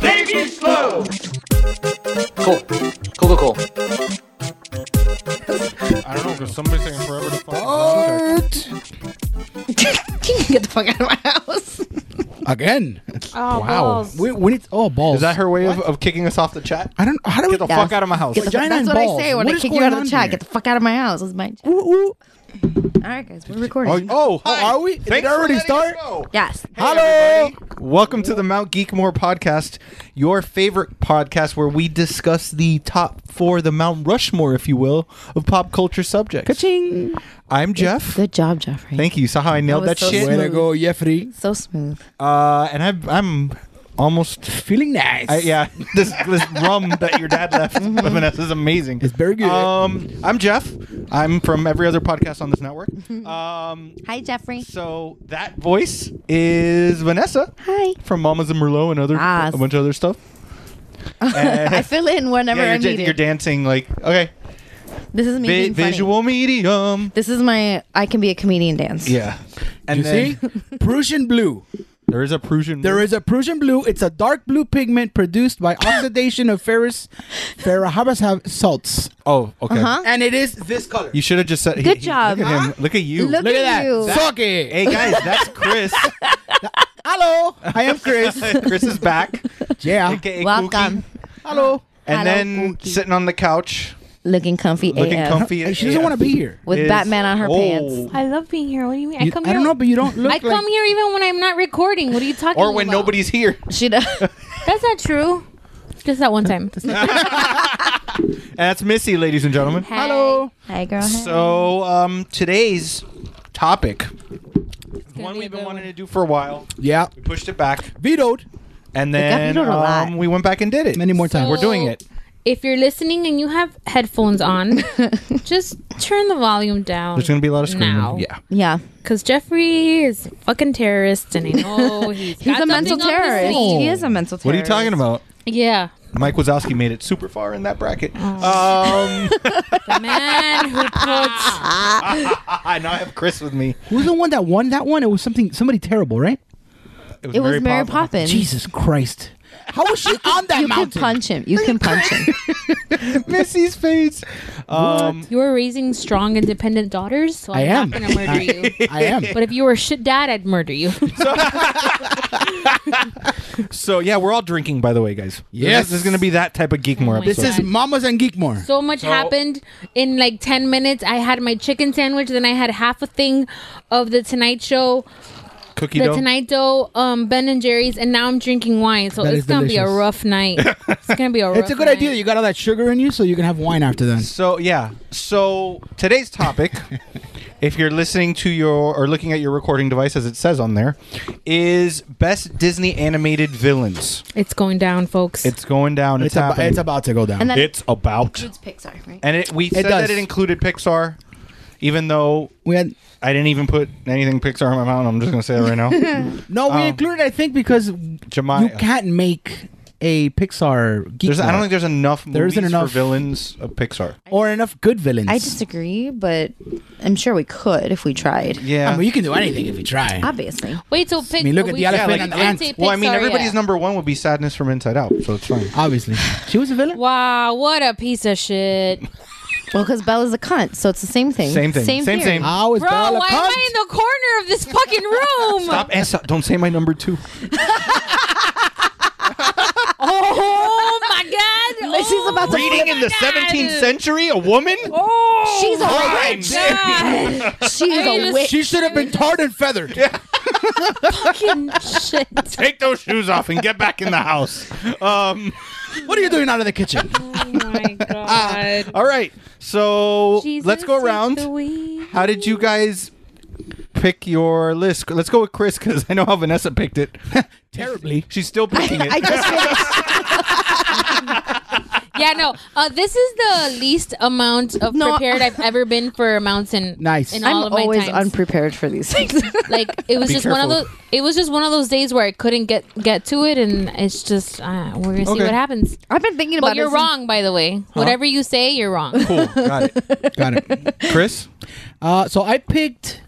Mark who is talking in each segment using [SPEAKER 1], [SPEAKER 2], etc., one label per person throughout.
[SPEAKER 1] They be slow.
[SPEAKER 2] Cool. Cool, cool, cool.
[SPEAKER 3] I don't know because somebody's taking forever to fucking sound
[SPEAKER 4] Art.
[SPEAKER 5] Get the fuck out of my house.
[SPEAKER 4] Again.
[SPEAKER 5] Oh,
[SPEAKER 3] Wow.
[SPEAKER 5] balls.
[SPEAKER 4] We, we need, oh, balls.
[SPEAKER 6] Is that her way of, of kicking us off the chat?
[SPEAKER 4] I don't How do we.
[SPEAKER 6] Get the fuck out of my house.
[SPEAKER 4] Get the-
[SPEAKER 5] That's
[SPEAKER 4] Vagina and
[SPEAKER 5] what
[SPEAKER 4] balls.
[SPEAKER 5] I say when
[SPEAKER 4] What
[SPEAKER 5] I
[SPEAKER 4] is
[SPEAKER 5] kick you
[SPEAKER 4] going
[SPEAKER 5] out of
[SPEAKER 4] on
[SPEAKER 5] the chat.
[SPEAKER 4] here?
[SPEAKER 5] Get the fuck out of my house. That's my chat.
[SPEAKER 4] Ooh, ooh.
[SPEAKER 5] All right, guys, we're recording.
[SPEAKER 6] Oh, oh, oh, are we? Did it already start?
[SPEAKER 5] yes.
[SPEAKER 6] Hello! Welcome to the Mount Geekmore podcast, your favorite podcast where we discuss the top four, the Mount Rushmore, if you will, of pop culture subjects.
[SPEAKER 4] Ka-ching.
[SPEAKER 6] I'm Jeff.
[SPEAKER 5] Good job, Jeffrey.
[SPEAKER 6] Thank you. Saw how I nailed
[SPEAKER 5] was
[SPEAKER 6] that,
[SPEAKER 5] so
[SPEAKER 6] shit?
[SPEAKER 4] Way to
[SPEAKER 5] smooth.
[SPEAKER 4] go, Jeffrey.
[SPEAKER 5] So smooth.
[SPEAKER 6] Uh, and I'm, I'm almost.
[SPEAKER 4] Feeling nice.
[SPEAKER 6] I, yeah, this, this rum that your dad left with Vanessa is amazing.
[SPEAKER 4] It's very good.
[SPEAKER 6] Um, I'm Jeff. I'm from every other podcast on this network. Um,
[SPEAKER 5] Hi, Jeffrey.
[SPEAKER 6] so that voice is Vanessa
[SPEAKER 5] Hi.
[SPEAKER 6] from Mamas and Merlot and other
[SPEAKER 5] Yes.
[SPEAKER 6] a bunch of other stuff.
[SPEAKER 5] I fill in whenever
[SPEAKER 6] yeah, you're,
[SPEAKER 5] I
[SPEAKER 6] da-
[SPEAKER 5] need
[SPEAKER 6] you're
[SPEAKER 5] it.
[SPEAKER 6] dancing like okay,
[SPEAKER 5] This is me
[SPEAKER 6] vi-
[SPEAKER 5] being funny.
[SPEAKER 6] visual medium.
[SPEAKER 5] This is my I can be a comedian dance.
[SPEAKER 6] Yeah, and
[SPEAKER 4] you
[SPEAKER 6] then
[SPEAKER 4] see? Prussian blue.
[SPEAKER 6] there is a Prussian.
[SPEAKER 4] There is a Prussian blue. It's a dark blue pigment produced by oxidation of ferrous ferrohabas salts.
[SPEAKER 6] Oh, okay.
[SPEAKER 5] Huh?
[SPEAKER 4] And it is this color.
[SPEAKER 6] You should have just said. he-
[SPEAKER 5] Uh-huh. Good
[SPEAKER 6] he-
[SPEAKER 5] job.
[SPEAKER 6] Look at him. Look at you.
[SPEAKER 5] Look,
[SPEAKER 4] Look
[SPEAKER 5] at,
[SPEAKER 4] at
[SPEAKER 5] you.
[SPEAKER 4] that. Suck it.
[SPEAKER 6] Hey guys, that's Chris.
[SPEAKER 4] Hello. I am Chris.
[SPEAKER 6] Chris is back.
[SPEAKER 4] yeah.
[SPEAKER 6] AKA
[SPEAKER 5] Welcome.
[SPEAKER 6] Kooky. Hello. And
[SPEAKER 5] Hello,
[SPEAKER 6] then
[SPEAKER 5] Kooky.
[SPEAKER 6] sitting on the couch,
[SPEAKER 5] Looking comfy
[SPEAKER 6] looking
[SPEAKER 5] AF.
[SPEAKER 6] comfy.
[SPEAKER 4] Hey, she doesn't want to be here.
[SPEAKER 5] With Batman on her
[SPEAKER 6] Oh.
[SPEAKER 5] pants.
[SPEAKER 7] I love being here. What do you mean?
[SPEAKER 4] You-
[SPEAKER 7] I come
[SPEAKER 4] I
[SPEAKER 7] here.
[SPEAKER 4] don't know, but you don't look
[SPEAKER 7] I
[SPEAKER 4] like.
[SPEAKER 7] come here even when I'm not recording. What are you talking about?
[SPEAKER 6] Or when nobody's here.
[SPEAKER 5] She does.
[SPEAKER 7] That's not true. Just that one time.
[SPEAKER 6] And that's Missy, ladies and gentlemen.
[SPEAKER 7] Hello.
[SPEAKER 5] Hi, girl.
[SPEAKER 6] So um, today's topic, one
[SPEAKER 7] be
[SPEAKER 6] we've been
[SPEAKER 7] a good
[SPEAKER 6] wanting
[SPEAKER 7] one.
[SPEAKER 6] to do for a while.
[SPEAKER 4] Yeah.
[SPEAKER 6] We pushed it back,
[SPEAKER 4] Vetoed.
[SPEAKER 6] and
[SPEAKER 5] got
[SPEAKER 6] then
[SPEAKER 5] vetoed a lot.
[SPEAKER 6] um, we went back and did it.
[SPEAKER 4] Many more times.
[SPEAKER 6] We're doing it.
[SPEAKER 7] If you're listening and you have headphones on, just turn the volume down.
[SPEAKER 6] There's gonna be a lot of screaming.
[SPEAKER 7] Now.
[SPEAKER 6] Yeah.
[SPEAKER 5] yeah.
[SPEAKER 7] Because Jeffrey is a fucking terrorist, and I know he's,
[SPEAKER 5] He's
[SPEAKER 7] got
[SPEAKER 5] a mental
[SPEAKER 7] something up his
[SPEAKER 5] terrorist.
[SPEAKER 7] sleeve.
[SPEAKER 5] He is a mental terrorist.
[SPEAKER 6] What are you talking about?
[SPEAKER 7] Yeah,
[SPEAKER 6] Mike Wazowski made it super far in that bracket. Um,
[SPEAKER 5] Oh.
[SPEAKER 7] the man who puts
[SPEAKER 6] I now have Chris with me.
[SPEAKER 4] Who's the one that won that one? It was something somebody terrible, right?
[SPEAKER 5] It was Mary, Poppins.
[SPEAKER 4] Jesus Christ. How was she on that
[SPEAKER 5] You
[SPEAKER 4] mountain?
[SPEAKER 5] can punch him. You can punch him.
[SPEAKER 6] Missy's face. Um,
[SPEAKER 7] you are raising strong, independent daughters. So I'm
[SPEAKER 4] I am.
[SPEAKER 7] not gonna murder you.
[SPEAKER 4] I am.
[SPEAKER 7] But if you were a shit dad, I'd murder you.
[SPEAKER 6] so yeah, we're all drinking, by the way, guys.
[SPEAKER 4] Yes.
[SPEAKER 6] this is gonna be that type of geek more
[SPEAKER 5] Oh
[SPEAKER 7] my
[SPEAKER 6] episode.
[SPEAKER 4] This is Mamas and Geekmore.
[SPEAKER 7] So much happened in like ten minutes. I had my chicken sandwich, then I had half a thing of the Tonight Show,
[SPEAKER 6] cookie
[SPEAKER 7] the
[SPEAKER 6] dough.
[SPEAKER 7] Tonight Dough, um, Ben and Jerry's, and now I'm drinking wine. So
[SPEAKER 4] That
[SPEAKER 7] it's
[SPEAKER 4] is
[SPEAKER 7] gonna be a
[SPEAKER 4] delicious.
[SPEAKER 7] rough night. it's gonna be a. Rough
[SPEAKER 4] It's a good
[SPEAKER 7] night.
[SPEAKER 4] idea. You got all that sugar in you, so you can have wine after then.
[SPEAKER 6] So yeah. So today's topic, if you're listening to your or looking at your recording device as it says on there, is best Disney animated villains.
[SPEAKER 7] It's going down, folks.
[SPEAKER 6] It's going down. It's,
[SPEAKER 4] It's, ab-
[SPEAKER 6] happening.
[SPEAKER 4] it's about to go down.
[SPEAKER 5] And then
[SPEAKER 6] It's about.
[SPEAKER 5] it's Pixar, right?
[SPEAKER 6] And it, we said
[SPEAKER 4] does.
[SPEAKER 6] that it included Pixar, even though
[SPEAKER 4] we had
[SPEAKER 6] I didn't even put anything Pixar in my mouth. I'm just gonna say that right now.
[SPEAKER 4] no. We included, I think, because
[SPEAKER 6] Jemima.
[SPEAKER 4] you can't make a Pixar geek
[SPEAKER 6] There's, I don't
[SPEAKER 4] War
[SPEAKER 6] think there's enough
[SPEAKER 4] There
[SPEAKER 6] movies
[SPEAKER 4] isn't enough-
[SPEAKER 6] for villains of Pixar.
[SPEAKER 4] or enough good villains.
[SPEAKER 5] I disagree, but I'm sure we could if we tried.
[SPEAKER 6] Yeah.
[SPEAKER 4] I mean, you can do anything if you try.
[SPEAKER 5] Obviously.
[SPEAKER 7] Wait till Pixar.
[SPEAKER 4] I mean, look at the elephant and the ant.
[SPEAKER 6] well, I mean, everybody's number one would be Sadness from Inside Out, so it's fine.
[SPEAKER 4] Obviously, she was a villain.
[SPEAKER 7] Wow, what a piece of shit,
[SPEAKER 5] Well, because Bella's a cunt, so it's the same thing.
[SPEAKER 6] Same thing. Same
[SPEAKER 5] theory.
[SPEAKER 6] thing.
[SPEAKER 4] How is
[SPEAKER 7] bro!
[SPEAKER 4] Bella
[SPEAKER 7] Why am
[SPEAKER 4] Cunt?
[SPEAKER 7] I in the corner of this fucking room?
[SPEAKER 6] Stop and stop. Don't say my number two.
[SPEAKER 7] Oh my god!
[SPEAKER 5] Missy's
[SPEAKER 7] Oh
[SPEAKER 5] about to
[SPEAKER 6] Reading in the
[SPEAKER 7] God.
[SPEAKER 6] 17th century, a woman?
[SPEAKER 7] Oh,
[SPEAKER 5] She's a
[SPEAKER 6] Crimes.
[SPEAKER 5] witch. She's a
[SPEAKER 7] just-
[SPEAKER 5] witch.
[SPEAKER 4] She should have been tarred and feathered.
[SPEAKER 7] fucking shit.
[SPEAKER 6] Take those shoes off and get back in the house. Um,
[SPEAKER 4] What are you doing out of the kitchen?
[SPEAKER 7] Oh my god.
[SPEAKER 6] all right. So let's go around.
[SPEAKER 7] How
[SPEAKER 6] How did you guys pick your list? Let's go with Chris because I know how Vanessa picked it.
[SPEAKER 4] Terribly.
[SPEAKER 6] She's still picking it.
[SPEAKER 5] I just finished.
[SPEAKER 7] yeah, no. Uh, this is the least amount of
[SPEAKER 5] No.
[SPEAKER 7] prepared I've ever been for a mountain.
[SPEAKER 4] Nice.
[SPEAKER 7] In all
[SPEAKER 5] I'm
[SPEAKER 7] of my
[SPEAKER 5] always
[SPEAKER 7] times.
[SPEAKER 5] unprepared for these things.
[SPEAKER 7] like it was
[SPEAKER 6] Be
[SPEAKER 7] just one of
[SPEAKER 6] careful.
[SPEAKER 7] those. It was just one of those days where I couldn't get get to it, and it's just uh, we're gonna see
[SPEAKER 6] Okay.
[SPEAKER 7] what happens.
[SPEAKER 5] I've been thinking about
[SPEAKER 7] But you're
[SPEAKER 5] it since-
[SPEAKER 7] wrong, by the way. Whatever you say, you're wrong.
[SPEAKER 6] Cool. Got it.
[SPEAKER 4] Got it.
[SPEAKER 6] Chris?
[SPEAKER 4] Uh, so I picked,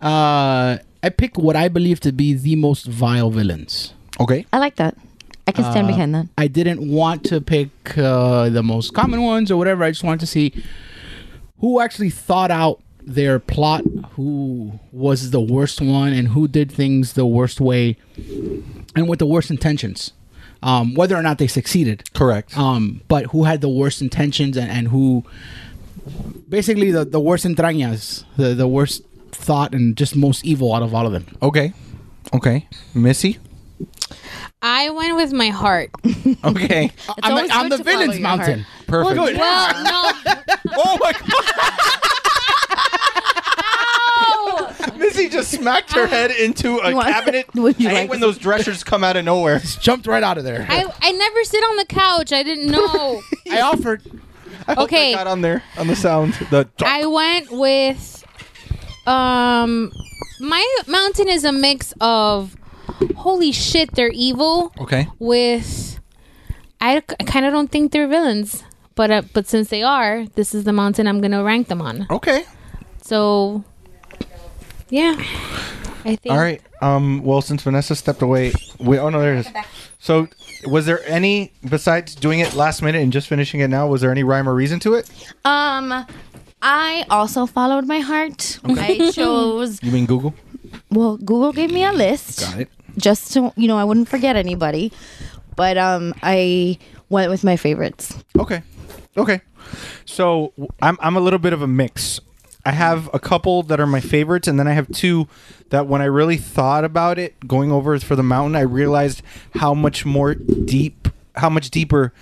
[SPEAKER 4] uh, I picked what I believe to be the most vile villains.
[SPEAKER 6] Okay.
[SPEAKER 5] I like that. I can
[SPEAKER 6] Uh,
[SPEAKER 5] stand behind that.
[SPEAKER 4] I didn't want to pick uh, the most common ones or whatever. I just wanted to see who actually thought out their plot, who was the worst one, and who did things the worst way and with the worst intentions. Um, whether or not they succeeded.
[SPEAKER 6] Correct.
[SPEAKER 4] Um, but who had the worst intentions and, and who basically the, the worst entrañas, the, the worst thought and just most evil out of all of them.
[SPEAKER 6] Okay. Okay. Missy?
[SPEAKER 7] I went with my heart.
[SPEAKER 6] Okay.
[SPEAKER 5] It's
[SPEAKER 4] I'm
[SPEAKER 5] always
[SPEAKER 4] the, I'm the
[SPEAKER 5] good to follow
[SPEAKER 4] villain's
[SPEAKER 5] your heart.
[SPEAKER 4] mountain.
[SPEAKER 6] Perfect.
[SPEAKER 7] Well, no,
[SPEAKER 6] Oh my god. Missy just smacked her head into a
[SPEAKER 5] You want-
[SPEAKER 6] cabinet.
[SPEAKER 5] Would you
[SPEAKER 6] I hate
[SPEAKER 5] like-
[SPEAKER 6] when those dressers come out of nowhere.
[SPEAKER 4] Just jumped right out of there.
[SPEAKER 7] I I never sit on the couch. I didn't know.
[SPEAKER 4] I offered.
[SPEAKER 7] Okay.
[SPEAKER 6] got on there on the sound. The
[SPEAKER 7] I went with um my mountain is a mix of holy shit they're evil
[SPEAKER 6] okay.
[SPEAKER 7] with I, kind of don't think they're villains but uh, but since they are this is the mountain I'm going to rank them on.
[SPEAKER 6] Okay.
[SPEAKER 7] So yeah. I think
[SPEAKER 6] All right. Um. Well, since Vanessa stepped away, we. Oh no, there it is. So, was there any besides doing it last minute and just finishing it now? Was there any rhyme or reason to it?
[SPEAKER 5] Um, I also followed my heart. I chose.
[SPEAKER 6] You mean Google?
[SPEAKER 5] Well, Google gave me a list.
[SPEAKER 6] Got it.
[SPEAKER 5] Just so you know, I wouldn't forget anybody. But um, I went with my favorites.
[SPEAKER 6] Okay. Okay. So w- I'm I'm a little bit of a mix. I have a couple that are my favorites, and then I have two that when I really thought about it, going over for the mountain, I realized how much more deep, how much deeper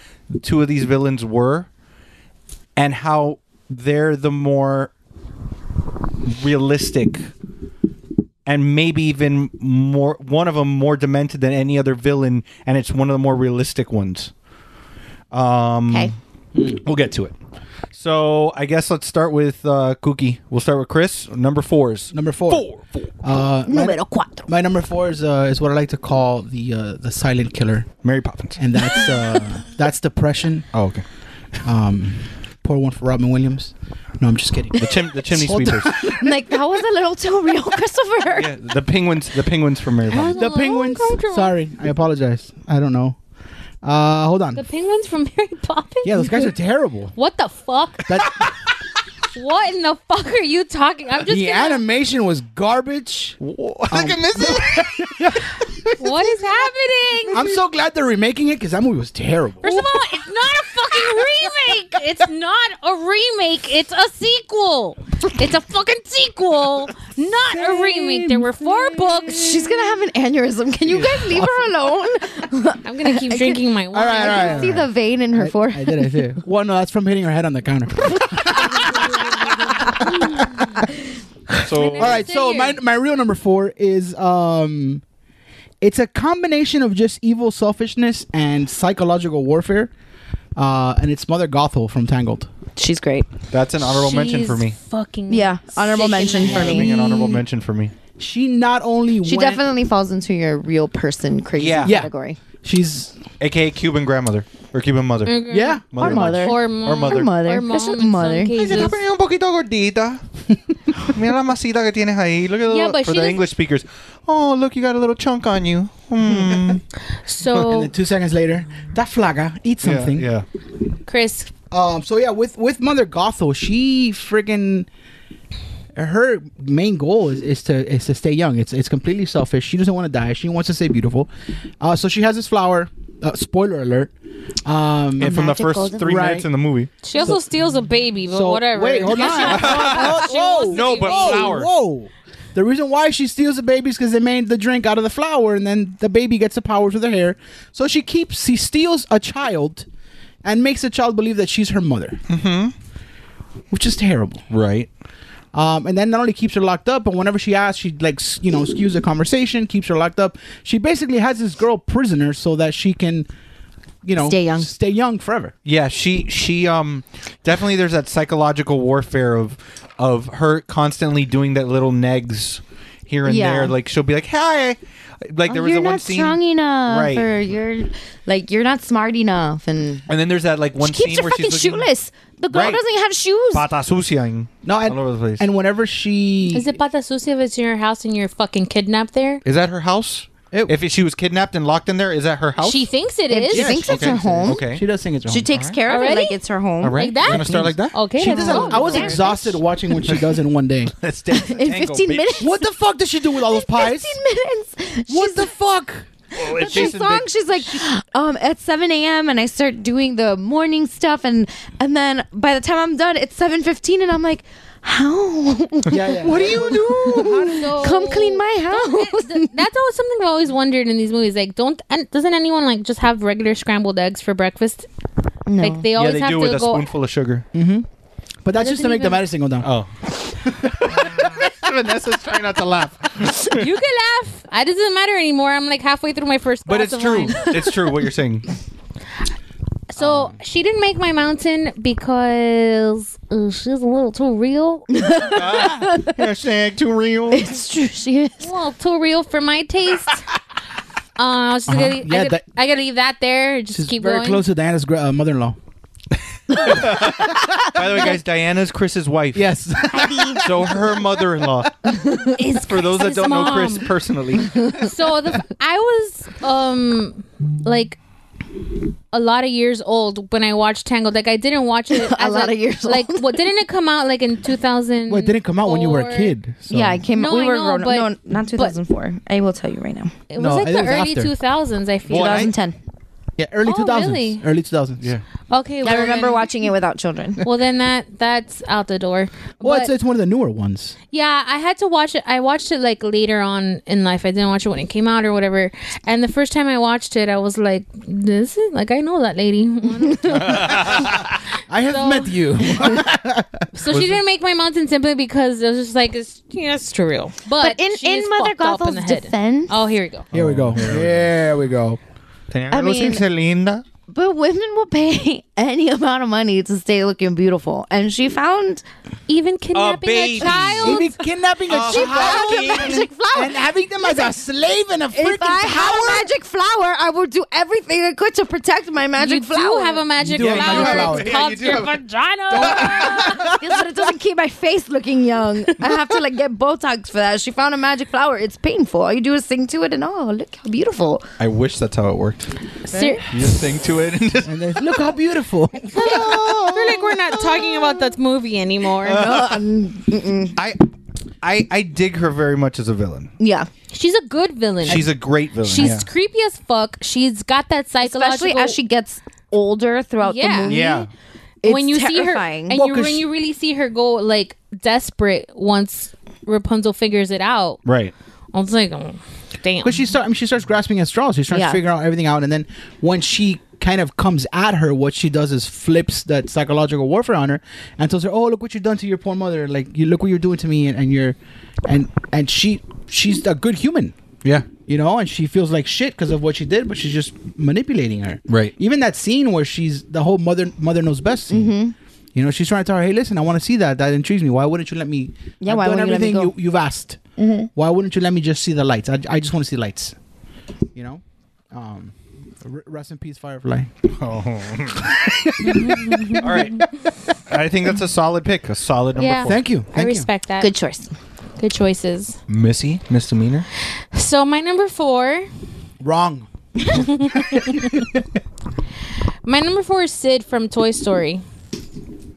[SPEAKER 6] two of these villains were, and how they're the more realistic and maybe even more one of them more demented than any other villain and it's one of the more realistic ones Mm.
[SPEAKER 5] Okay.
[SPEAKER 6] We'll get to it. So I guess let's start with uh, Kookie. We'll start with Chris. Number fours.
[SPEAKER 4] Number four. Uh, my,
[SPEAKER 5] Numero cuatro.
[SPEAKER 4] my number four is uh, is what I like to call the uh, the silent killer,
[SPEAKER 6] Mary Poppins.
[SPEAKER 4] and that's uh, that's depression.
[SPEAKER 6] oh, okay.
[SPEAKER 4] Um, poor one for Robin Williams. No, I'm just kidding.
[SPEAKER 6] The, chim- the chimney
[SPEAKER 4] Hold
[SPEAKER 6] sweepers.
[SPEAKER 5] I'm like that was a little too real, Christopher.
[SPEAKER 6] yeah, the penguins. The penguins from Mary Poppins.
[SPEAKER 4] The penguins.
[SPEAKER 7] uncomfortable.
[SPEAKER 4] Sorry, I apologize. I don't know. Uh, hold on.
[SPEAKER 7] The penguins from Mary Poppins?
[SPEAKER 4] yeah, those guys are terrible.
[SPEAKER 7] What the fuck?
[SPEAKER 4] That
[SPEAKER 7] What in the fuck are you talking? I'm just
[SPEAKER 4] the
[SPEAKER 7] gonna-
[SPEAKER 4] animation was garbage.
[SPEAKER 6] Look at Missy.
[SPEAKER 7] What is happening?
[SPEAKER 4] I'm so glad they're remaking it because that movie was terrible.
[SPEAKER 7] First of all, it's not a fucking remake. It's not a remake. It's a sequel. It's a fucking sequel, not a remake. There were four books.
[SPEAKER 5] She's gonna have an aneurysm. Can you guys leave her alone?
[SPEAKER 7] I'm gonna keep drinking my wine.
[SPEAKER 4] All right, all right. all
[SPEAKER 5] See
[SPEAKER 4] right.
[SPEAKER 5] the vein in her
[SPEAKER 4] I
[SPEAKER 5] forehead.
[SPEAKER 4] did it too. Well, no, that's from hitting her head on the counter.
[SPEAKER 6] So
[SPEAKER 4] All right, so
[SPEAKER 7] Continue.
[SPEAKER 4] my my real number four is um, it's a combination of just evil selfishness and psychological warfare, uh, and it's Mother Gothel from Tangled.
[SPEAKER 5] She's great.
[SPEAKER 6] that's an honorable mention
[SPEAKER 7] She's
[SPEAKER 6] for me.
[SPEAKER 7] Fucking
[SPEAKER 5] Yeah, honorable mention for
[SPEAKER 6] Being
[SPEAKER 5] me.
[SPEAKER 6] an honorable mention for me.
[SPEAKER 4] She not only
[SPEAKER 5] She
[SPEAKER 4] went-
[SPEAKER 5] definitely falls into your real person crazy
[SPEAKER 6] Yeah.
[SPEAKER 4] Yeah.
[SPEAKER 5] category.
[SPEAKER 4] she's
[SPEAKER 6] AKA Cuban grandmother or Cuban mother.
[SPEAKER 4] yeah
[SPEAKER 5] Our
[SPEAKER 6] Mother.
[SPEAKER 5] mother.
[SPEAKER 7] or mom,
[SPEAKER 6] Or mother.
[SPEAKER 5] Her mother.
[SPEAKER 7] or
[SPEAKER 5] That's
[SPEAKER 7] mom
[SPEAKER 5] not
[SPEAKER 7] in
[SPEAKER 5] mother.
[SPEAKER 7] some cases.
[SPEAKER 6] un poquito gordita. Mira la masita que tienes ahí. Look at
[SPEAKER 7] Yeah, but
[SPEAKER 6] for
[SPEAKER 7] she
[SPEAKER 6] the
[SPEAKER 7] doesn't-
[SPEAKER 6] English speakers. Oh, look, you got a little chunk on you. Hmm.
[SPEAKER 4] And
[SPEAKER 7] So
[SPEAKER 4] then two seconds later, that flaga eat something.
[SPEAKER 6] Yeah. yeah.
[SPEAKER 7] Chris,
[SPEAKER 4] Um. So yeah, with with Mother Gothel, she friggin' her main goal is, is to is to stay young. It's it's completely selfish. She doesn't want to die. She wants to stay beautiful. Uh. So she has this flower. Uh, spoiler alert. Um.
[SPEAKER 6] And from the
[SPEAKER 5] Magic
[SPEAKER 6] first
[SPEAKER 5] golden-
[SPEAKER 6] three
[SPEAKER 4] Right.
[SPEAKER 6] minutes in the movie.
[SPEAKER 7] she also steals a baby, but
[SPEAKER 4] so
[SPEAKER 7] whatever.
[SPEAKER 4] wait, hold on.
[SPEAKER 7] Whoa,
[SPEAKER 6] No, but
[SPEAKER 4] whoa,
[SPEAKER 6] flower.
[SPEAKER 4] Whoa. The reason why she steals the baby is because they made the drink out of the flower, and then the baby gets the powers with her hair. So she keeps, she steals a child, and makes the child believe that she's her mother, mm-hmm. which is terrible.
[SPEAKER 6] Right.
[SPEAKER 4] Um, and then not only keeps her locked up, but whenever she asks, she like s- you know skews the conversation, keeps her locked up. She basically has this girl prisoner so that she can you know,
[SPEAKER 5] Stay young.
[SPEAKER 4] stay young forever.
[SPEAKER 6] Yeah, she she um definitely there's that psychological warfare of of her constantly doing that little negs here and
[SPEAKER 5] Yeah. Oh,
[SPEAKER 6] there. Like she'll be like, "Hi," like there was
[SPEAKER 5] you're
[SPEAKER 6] a one
[SPEAKER 5] not
[SPEAKER 6] scene,
[SPEAKER 5] strong enough,
[SPEAKER 6] Right.
[SPEAKER 5] or you're like you're not smart enough, and
[SPEAKER 6] and then there's that like one
[SPEAKER 5] she keeps
[SPEAKER 6] scene
[SPEAKER 5] her
[SPEAKER 6] where
[SPEAKER 5] fucking
[SPEAKER 6] she's looking,
[SPEAKER 5] shoeless. The girl
[SPEAKER 6] Right.
[SPEAKER 5] doesn't have shoes.
[SPEAKER 6] Pata sucia.
[SPEAKER 4] No, and,
[SPEAKER 6] All over the place.
[SPEAKER 4] and whenever she
[SPEAKER 7] Is it pata sucia if it's in your house and you're fucking kidnapped there?
[SPEAKER 6] Is that her house?
[SPEAKER 4] It-
[SPEAKER 6] if she was kidnapped and locked in there, is that her house?
[SPEAKER 7] She thinks it is.
[SPEAKER 5] she thinks it's her home.
[SPEAKER 6] Okay.
[SPEAKER 4] she does think it's wrong.
[SPEAKER 5] She takes care of it
[SPEAKER 7] Already?
[SPEAKER 5] like it's her home.
[SPEAKER 6] All right.
[SPEAKER 7] that?
[SPEAKER 6] We're gonna start like that.
[SPEAKER 7] Okay,
[SPEAKER 4] She
[SPEAKER 7] let's
[SPEAKER 4] doesn't.
[SPEAKER 7] go.
[SPEAKER 4] I was exhausted watching what she does in one day.
[SPEAKER 6] Let's dance the
[SPEAKER 5] In
[SPEAKER 6] tango,
[SPEAKER 5] 15
[SPEAKER 6] bitch.
[SPEAKER 5] minutes.
[SPEAKER 4] What the fuck does she do with all those pies?
[SPEAKER 5] 15 minutes.
[SPEAKER 4] What the fuck?
[SPEAKER 6] Oh, it's
[SPEAKER 5] She's
[SPEAKER 6] Jason
[SPEAKER 5] song.
[SPEAKER 6] Big-
[SPEAKER 5] She's like, um, at 7 a.m. and I start doing the morning stuff, and and then by the time I'm done, it's 7:15, and I'm like, how?
[SPEAKER 4] Yeah, yeah. What do you do?
[SPEAKER 5] Come clean my house.
[SPEAKER 7] That's always something I've always wondered in these movies. Like, don't and doesn't anyone like just have regular scrambled eggs for breakfast? Like they
[SPEAKER 6] Yeah,
[SPEAKER 7] always
[SPEAKER 6] they
[SPEAKER 7] have
[SPEAKER 6] do
[SPEAKER 7] to
[SPEAKER 6] with a
[SPEAKER 7] go.
[SPEAKER 6] spoonful of sugar.
[SPEAKER 4] but that's just to
[SPEAKER 7] Doesn't
[SPEAKER 4] make the
[SPEAKER 7] even-
[SPEAKER 4] medicine go down.
[SPEAKER 6] Oh. Vanessa's trying not to laugh.
[SPEAKER 7] You can laugh. It doesn't matter anymore. I'm like halfway through my first.
[SPEAKER 6] But
[SPEAKER 7] glass
[SPEAKER 6] it's
[SPEAKER 7] of
[SPEAKER 6] true.
[SPEAKER 7] wine.
[SPEAKER 6] It's true what you're saying.
[SPEAKER 7] So
[SPEAKER 6] Um,
[SPEAKER 7] she didn't make my mountain because uh, she's a little too real. a
[SPEAKER 6] Hashtag too real.
[SPEAKER 5] It's true. She is.
[SPEAKER 7] little too real for my taste. Uh, I was
[SPEAKER 6] Uh-huh.
[SPEAKER 7] just gonna,
[SPEAKER 4] Yeah,
[SPEAKER 7] I, gotta,
[SPEAKER 4] that-
[SPEAKER 7] I gotta leave that there. Just
[SPEAKER 4] She's
[SPEAKER 7] keep
[SPEAKER 4] very
[SPEAKER 7] going.
[SPEAKER 4] close to Diana's gra- uh, mother-in-law.
[SPEAKER 6] By the way, guys, Diana's Chris's wife.
[SPEAKER 4] Yes.
[SPEAKER 6] So her mother-in-law. For those that don't know Chris personally,
[SPEAKER 7] so the, I was um like a lot of years old when I watched Tangled. Like I didn't watch it.
[SPEAKER 5] A
[SPEAKER 7] as
[SPEAKER 5] lot of years
[SPEAKER 7] Like
[SPEAKER 5] old.
[SPEAKER 7] what didn't it come out like in two thousand?
[SPEAKER 4] well, it didn't come out when you were a kid. So.
[SPEAKER 5] Yeah, I came.
[SPEAKER 7] No,
[SPEAKER 5] we
[SPEAKER 7] I
[SPEAKER 5] were
[SPEAKER 7] know,
[SPEAKER 5] grown up.
[SPEAKER 7] but-
[SPEAKER 5] No, not 2004. I will tell you right now.
[SPEAKER 7] It was
[SPEAKER 4] No,
[SPEAKER 7] like
[SPEAKER 4] I
[SPEAKER 7] the
[SPEAKER 4] think it was
[SPEAKER 7] early
[SPEAKER 4] after.
[SPEAKER 7] two thousands. I feel.
[SPEAKER 6] Well, I-
[SPEAKER 5] 2010.
[SPEAKER 4] Yeah, early
[SPEAKER 7] Oh,
[SPEAKER 4] 2000s.
[SPEAKER 7] really?
[SPEAKER 4] Early 2000s. Yeah.
[SPEAKER 7] okay, well,
[SPEAKER 5] I remember
[SPEAKER 7] then-
[SPEAKER 5] watching it without children.
[SPEAKER 7] Well, then that that's out the door.
[SPEAKER 4] Well,
[SPEAKER 7] But-
[SPEAKER 4] it's, it's one of the newer ones.
[SPEAKER 7] Yeah, I had to watch it. I watched it like later on in life. I didn't watch it when it came out or whatever. And the first time I watched it, I was like, "This is like I know that lady."
[SPEAKER 4] I have
[SPEAKER 7] So-
[SPEAKER 4] met you.
[SPEAKER 7] so she didn't make my mountain simply because it was just like it's yeah, it's too real. But,
[SPEAKER 5] But in-
[SPEAKER 7] she
[SPEAKER 5] in
[SPEAKER 7] is
[SPEAKER 5] Mother
[SPEAKER 7] fucked up in
[SPEAKER 5] Gothel's
[SPEAKER 7] the head.
[SPEAKER 5] defense-
[SPEAKER 7] oh here we go.
[SPEAKER 4] Here we go. Here we go.
[SPEAKER 6] Diana
[SPEAKER 5] mean-
[SPEAKER 6] looks linda.
[SPEAKER 5] But women will pay any amount of money to stay looking beautiful, and she found
[SPEAKER 7] Even kidnapping a,
[SPEAKER 6] baby.
[SPEAKER 7] child.
[SPEAKER 4] Even kidnapping
[SPEAKER 5] Oh.
[SPEAKER 4] a child
[SPEAKER 5] found a magic flower.
[SPEAKER 4] and having them as a slave in a freaking
[SPEAKER 5] If I had a
[SPEAKER 4] tower.
[SPEAKER 5] magic flower, I would do everything I could to protect my
[SPEAKER 7] you
[SPEAKER 5] magic
[SPEAKER 7] do
[SPEAKER 5] flower.
[SPEAKER 7] have a magic
[SPEAKER 4] do have a
[SPEAKER 7] flower.
[SPEAKER 4] magic flower.
[SPEAKER 7] It's
[SPEAKER 6] Yeah,
[SPEAKER 7] called
[SPEAKER 6] you do
[SPEAKER 7] your
[SPEAKER 6] have a-
[SPEAKER 7] vagina.
[SPEAKER 5] Yes, but it doesn't keep my face looking young. I have to like get Botox for that. She found a magic flower. It's painful. All you do is sing to it, and oh, look how beautiful.
[SPEAKER 6] I wish that's how it worked.
[SPEAKER 7] Ser-
[SPEAKER 6] You just sing to it and just
[SPEAKER 4] And there's- look how beautiful.
[SPEAKER 7] I feel like we're not talking about that movie anymore.
[SPEAKER 6] I I I dig her very much as a villain.
[SPEAKER 5] Yeah,
[SPEAKER 7] She's a good villain.
[SPEAKER 6] She's a great villain.
[SPEAKER 7] She's
[SPEAKER 6] yeah.
[SPEAKER 7] creepy as fuck. She's got that psychological.
[SPEAKER 5] especially as she gets older throughout
[SPEAKER 7] Yeah.
[SPEAKER 5] the movie.
[SPEAKER 6] yeah.
[SPEAKER 5] It's
[SPEAKER 7] when you
[SPEAKER 5] terrifying.
[SPEAKER 7] see her, and
[SPEAKER 4] Well,
[SPEAKER 7] you,
[SPEAKER 4] 'cause
[SPEAKER 7] when
[SPEAKER 4] she-
[SPEAKER 7] you really see her go like desperate once Rapunzel figures it out.
[SPEAKER 6] Right.
[SPEAKER 7] I was like, oh, damn.
[SPEAKER 4] Because she start, I mean, she starts grasping at straws. She starts
[SPEAKER 5] Yeah.
[SPEAKER 4] figuring out everything out, and then when she kind of comes at her, what she does is flips that psychological warfare on her and tells her, "Oh, look what you've done to your poor mother! Like, you look what you're doing to me, and, and you're, and and she she's a good human,
[SPEAKER 6] Yeah.
[SPEAKER 4] you know, and she feels like shit because of what she did, but she's just manipulating her.
[SPEAKER 6] Right.
[SPEAKER 4] Even that scene where she's the whole mother mother knows best scene. You know, she's trying to tell her, "Hey, listen, I want to see that. That intrigues me. Why wouldn't you let me?
[SPEAKER 5] Yeah,
[SPEAKER 4] I've
[SPEAKER 5] why
[SPEAKER 4] done
[SPEAKER 5] wouldn't you let me
[SPEAKER 4] everything
[SPEAKER 5] go?"
[SPEAKER 4] you, have asked. Why wouldn't you let me just see the lights? I, I just want to see lights. You know, um, r- rest in peace, Firefly.
[SPEAKER 6] All right. I think that's a solid pick. A solid number
[SPEAKER 7] Yeah.
[SPEAKER 6] four.
[SPEAKER 4] Thank you.
[SPEAKER 7] I
[SPEAKER 4] Thank you.
[SPEAKER 7] respect that.
[SPEAKER 5] Good choice.
[SPEAKER 7] good choices.
[SPEAKER 6] Missy, misdemeanor.
[SPEAKER 7] So my number four,
[SPEAKER 4] Wrong.
[SPEAKER 7] my number four is Sid from Toy Story.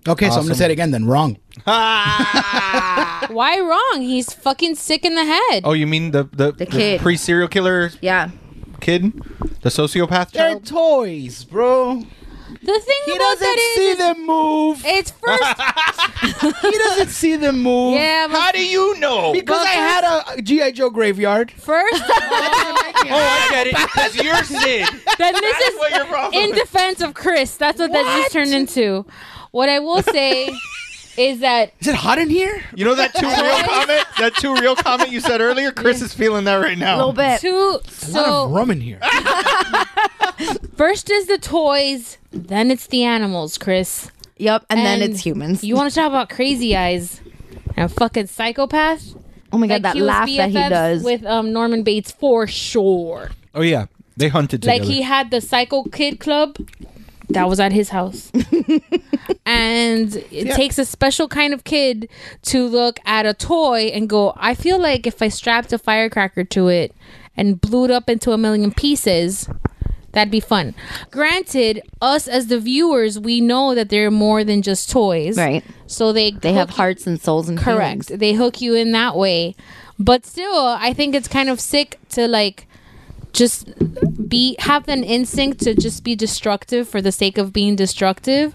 [SPEAKER 4] Okay, so I'm gonna say it again. Then wrong.
[SPEAKER 7] Why wrong? He's fucking sick in the head.
[SPEAKER 6] Oh, you mean the the, the
[SPEAKER 5] kid.
[SPEAKER 6] pre serial killer
[SPEAKER 5] Yeah,
[SPEAKER 6] kid, the sociopath
[SPEAKER 4] They're
[SPEAKER 6] child.
[SPEAKER 4] toys, bro.
[SPEAKER 7] the thing
[SPEAKER 4] He
[SPEAKER 7] about
[SPEAKER 4] doesn't
[SPEAKER 7] that
[SPEAKER 4] see
[SPEAKER 7] is,
[SPEAKER 4] them move.
[SPEAKER 7] it's first.
[SPEAKER 4] He doesn't see them move.
[SPEAKER 7] yeah, but
[SPEAKER 6] How do you know?
[SPEAKER 4] Because I had a GI Joe graveyard.
[SPEAKER 7] first.
[SPEAKER 6] Oh, I get it. Because you're Sid.
[SPEAKER 7] then this is
[SPEAKER 6] what your problem
[SPEAKER 7] in defense of Chris. That's what, that just turned into. What I will say is that
[SPEAKER 4] Is it hot in here?
[SPEAKER 6] You know that two real comment? That two real comment you said earlier? Chris is feeling that right
[SPEAKER 5] a
[SPEAKER 6] now.
[SPEAKER 5] little bit.
[SPEAKER 7] two
[SPEAKER 4] A lot of
[SPEAKER 7] so
[SPEAKER 4] rum in here.
[SPEAKER 7] First is the toys, then it's the animals, Chris.
[SPEAKER 5] Yep, and, then it's humans.
[SPEAKER 7] You want to talk about crazy eyes and a fucking psychopath?
[SPEAKER 5] oh my god, that
[SPEAKER 7] he was
[SPEAKER 5] laugh that he
[SPEAKER 7] BFFs
[SPEAKER 5] does.
[SPEAKER 7] with um, Norman Bates for sure.
[SPEAKER 6] Oh yeah, they hunted together.
[SPEAKER 7] Like he had the Psycho Kid Club that was at his house. and it takes a special kind of kid to look at a toy and go, I feel like if I strapped a firecracker to it and blew it up into a million pieces, that'd be fun. Granted, us as the viewers, we know that they're more than just toys.
[SPEAKER 5] right.
[SPEAKER 7] So they
[SPEAKER 5] They have
[SPEAKER 7] heart.
[SPEAKER 5] hearts and souls and
[SPEAKER 7] Correct.
[SPEAKER 5] feelings.
[SPEAKER 7] Mm. They hook you in that way. But still, I think it's kind of sick to like just be have an instinct to just be destructive for the sake of being destructive.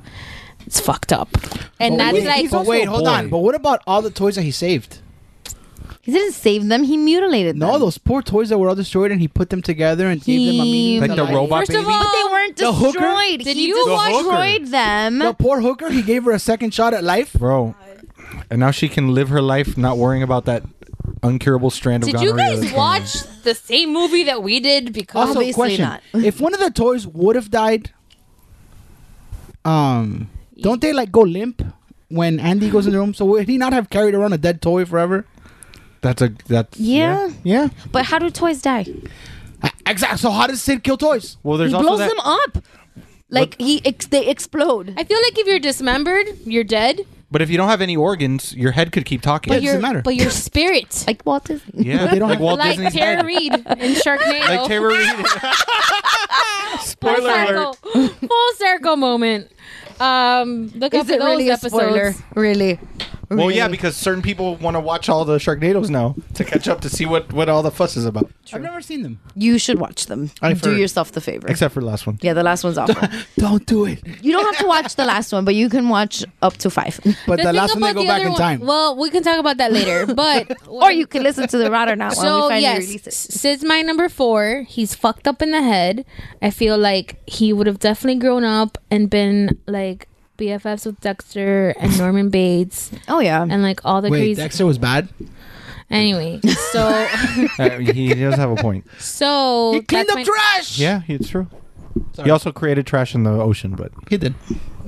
[SPEAKER 7] It's fucked up. And that's like
[SPEAKER 6] also
[SPEAKER 4] wait,
[SPEAKER 6] a
[SPEAKER 4] hold
[SPEAKER 6] boy.
[SPEAKER 4] on. But what about all the toys that he saved?
[SPEAKER 5] He didn't save them, he mutilated them.
[SPEAKER 4] No, those poor toys that were all destroyed, and he put them together and gave them a
[SPEAKER 5] He-
[SPEAKER 4] meaning.
[SPEAKER 6] like
[SPEAKER 4] to
[SPEAKER 6] the
[SPEAKER 4] life.
[SPEAKER 6] robot
[SPEAKER 7] First of
[SPEAKER 6] baby.
[SPEAKER 7] all-
[SPEAKER 5] But they weren't
[SPEAKER 4] The hooker?
[SPEAKER 5] destroyed.
[SPEAKER 7] Did
[SPEAKER 5] he
[SPEAKER 7] you-
[SPEAKER 5] just
[SPEAKER 7] The
[SPEAKER 6] hooker.
[SPEAKER 5] destroyed them.
[SPEAKER 4] The poor hooker, he gave her a second shot at life.
[SPEAKER 6] bro, and now she can live her life not worrying about that uncurable strand of
[SPEAKER 7] did you
[SPEAKER 6] gonorrhea
[SPEAKER 7] guys
[SPEAKER 6] that's coming.
[SPEAKER 7] watch the same movie that we did? Because
[SPEAKER 4] Also,
[SPEAKER 5] Obviously
[SPEAKER 4] question:
[SPEAKER 5] not.
[SPEAKER 4] If one of the toys would have died, um, don't they like go limp when Andy goes in the room? So would he not have carried around a dead toy forever?
[SPEAKER 6] That's a that's
[SPEAKER 5] Yeah.
[SPEAKER 6] yeah.
[SPEAKER 5] But how do toys die?
[SPEAKER 4] Exactly. So how does Sid kill toys?
[SPEAKER 6] Well, there's
[SPEAKER 5] he
[SPEAKER 6] also
[SPEAKER 5] blows
[SPEAKER 6] that.
[SPEAKER 5] them up. Like he ex- they explode.
[SPEAKER 7] I feel like if you're dismembered, you're dead.
[SPEAKER 6] But if you don't have any organs, your head could keep talking.
[SPEAKER 4] But
[SPEAKER 7] But
[SPEAKER 4] It doesn't
[SPEAKER 7] your
[SPEAKER 4] matter.
[SPEAKER 7] but your spirit,
[SPEAKER 5] Like Walt Disney.
[SPEAKER 6] yeah,
[SPEAKER 4] they don't
[SPEAKER 6] like
[SPEAKER 4] have-
[SPEAKER 6] Walt
[SPEAKER 7] like
[SPEAKER 6] Disney's
[SPEAKER 7] Tara
[SPEAKER 6] head.
[SPEAKER 7] Reid in Sharknado,
[SPEAKER 6] Like Tara Reid.
[SPEAKER 7] full
[SPEAKER 6] Spoiler alert.
[SPEAKER 7] circle, full circle moment. Um, look up
[SPEAKER 5] Is
[SPEAKER 7] for
[SPEAKER 5] it
[SPEAKER 7] those
[SPEAKER 5] really a
[SPEAKER 7] episodes.
[SPEAKER 5] spoiler? Really?
[SPEAKER 6] Well, yeah,
[SPEAKER 5] Really?
[SPEAKER 6] because certain people want to watch all the Sharknadoes now to catch up to see what what all the fuss is about.
[SPEAKER 4] I've never seen them.
[SPEAKER 5] you should watch them.
[SPEAKER 4] I've
[SPEAKER 5] do
[SPEAKER 4] heard.
[SPEAKER 5] yourself the favor.
[SPEAKER 6] Except for the last one.
[SPEAKER 5] yeah, the last one's awful.
[SPEAKER 4] Don't do it.
[SPEAKER 5] you don't have to watch the last one, but you can watch up to five,
[SPEAKER 4] But the,
[SPEAKER 7] thing
[SPEAKER 4] last one they
[SPEAKER 7] about
[SPEAKER 4] go
[SPEAKER 7] the
[SPEAKER 4] back
[SPEAKER 7] other
[SPEAKER 4] in
[SPEAKER 7] one-
[SPEAKER 4] time.
[SPEAKER 7] Well, we can talk about that later. But
[SPEAKER 5] or you can listen to the Rotter Not when we
[SPEAKER 7] so
[SPEAKER 5] finally
[SPEAKER 7] yes,
[SPEAKER 5] release it.
[SPEAKER 7] Sid's my number four. He's fucked up in the head. I feel like he would have definitely grown up and been like BFFs with Dexter and Norman Bates
[SPEAKER 5] Oh yeah,
[SPEAKER 7] and like all the
[SPEAKER 4] Wait,
[SPEAKER 7] crazy.
[SPEAKER 4] Dexter was bad.
[SPEAKER 7] anyway, so
[SPEAKER 6] Uh, he does have a point.
[SPEAKER 7] so
[SPEAKER 4] He cleaned
[SPEAKER 7] that's
[SPEAKER 4] up
[SPEAKER 7] my-
[SPEAKER 4] trash.
[SPEAKER 6] Yeah, it's true. He also created trash in the ocean, but
[SPEAKER 4] he did.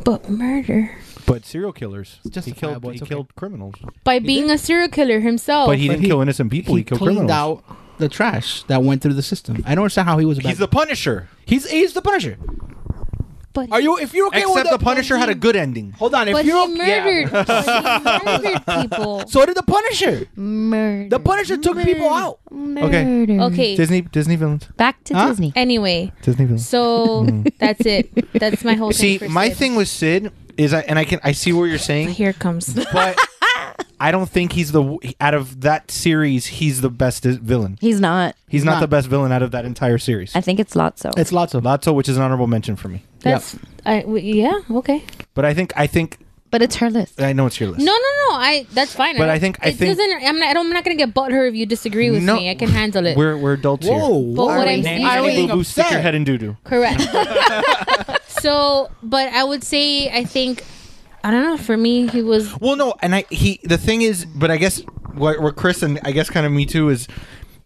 [SPEAKER 7] but murder
[SPEAKER 6] but serial killers. He
[SPEAKER 4] justifiable,
[SPEAKER 6] killed he
[SPEAKER 4] it's okay.
[SPEAKER 6] killed criminals,
[SPEAKER 7] by being a serial killer himself.
[SPEAKER 6] Oh, but he didn't
[SPEAKER 4] he-
[SPEAKER 6] kill innocent people. He, killed
[SPEAKER 4] cleaned
[SPEAKER 6] criminals.
[SPEAKER 4] out the trash that went through the system. I don't understand how he was. A bad
[SPEAKER 6] He's the Punisher.
[SPEAKER 4] he's he's the Punisher.
[SPEAKER 7] But-
[SPEAKER 4] are you if you're okay with
[SPEAKER 6] Except the Punisher had a good ending.
[SPEAKER 4] Hold on, if
[SPEAKER 7] but he
[SPEAKER 4] you're
[SPEAKER 7] murdered.
[SPEAKER 4] Yeah.
[SPEAKER 7] but he murdered people.
[SPEAKER 4] So did the Punisher.
[SPEAKER 5] murder.
[SPEAKER 7] Mm.
[SPEAKER 4] The Punisher took people out.
[SPEAKER 5] Murder.
[SPEAKER 7] Okay.
[SPEAKER 6] Disney Disney villains.
[SPEAKER 5] Back to
[SPEAKER 4] Huh?
[SPEAKER 5] Disney.
[SPEAKER 7] Anyway,
[SPEAKER 6] Disney villains.
[SPEAKER 7] so that's it. That's my whole
[SPEAKER 6] Mm. See,
[SPEAKER 7] thing. for
[SPEAKER 6] my
[SPEAKER 7] Sid.
[SPEAKER 6] thing with Sid is I and I can I see what you're saying,
[SPEAKER 7] Here it comes.
[SPEAKER 6] but I don't think he's the out of that series. He's the best villain.
[SPEAKER 5] He's not.
[SPEAKER 6] He's
[SPEAKER 4] Not-
[SPEAKER 6] not the best villain out of that entire series.
[SPEAKER 5] I think it's Lotso.
[SPEAKER 4] It's lots of
[SPEAKER 6] Lotso, which is an honorable mention for me.
[SPEAKER 7] That's I w yeah okay.
[SPEAKER 6] But I think I think
[SPEAKER 5] but it's her list.
[SPEAKER 6] I know it's your list.
[SPEAKER 7] No, no, no. I that's fine.
[SPEAKER 6] But I think- I
[SPEAKER 7] it
[SPEAKER 6] think-
[SPEAKER 7] doesn't. I'm not. I don't- I'm not gonna get butthurt if you disagree with
[SPEAKER 6] No.
[SPEAKER 7] me. I can handle it.
[SPEAKER 6] We're we're adults here.
[SPEAKER 4] Whoa.
[SPEAKER 7] but what
[SPEAKER 5] Nanny
[SPEAKER 7] I'm saying,
[SPEAKER 5] Are we-
[SPEAKER 6] Boo boo, stick your
[SPEAKER 4] upset?
[SPEAKER 6] head in doo doo.
[SPEAKER 7] correct. so, but I would say I think I don't know. For me, he was
[SPEAKER 6] Well, no, and I he the thing is, but I guess what what Chris and I guess kind of me too is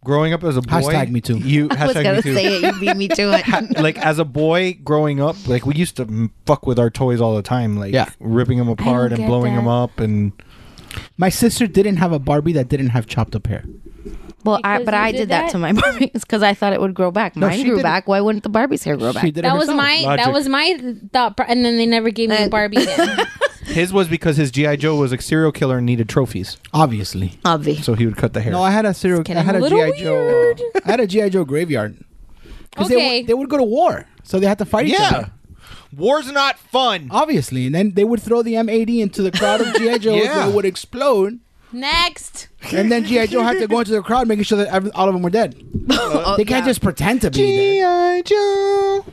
[SPEAKER 6] growing up as a boy.
[SPEAKER 4] Hashtag me too.
[SPEAKER 6] You
[SPEAKER 5] I
[SPEAKER 6] hashtag
[SPEAKER 5] was
[SPEAKER 6] me
[SPEAKER 5] gonna
[SPEAKER 6] too.
[SPEAKER 5] say it. You beat me to it.
[SPEAKER 6] like as a boy growing up, like we used to m- fuck with our toys all the time, like
[SPEAKER 4] Yeah.
[SPEAKER 6] ripping them apart and
[SPEAKER 7] get
[SPEAKER 6] blowing
[SPEAKER 7] that.
[SPEAKER 6] them up, and
[SPEAKER 4] My sister didn't have a Barbie that didn't have chopped up hair.
[SPEAKER 5] Well, I,
[SPEAKER 7] Because
[SPEAKER 5] but
[SPEAKER 7] you
[SPEAKER 5] I
[SPEAKER 7] did
[SPEAKER 5] did that,
[SPEAKER 7] that?
[SPEAKER 5] to my Barbies because I thought it would grow back. Mine
[SPEAKER 4] she
[SPEAKER 5] grew
[SPEAKER 4] did it.
[SPEAKER 5] back. Why wouldn't the Barbies' hair grow
[SPEAKER 4] She
[SPEAKER 5] back?
[SPEAKER 4] did it
[SPEAKER 7] that was
[SPEAKER 4] herself.
[SPEAKER 7] my that
[SPEAKER 6] Logic.
[SPEAKER 7] was my thought. pro- And then they never gave me a
[SPEAKER 5] Uh,
[SPEAKER 7] Barbie. again.
[SPEAKER 6] his was because his GI Joe was a serial killer and needed trophies,
[SPEAKER 4] obviously.
[SPEAKER 5] Obvi.
[SPEAKER 6] so he would cut the hair.
[SPEAKER 4] No, I had a serial. I
[SPEAKER 7] getting
[SPEAKER 4] had
[SPEAKER 7] a
[SPEAKER 4] a GI
[SPEAKER 7] little
[SPEAKER 4] Joe.
[SPEAKER 7] weird.
[SPEAKER 4] I had a GI Joe graveyard. 'Cause they would-
[SPEAKER 7] Okay.
[SPEAKER 4] They, would go to war, so they had to fight each
[SPEAKER 6] yeah,
[SPEAKER 4] other.
[SPEAKER 6] war's not fun.
[SPEAKER 4] Obviously, and then they would throw the M80 into the crowd of GI Joes.
[SPEAKER 6] Yeah.
[SPEAKER 4] They would explode,
[SPEAKER 7] Next,
[SPEAKER 4] and then GI Joe had to go into the crowd, making sure that every, all of them were dead. they can't just pretend to be dead.
[SPEAKER 6] GI Joe.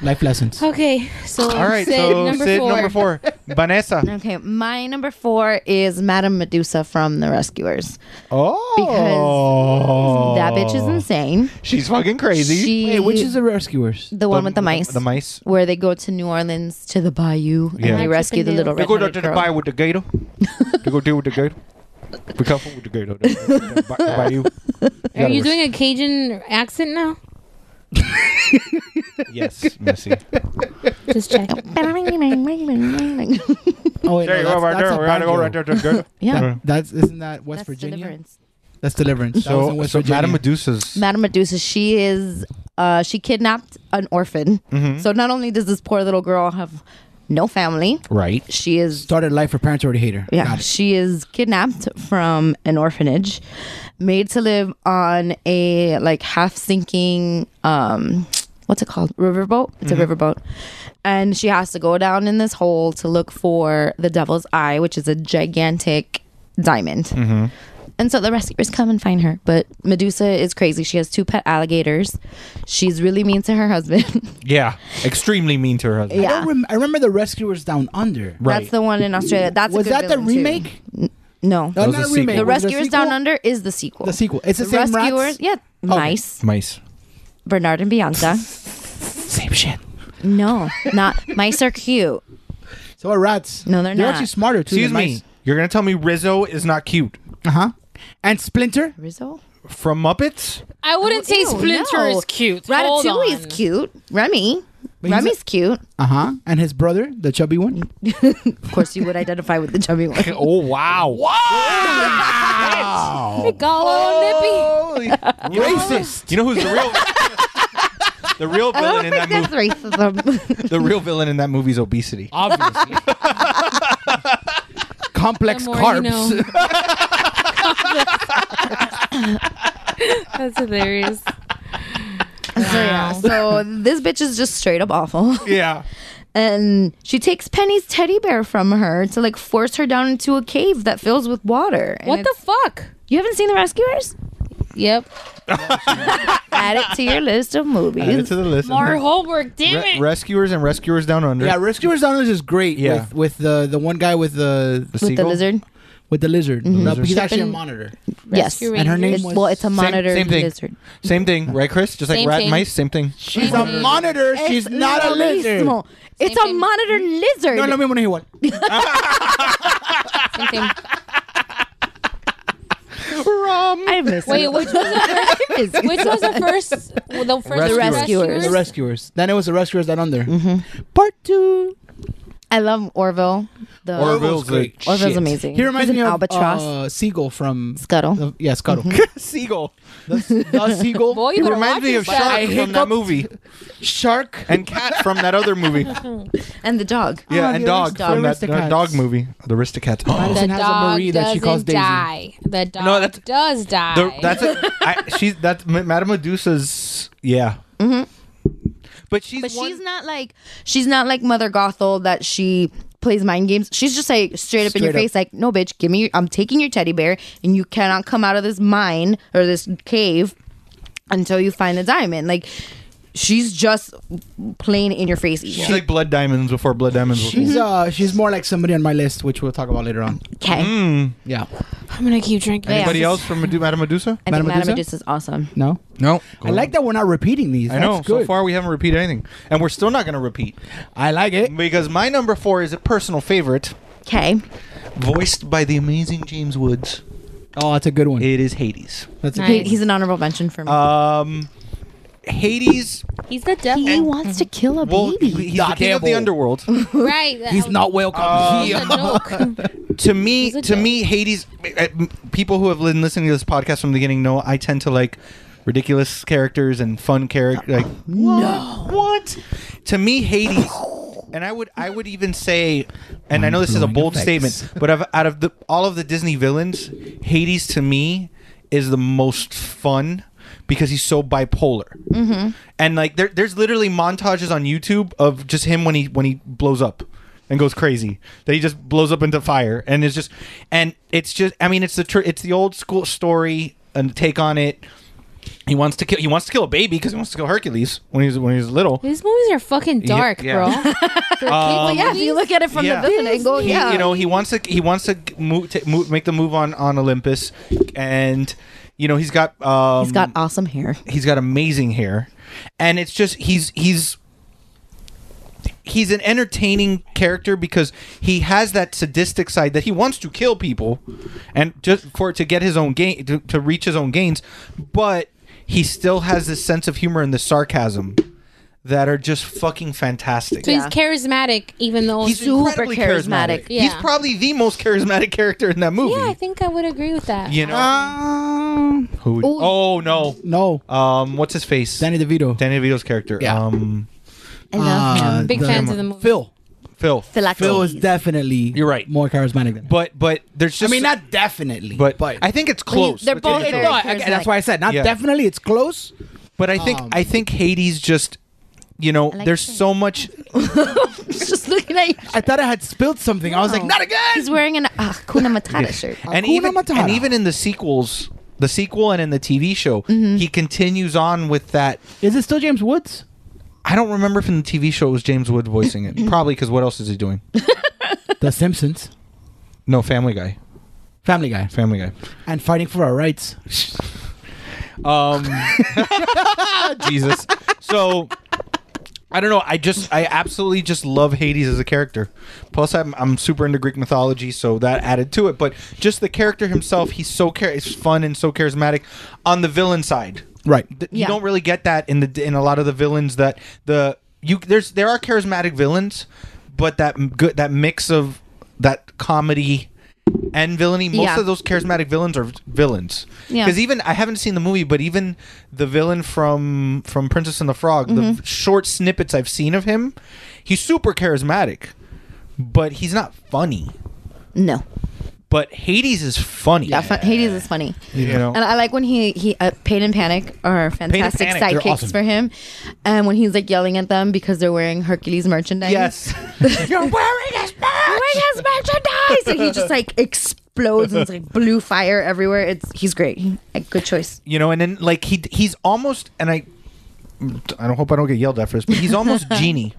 [SPEAKER 4] Life lessons.
[SPEAKER 7] okay. So
[SPEAKER 6] All right,
[SPEAKER 7] Sid,
[SPEAKER 6] so
[SPEAKER 7] number,
[SPEAKER 6] Sid
[SPEAKER 7] four.
[SPEAKER 6] number four, Vanessa.
[SPEAKER 5] Okay, my number four is Madame Medusa from The Rescuers
[SPEAKER 6] Oh,
[SPEAKER 5] because that bitch is insane.
[SPEAKER 6] She's fucking Oh. crazy.
[SPEAKER 5] She,
[SPEAKER 4] Hey, which is the rescuers?
[SPEAKER 5] the one with the mice?
[SPEAKER 6] The mice.
[SPEAKER 5] where they go to New Orleans to the bayou
[SPEAKER 6] Yeah.
[SPEAKER 5] and they rescue the little
[SPEAKER 6] They
[SPEAKER 5] red
[SPEAKER 6] go down to the
[SPEAKER 5] girl.
[SPEAKER 6] bayou with the gator. they go deal with the gator. Be careful with the gator. The, the, the bayou.
[SPEAKER 7] Are you doing a Cajun accent now?
[SPEAKER 6] yes, Missy.
[SPEAKER 7] Just check.
[SPEAKER 4] Oh, wait,
[SPEAKER 6] There you
[SPEAKER 4] no,
[SPEAKER 6] go, right
[SPEAKER 4] that's, that's
[SPEAKER 6] there.
[SPEAKER 4] a
[SPEAKER 6] We gotta go
[SPEAKER 4] banjo.
[SPEAKER 6] right there. to go.
[SPEAKER 5] yeah.
[SPEAKER 4] That's isn't that West
[SPEAKER 5] That's
[SPEAKER 4] Virginia?
[SPEAKER 5] deliverance.
[SPEAKER 4] That's deliverance. That was in
[SPEAKER 6] So,
[SPEAKER 4] West
[SPEAKER 6] so
[SPEAKER 4] Virginia.
[SPEAKER 6] Madame Medusa's.
[SPEAKER 5] Madame Medusa, she is uh, she kidnapped an orphan.
[SPEAKER 6] Mm-hmm.
[SPEAKER 5] So not only does this poor little girl have no family,
[SPEAKER 4] right
[SPEAKER 5] she is
[SPEAKER 4] started life for parents already hate her.
[SPEAKER 5] Yeah,
[SPEAKER 4] Got it.
[SPEAKER 5] she is kidnapped from an orphanage, made to live on a like half sinking um what's it called? Riverboat. It's
[SPEAKER 4] Mm-hmm.
[SPEAKER 5] a riverboat. And she has to go down in this hole to look for the devil's eye, which is a gigantic diamond.
[SPEAKER 4] Mm-hmm.
[SPEAKER 5] And so the rescuers come and find her. But Medusa is crazy. She has two pet alligators. She's really mean to her husband.
[SPEAKER 6] Yeah, extremely mean to her husband.
[SPEAKER 5] yeah.
[SPEAKER 4] I, rem- I remember the rescuers down under.
[SPEAKER 6] Right.
[SPEAKER 5] That's the one in Australia. That's a
[SPEAKER 4] Was
[SPEAKER 5] good
[SPEAKER 4] that the
[SPEAKER 5] villain, too.
[SPEAKER 4] remake? No,
[SPEAKER 5] No.
[SPEAKER 6] was
[SPEAKER 4] not
[SPEAKER 6] a
[SPEAKER 4] a remake.
[SPEAKER 5] The
[SPEAKER 6] sequel.
[SPEAKER 4] Was it a
[SPEAKER 5] Rescuers Down
[SPEAKER 4] sequel?
[SPEAKER 5] Under is the sequel.
[SPEAKER 4] The sequel. It's the same rats?
[SPEAKER 5] Rescuers, yeah. Mice,
[SPEAKER 6] Mice.
[SPEAKER 5] Bernard and Bianca.
[SPEAKER 4] Same shit.
[SPEAKER 5] no, not mice are cute.
[SPEAKER 4] So are rats.
[SPEAKER 5] No, they're
[SPEAKER 4] They're
[SPEAKER 5] not.
[SPEAKER 4] actually smarter too.
[SPEAKER 6] Excuse me. You're gonna tell me Rizzo is not cute
[SPEAKER 4] Uh huh. And Splinter.
[SPEAKER 5] Rizzo?
[SPEAKER 6] from Muppets?
[SPEAKER 7] I wouldn't say
[SPEAKER 5] Ew,
[SPEAKER 7] Splinter
[SPEAKER 5] no.
[SPEAKER 7] is cute. Hold
[SPEAKER 5] Ratatouille is
[SPEAKER 7] on.
[SPEAKER 5] cute. Remy.
[SPEAKER 4] he's
[SPEAKER 5] Remy's cute.
[SPEAKER 4] Uh huh. And his brother, the chubby one.
[SPEAKER 5] Of course, you would identify with the chubby one.
[SPEAKER 6] Oh wow!
[SPEAKER 7] Hey, Gallo,
[SPEAKER 6] You know, You know who's the real? the real
[SPEAKER 5] I don't
[SPEAKER 6] villain in
[SPEAKER 5] think
[SPEAKER 6] that
[SPEAKER 5] that's
[SPEAKER 6] movie.
[SPEAKER 5] racism.
[SPEAKER 6] The real villain in that movie is obesity.
[SPEAKER 4] Obviously. Complex
[SPEAKER 7] The more you
[SPEAKER 4] carbs.
[SPEAKER 7] know. Nippy. That's hilarious. Wow.
[SPEAKER 5] so this bitch is just straight up awful.
[SPEAKER 6] Yeah.
[SPEAKER 5] And she takes Penny's teddy bear from her to like force her down into a cave that fills with water. And
[SPEAKER 7] What the
[SPEAKER 5] it's-
[SPEAKER 7] fuck?
[SPEAKER 5] you haven't seen The Rescuers?
[SPEAKER 7] Yep.
[SPEAKER 5] Add it to your list of
[SPEAKER 6] Add it
[SPEAKER 5] movies.
[SPEAKER 6] to the list.
[SPEAKER 7] More homework, damn
[SPEAKER 6] Re-
[SPEAKER 7] it.
[SPEAKER 6] rescuers and rescuers down under.
[SPEAKER 4] Yeah, Rescuers Down Under is great.
[SPEAKER 6] Yeah.
[SPEAKER 4] With, with the the one guy with the
[SPEAKER 6] The
[SPEAKER 5] With the
[SPEAKER 6] seagull?
[SPEAKER 5] lizard.
[SPEAKER 4] with the lizard. No, but he's actually a monitor.
[SPEAKER 5] Yes.
[SPEAKER 7] Rescue
[SPEAKER 4] And her name
[SPEAKER 5] It's,
[SPEAKER 4] was.
[SPEAKER 5] well, it's a monitor
[SPEAKER 6] same thing.
[SPEAKER 5] lizard.
[SPEAKER 6] Same thing, right, Chris? Just like
[SPEAKER 7] Same
[SPEAKER 6] rat
[SPEAKER 7] thing.
[SPEAKER 6] and mice, same thing.
[SPEAKER 4] she's a monitor. she's not a lizard.
[SPEAKER 5] Bellissimo. It's a
[SPEAKER 7] thing.
[SPEAKER 5] monitor lizard.
[SPEAKER 4] No, no me want to hear one.
[SPEAKER 7] Same thing.
[SPEAKER 5] I miss
[SPEAKER 7] Wait,
[SPEAKER 5] it.
[SPEAKER 7] which was the first? which was the first? well, the first
[SPEAKER 6] Rescuers.
[SPEAKER 7] rescuers.
[SPEAKER 4] The rescuers. Then it was the rescuers down under.
[SPEAKER 5] Mm-hmm.
[SPEAKER 4] Part two.
[SPEAKER 5] I love Orville. The
[SPEAKER 6] Orville's great.
[SPEAKER 5] Orville's amazing.
[SPEAKER 4] He reminds
[SPEAKER 5] He's an
[SPEAKER 4] me of
[SPEAKER 5] albatross.
[SPEAKER 4] uh, Seagull from
[SPEAKER 5] Scuttle. Mm-hmm.
[SPEAKER 4] the- yeah, Scuttle.
[SPEAKER 6] Seagull.
[SPEAKER 4] the Seagull.
[SPEAKER 7] Boy,
[SPEAKER 6] He
[SPEAKER 7] you gotta
[SPEAKER 6] reminds
[SPEAKER 7] watch
[SPEAKER 6] me of
[SPEAKER 7] yourself.
[SPEAKER 6] Shark from that movie.
[SPEAKER 4] Shark.
[SPEAKER 6] And Cat from that other movie.
[SPEAKER 5] and the dog.
[SPEAKER 6] Yeah,
[SPEAKER 4] Ah,
[SPEAKER 6] and
[SPEAKER 4] the
[SPEAKER 6] Dog
[SPEAKER 4] Aristocats.
[SPEAKER 6] from that
[SPEAKER 4] Aristocats.
[SPEAKER 6] that dog movie. The Aristocat.
[SPEAKER 7] The
[SPEAKER 4] Madison has a
[SPEAKER 7] dog
[SPEAKER 4] Marie that she calls
[SPEAKER 7] doesn't
[SPEAKER 4] Daisy.
[SPEAKER 7] die. The dog
[SPEAKER 6] No, that's-
[SPEAKER 7] does die.
[SPEAKER 6] The, that's a, I, she's that's M- Madame Medusa's yeah. Mm-hmm. But she's
[SPEAKER 5] But
[SPEAKER 6] one-
[SPEAKER 5] she's not like she's not like Mother Gothel that she plays mind games. She's just like straight up in your
[SPEAKER 4] Straight up.
[SPEAKER 5] face, like, no, bitch, give me. Your, I'm taking your teddy bear, and you cannot come out of this mine or this cave until you find the diamond. Like, she's just plain in your face. evil.
[SPEAKER 6] she's like Blood Diamonds before Blood Diamonds. was
[SPEAKER 4] She's uh she's more like somebody on my list, which we'll talk about later on.
[SPEAKER 5] Okay.
[SPEAKER 4] Yeah.
[SPEAKER 7] I'm gonna keep drinking.
[SPEAKER 5] Yeah.
[SPEAKER 6] Anybody else from Medu- Madame Medusa?
[SPEAKER 5] I think
[SPEAKER 4] Madame
[SPEAKER 5] Madame
[SPEAKER 4] Medusa?
[SPEAKER 5] Medusa is awesome.
[SPEAKER 4] No.
[SPEAKER 6] No.
[SPEAKER 4] I like that we're not repeating these.
[SPEAKER 6] I know.
[SPEAKER 4] That's good.
[SPEAKER 6] So far, we haven't repeated anything, and we're still not going to repeat
[SPEAKER 4] I like it.
[SPEAKER 6] because my number four is a personal favorite,
[SPEAKER 5] Okay.
[SPEAKER 6] voiced by the amazing James Woods.
[SPEAKER 4] Oh, that's a good one.
[SPEAKER 6] It is Hades.
[SPEAKER 4] That's a
[SPEAKER 7] Nice.
[SPEAKER 4] good.
[SPEAKER 5] He, he's an honorable mention for me.
[SPEAKER 6] Um, Hades.
[SPEAKER 7] He's the devil,
[SPEAKER 5] he wants to kill a
[SPEAKER 6] Well,
[SPEAKER 5] baby.
[SPEAKER 6] he- he's the king of the
[SPEAKER 4] devil.
[SPEAKER 6] underworld.
[SPEAKER 7] right? that-
[SPEAKER 4] He's not welcome
[SPEAKER 6] Um,
[SPEAKER 4] here.
[SPEAKER 7] That was a joke.
[SPEAKER 6] to me,
[SPEAKER 7] He's a
[SPEAKER 6] to
[SPEAKER 7] dick.
[SPEAKER 6] me, Hades. uh, m- People who have been listening to this podcast from the beginning know I tend to like ridiculous characters and fun characters. Like no, what? To me, Hades. And I would, I would even say, and I know this is a bold statement, but of, out of the all of the Disney villains, Hades to me is the most fun because he's so bipolar. Mm-hmm. And like, there, there's literally montages on YouTube of just him when he when he blows up and goes crazy that he just blows up into fire and it's just and it's just i mean it's the tr- it's the old school story and take on it he wants to kill he wants to kill a baby because he wants to kill hercules when he was when he was little
[SPEAKER 7] These movies are fucking dark,
[SPEAKER 6] yeah. Um,
[SPEAKER 7] bro. For kids,
[SPEAKER 5] yeah, if you look at it from
[SPEAKER 6] yeah.
[SPEAKER 5] the villain angle,
[SPEAKER 6] he,
[SPEAKER 5] yeah.
[SPEAKER 6] you know he wants to he wants to move, to move make the move on on olympus and you know he's got um
[SPEAKER 5] he's got awesome hair.
[SPEAKER 6] he's got amazing hair and it's just he's he's he's an entertaining character because he has that sadistic side that he wants to kill people and just for to get his own gain to, to reach his own gains but he still has this sense of humor and the sarcasm that are just fucking fantastic.
[SPEAKER 7] So he's charismatic, even though
[SPEAKER 6] He's incredibly charismatic.
[SPEAKER 7] Yeah.
[SPEAKER 6] He's probably the most charismatic character in that movie.
[SPEAKER 7] yeah, I think I would agree with that.
[SPEAKER 6] You know?
[SPEAKER 4] Uh,
[SPEAKER 6] Who would- oh no.
[SPEAKER 4] No.
[SPEAKER 6] Um what's his face?
[SPEAKER 4] Danny DeVito.
[SPEAKER 6] Danny DeVito's character.
[SPEAKER 4] Yeah.
[SPEAKER 6] Um
[SPEAKER 5] I love him.
[SPEAKER 7] Big fans of the movie.
[SPEAKER 4] Phil.
[SPEAKER 6] uh, Phil.
[SPEAKER 5] Phylacteries.
[SPEAKER 4] Phil is definitely
[SPEAKER 6] Oh, You're right.
[SPEAKER 4] more charismatic than.
[SPEAKER 6] But but there's
[SPEAKER 4] I
[SPEAKER 6] just
[SPEAKER 4] mean, not definitely,
[SPEAKER 6] but,
[SPEAKER 4] but
[SPEAKER 6] I think it's close.
[SPEAKER 5] they're
[SPEAKER 6] with
[SPEAKER 5] both
[SPEAKER 6] Danny
[SPEAKER 5] very-
[SPEAKER 6] DeVito.
[SPEAKER 4] No, I- I- that's why I said not
[SPEAKER 6] Yeah.
[SPEAKER 4] definitely. It's close.
[SPEAKER 6] But I think
[SPEAKER 4] Um,
[SPEAKER 6] I think Hades just you know,
[SPEAKER 5] like
[SPEAKER 6] there's
[SPEAKER 5] Hades.
[SPEAKER 6] so much
[SPEAKER 5] just looking at you.
[SPEAKER 4] I thought I had spilled something. I was like,
[SPEAKER 5] No.
[SPEAKER 4] not again.
[SPEAKER 5] He's wearing an uh, Kuna Matata shirt.
[SPEAKER 6] and
[SPEAKER 4] Hakuna
[SPEAKER 6] even
[SPEAKER 4] Matata.
[SPEAKER 6] and even in the sequels, the sequel and in the TV show, he continues on with that.
[SPEAKER 4] Is it still James Woods?
[SPEAKER 6] I don't remember if in the TV show it was James Wood voicing it. Probably because what else is he doing?
[SPEAKER 4] the Simpsons,
[SPEAKER 6] No, Family Guy.
[SPEAKER 4] Family Guy,
[SPEAKER 6] Family Guy.
[SPEAKER 4] and fighting for our rights.
[SPEAKER 6] Um, Jesus. So I don't know. I just I absolutely just love Hades as a character. Plus, I'm I'm super into Greek mythology, so that added to it. But just the character himself, he's so char- he's fun and so charismatic. On the villain side,
[SPEAKER 4] Right.
[SPEAKER 6] th- you
[SPEAKER 5] Yeah.
[SPEAKER 6] don't really get that in the in a lot of the villains that the you there's there are charismatic villains, but that m- good that mix of that comedy and villainy. Most
[SPEAKER 5] Yeah.
[SPEAKER 6] of those charismatic villains are v- villains.
[SPEAKER 5] Yeah.
[SPEAKER 6] Because even I haven't seen the movie, but even the villain from from Princess and the Frog, the
[SPEAKER 5] Mm-hmm.
[SPEAKER 6] v- short snippets I've seen of him, he's super charismatic, but he's not funny.
[SPEAKER 5] No.
[SPEAKER 6] But Hades is funny.
[SPEAKER 5] Yeah, fun- Hades is funny.
[SPEAKER 6] You know.
[SPEAKER 5] And I like when he he uh, Pain and Panic are fantastic
[SPEAKER 6] Panic, they're
[SPEAKER 5] sidekicks
[SPEAKER 6] awesome.
[SPEAKER 5] for him, and when he's like yelling at them because they're wearing Hercules merchandise.
[SPEAKER 6] yes.
[SPEAKER 5] you're wearing his merch. Wearing his merchandise, and he just like explodes and it's like blue fire everywhere. It's he's great. Like, good choice.
[SPEAKER 6] you know and then like he he's almost and i i don't hope i don't get yelled at for this but he's almost genie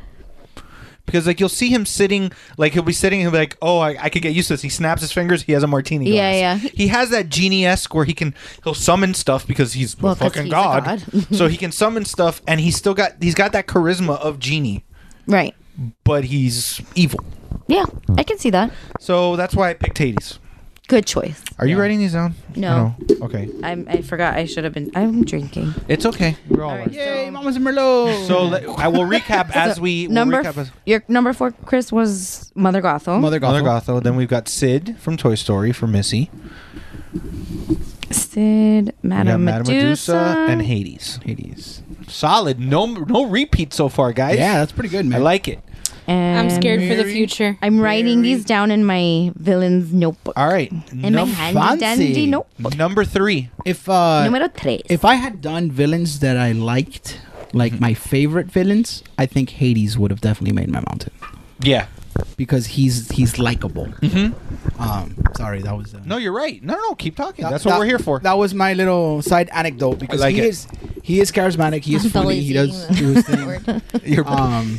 [SPEAKER 6] because like you'll see him sitting like he'll be sitting he'll be like oh i, I could get used to this he snaps his fingers he has a martini glass.
[SPEAKER 5] Yeah, yeah.
[SPEAKER 6] he has that genie-esque where he can he'll summon stuff because he's a
[SPEAKER 5] Well, 'cause
[SPEAKER 6] fucking
[SPEAKER 5] he's a
[SPEAKER 6] god,
[SPEAKER 5] god.
[SPEAKER 6] so he can summon stuff and he's still got he's got that charisma of genie
[SPEAKER 5] Right.
[SPEAKER 6] but he's evil
[SPEAKER 5] Yeah, I can see that.
[SPEAKER 6] so that's why i picked hades
[SPEAKER 5] Good choice.
[SPEAKER 6] are you writing these down
[SPEAKER 5] No.
[SPEAKER 6] I don't know. okay
[SPEAKER 5] I'm, I forgot. I should have been. I'm drinking.
[SPEAKER 6] it's okay we're all right.
[SPEAKER 5] Yay,
[SPEAKER 4] Mama's Merlot.
[SPEAKER 6] so let, i will recap as we we'll
[SPEAKER 5] number
[SPEAKER 6] recap as-
[SPEAKER 5] your number four, Chris was Mother Gothel.
[SPEAKER 4] Mother Gothel.
[SPEAKER 6] Mother Gotho. Then we've got Sid from Toy Story for Missy.
[SPEAKER 5] Sid,
[SPEAKER 6] We got
[SPEAKER 5] Madame
[SPEAKER 6] Madame
[SPEAKER 5] Medusa,
[SPEAKER 6] Medusa and Hades.
[SPEAKER 4] Hades.
[SPEAKER 6] Solid. No no repeats so far, guys.
[SPEAKER 4] Yeah, that's pretty good,
[SPEAKER 6] I
[SPEAKER 4] man.
[SPEAKER 6] like it.
[SPEAKER 5] and
[SPEAKER 7] I'm scared for the
[SPEAKER 4] Mary.
[SPEAKER 7] future.
[SPEAKER 5] I'm writing these down in my villain's notebook.
[SPEAKER 6] All right.
[SPEAKER 5] in my
[SPEAKER 6] Num-
[SPEAKER 5] handy
[SPEAKER 4] fancy.
[SPEAKER 5] dandy notebook.
[SPEAKER 6] number three.
[SPEAKER 4] if uh,
[SPEAKER 5] Numero tres.
[SPEAKER 4] if I had done villains that I liked, like
[SPEAKER 6] Mm-hmm.
[SPEAKER 4] my favorite villains, I think Hades would have definitely made my mountain
[SPEAKER 6] Yeah.
[SPEAKER 4] because he's he's likable. Um, sorry, that was. Uh,
[SPEAKER 6] Mm-hmm. No, you're right. No, no, keep talking.
[SPEAKER 4] that-
[SPEAKER 6] that's what
[SPEAKER 4] that-
[SPEAKER 6] we're here for.
[SPEAKER 4] That was my little side anecdote because
[SPEAKER 6] like
[SPEAKER 4] he
[SPEAKER 6] it.
[SPEAKER 4] is he is charismatic. He is
[SPEAKER 7] I'm
[SPEAKER 4] funny.
[SPEAKER 7] totally
[SPEAKER 4] He does
[SPEAKER 7] seeing
[SPEAKER 4] do his thing.
[SPEAKER 6] You're-
[SPEAKER 4] Um,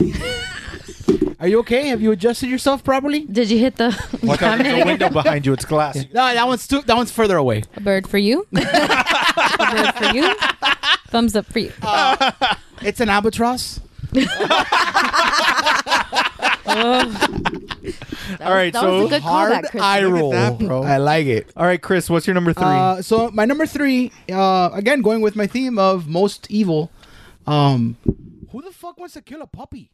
[SPEAKER 4] are you okay? Have you adjusted yourself properly?
[SPEAKER 5] Did you hit the?
[SPEAKER 6] Watch out! There's a window behind you. It's glass.
[SPEAKER 4] No, that one's too. That one's further away.
[SPEAKER 7] A bird for you. a bird for you. Thumbs up for you.
[SPEAKER 6] Uh,
[SPEAKER 4] It's an albatross.
[SPEAKER 6] All right.
[SPEAKER 5] that
[SPEAKER 6] So
[SPEAKER 5] was a good callback, Chris.
[SPEAKER 4] eye
[SPEAKER 6] Look at
[SPEAKER 4] roll.
[SPEAKER 6] that, Oh, bro.
[SPEAKER 4] I like it.
[SPEAKER 6] all right, Chris. What's your number three?
[SPEAKER 4] Uh, so my number three, uh, again going with my theme of most evil. Um, who the fuck wants to kill a puppy?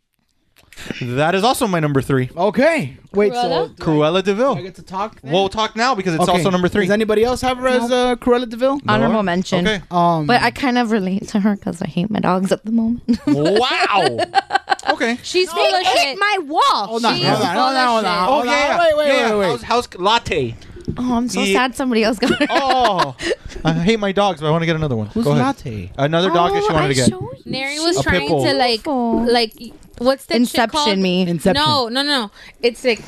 [SPEAKER 6] that is also my number three.
[SPEAKER 4] Okay, wait. So
[SPEAKER 7] Cruella?
[SPEAKER 4] do
[SPEAKER 6] Cruella
[SPEAKER 4] I
[SPEAKER 6] Deville.
[SPEAKER 4] get to talk. then?
[SPEAKER 6] We'll talk now because it's
[SPEAKER 4] Okay.
[SPEAKER 6] also number three.
[SPEAKER 4] Does anybody else have her as uh, Cruella Deville?
[SPEAKER 5] Honorable mention.
[SPEAKER 6] Okay.
[SPEAKER 4] Um,
[SPEAKER 5] But I kind of relate to her because I hate my dogs at the moment.
[SPEAKER 6] wow. okay.
[SPEAKER 7] She's full of shit.
[SPEAKER 5] my wall.
[SPEAKER 4] hold on,
[SPEAKER 7] She's
[SPEAKER 4] Oh, hold on,
[SPEAKER 7] full
[SPEAKER 4] hold on, hold on.
[SPEAKER 7] of shit.
[SPEAKER 6] Oh
[SPEAKER 4] hold on.
[SPEAKER 6] yeah, yeah.
[SPEAKER 4] Wait, wait,
[SPEAKER 6] yeah, yeah.
[SPEAKER 4] wait, wait.
[SPEAKER 6] House, house latte.
[SPEAKER 5] oh, I'm so
[SPEAKER 6] Yeah.
[SPEAKER 5] sad somebody else got her.
[SPEAKER 6] Oh, I hate my dogs, but I want to get another one.
[SPEAKER 4] Who's
[SPEAKER 6] Go ahead.
[SPEAKER 4] latte?
[SPEAKER 6] Another dog that she
[SPEAKER 5] Oh,
[SPEAKER 6] wanted
[SPEAKER 5] I
[SPEAKER 6] to get.
[SPEAKER 5] show you.
[SPEAKER 7] Neri was
[SPEAKER 6] A
[SPEAKER 7] trying
[SPEAKER 6] pitbull.
[SPEAKER 7] to like,
[SPEAKER 5] Beautiful.
[SPEAKER 7] like, what's that shit called?
[SPEAKER 5] Inception me.
[SPEAKER 4] Inception.
[SPEAKER 7] No, no, no. It's like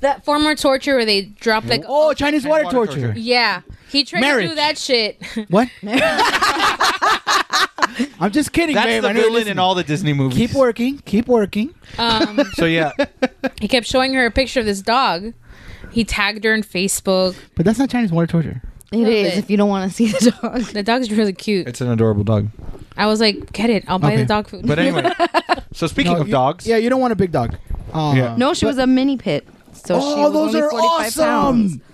[SPEAKER 7] that former torture where they drop like.
[SPEAKER 4] Oh, Chinese water,
[SPEAKER 6] water
[SPEAKER 4] torture.
[SPEAKER 6] torture.
[SPEAKER 7] Yeah, he tried to
[SPEAKER 4] Marriage.
[SPEAKER 7] do that shit.
[SPEAKER 4] What? I'm just kidding,
[SPEAKER 6] That's
[SPEAKER 4] babe. I
[SPEAKER 6] the
[SPEAKER 4] know you're
[SPEAKER 6] villain
[SPEAKER 4] listening.
[SPEAKER 6] in all the Disney movies.
[SPEAKER 4] Keep working. Keep working.
[SPEAKER 7] Um,
[SPEAKER 6] So yeah,
[SPEAKER 7] he kept showing her a picture of this dog. He tagged her on Facebook.
[SPEAKER 4] But that's not Chinese water torture.
[SPEAKER 5] It is.
[SPEAKER 7] it.
[SPEAKER 5] If you don't want to see the dog.
[SPEAKER 7] The dog's really cute.
[SPEAKER 6] it's an adorable dog.
[SPEAKER 7] I was like, get it. I'll buy
[SPEAKER 4] Okay.
[SPEAKER 7] the dog food.
[SPEAKER 6] But anyway, so speaking
[SPEAKER 4] No,
[SPEAKER 6] of
[SPEAKER 4] you-
[SPEAKER 6] dogs,
[SPEAKER 4] Yeah, you don't want a big dog. Uh,
[SPEAKER 6] Yeah.
[SPEAKER 5] No, she was a mini pit. So she
[SPEAKER 4] Oh,
[SPEAKER 5] was
[SPEAKER 4] those
[SPEAKER 5] only
[SPEAKER 4] are
[SPEAKER 5] 45
[SPEAKER 4] awesome.
[SPEAKER 5] pounds. Mm-hmm.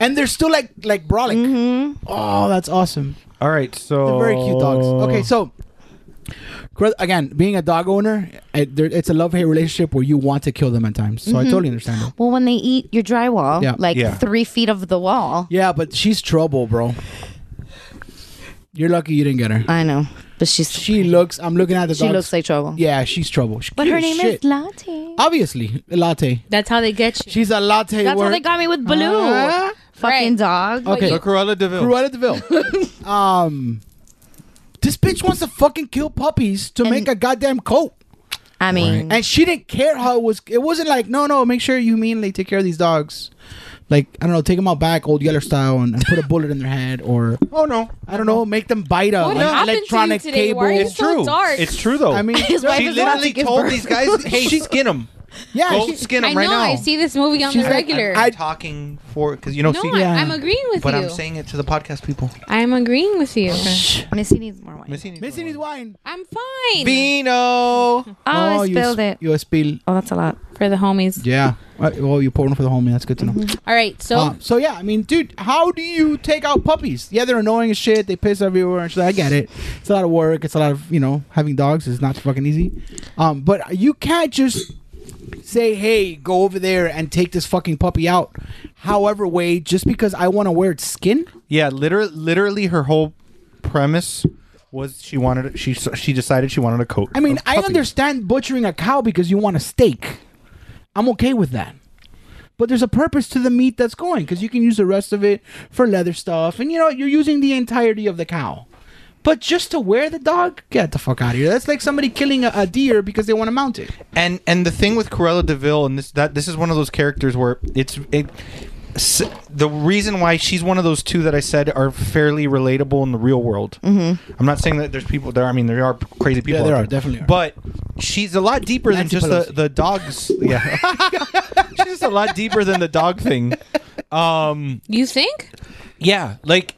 [SPEAKER 4] and they're still like like brawling. Oh, that's awesome.
[SPEAKER 6] All right, so
[SPEAKER 4] They're very cute dogs. Okay, so gr- again, being a dog owner, I, there, it's a love hate relationship where you want to kill them at times. So I
[SPEAKER 5] Mhm.
[SPEAKER 4] totally understand that.
[SPEAKER 5] Well, when they eat your drywall,
[SPEAKER 4] Yeah.
[SPEAKER 5] like
[SPEAKER 4] Yeah.
[SPEAKER 5] three feet of the wall.
[SPEAKER 4] Yeah, but she's trouble, bro. You're lucky you didn't get her.
[SPEAKER 5] I know, but she's
[SPEAKER 4] she looks. I'm looking at the.
[SPEAKER 5] She
[SPEAKER 4] dogs.
[SPEAKER 5] looks like trouble.
[SPEAKER 4] Yeah, she's trouble. She
[SPEAKER 5] But
[SPEAKER 4] cute
[SPEAKER 5] her
[SPEAKER 4] as
[SPEAKER 5] name
[SPEAKER 4] shit. Oh,
[SPEAKER 5] is Latte.
[SPEAKER 4] obviously latte.
[SPEAKER 7] That's how they get you.
[SPEAKER 4] She's a latte.
[SPEAKER 5] That's how
[SPEAKER 4] word.
[SPEAKER 5] they got me with Baloo.
[SPEAKER 4] Huh?
[SPEAKER 5] Uh-huh. Fucking dog.
[SPEAKER 4] Okay.
[SPEAKER 6] So Cruella Deville.
[SPEAKER 4] Cruella Deville. um, this bitch wants to fucking kill puppies to make a goddamn coat.
[SPEAKER 5] I mean,
[SPEAKER 4] and she didn't care how it was. It wasn't like, no, no, make sure you meanly take care of these dogs. Like I don't know, take them out back, old Yeller style, and, and put a bullet in their head, or
[SPEAKER 6] Oh no,
[SPEAKER 4] I don't know, make them bite a
[SPEAKER 7] What
[SPEAKER 4] like,
[SPEAKER 7] happened to you
[SPEAKER 4] electronic
[SPEAKER 7] today?
[SPEAKER 4] cable.
[SPEAKER 7] Why are you
[SPEAKER 6] it's
[SPEAKER 7] so
[SPEAKER 6] true.
[SPEAKER 7] dark.
[SPEAKER 6] It's true though.
[SPEAKER 4] I mean,
[SPEAKER 5] his wife
[SPEAKER 6] she
[SPEAKER 5] is about to
[SPEAKER 6] literally
[SPEAKER 5] give
[SPEAKER 6] told
[SPEAKER 5] birth.
[SPEAKER 6] these guys, "Hey, skin them.
[SPEAKER 4] yeah,
[SPEAKER 6] Go
[SPEAKER 4] she-
[SPEAKER 6] skin them
[SPEAKER 7] I know.
[SPEAKER 6] right now."
[SPEAKER 7] I see this movie on
[SPEAKER 4] She's
[SPEAKER 7] the
[SPEAKER 4] like,
[SPEAKER 7] regular.
[SPEAKER 6] I'm talking for because you know.
[SPEAKER 7] no,
[SPEAKER 6] see,
[SPEAKER 7] I,
[SPEAKER 4] Yeah.
[SPEAKER 7] I'm agreeing with
[SPEAKER 6] but
[SPEAKER 7] you.
[SPEAKER 6] I'm saying it to the podcast people.
[SPEAKER 7] I'm agreeing with you.
[SPEAKER 5] Missy needs more wine.
[SPEAKER 6] Missy
[SPEAKER 4] missing his wine.
[SPEAKER 7] I'm fine
[SPEAKER 6] Vino.
[SPEAKER 5] Oh, I
[SPEAKER 4] you
[SPEAKER 5] spilled
[SPEAKER 4] s-
[SPEAKER 5] it.
[SPEAKER 4] You spill.
[SPEAKER 5] Oh, that's a lot.
[SPEAKER 7] for the homies.
[SPEAKER 4] Yeah. Uh, well, you poured one for the homie. That's good to know.
[SPEAKER 7] All right, so
[SPEAKER 4] Um, so yeah, I mean, dude, how do you take out puppies? Yeah, they're annoying as shit. They piss everywhere and shit. I get it. It's a lot of work. It's a lot of you know having dogs is not fucking easy. Um, but you can't just say, hey, go over there and take this fucking puppy out, however way, just because I want to wear its skin.
[SPEAKER 6] Yeah, literally, literally, her whole premise was she wanted she she decided she wanted a coat.
[SPEAKER 4] I mean,
[SPEAKER 6] of
[SPEAKER 4] I
[SPEAKER 6] puppies.
[SPEAKER 4] understand butchering a cow because you want a steak. I'm okay with that. But there's a purpose to the meat that's going because you can use the rest of it for leather stuff, and you know you're using the entirety of the cow. But just to wear the dog, get the fuck out of here. That's like somebody killing a, a deer because they want to mount it.
[SPEAKER 6] And and the thing with Corella Deville and this that this is one of those characters where it's it. s- The reason why she's one of those two that I said are fairly relatable in the real world. Mm-hmm. I'm not saying that there's people there. I mean, there are crazy people. out
[SPEAKER 4] there are, definitely are.
[SPEAKER 6] But she's a lot deeper
[SPEAKER 4] Nancy
[SPEAKER 6] than just the,
[SPEAKER 4] Pelosi.
[SPEAKER 6] the dogs. Yeah, she's just a lot deeper than the dog thing. Um,
[SPEAKER 7] you think?
[SPEAKER 6] yeah, like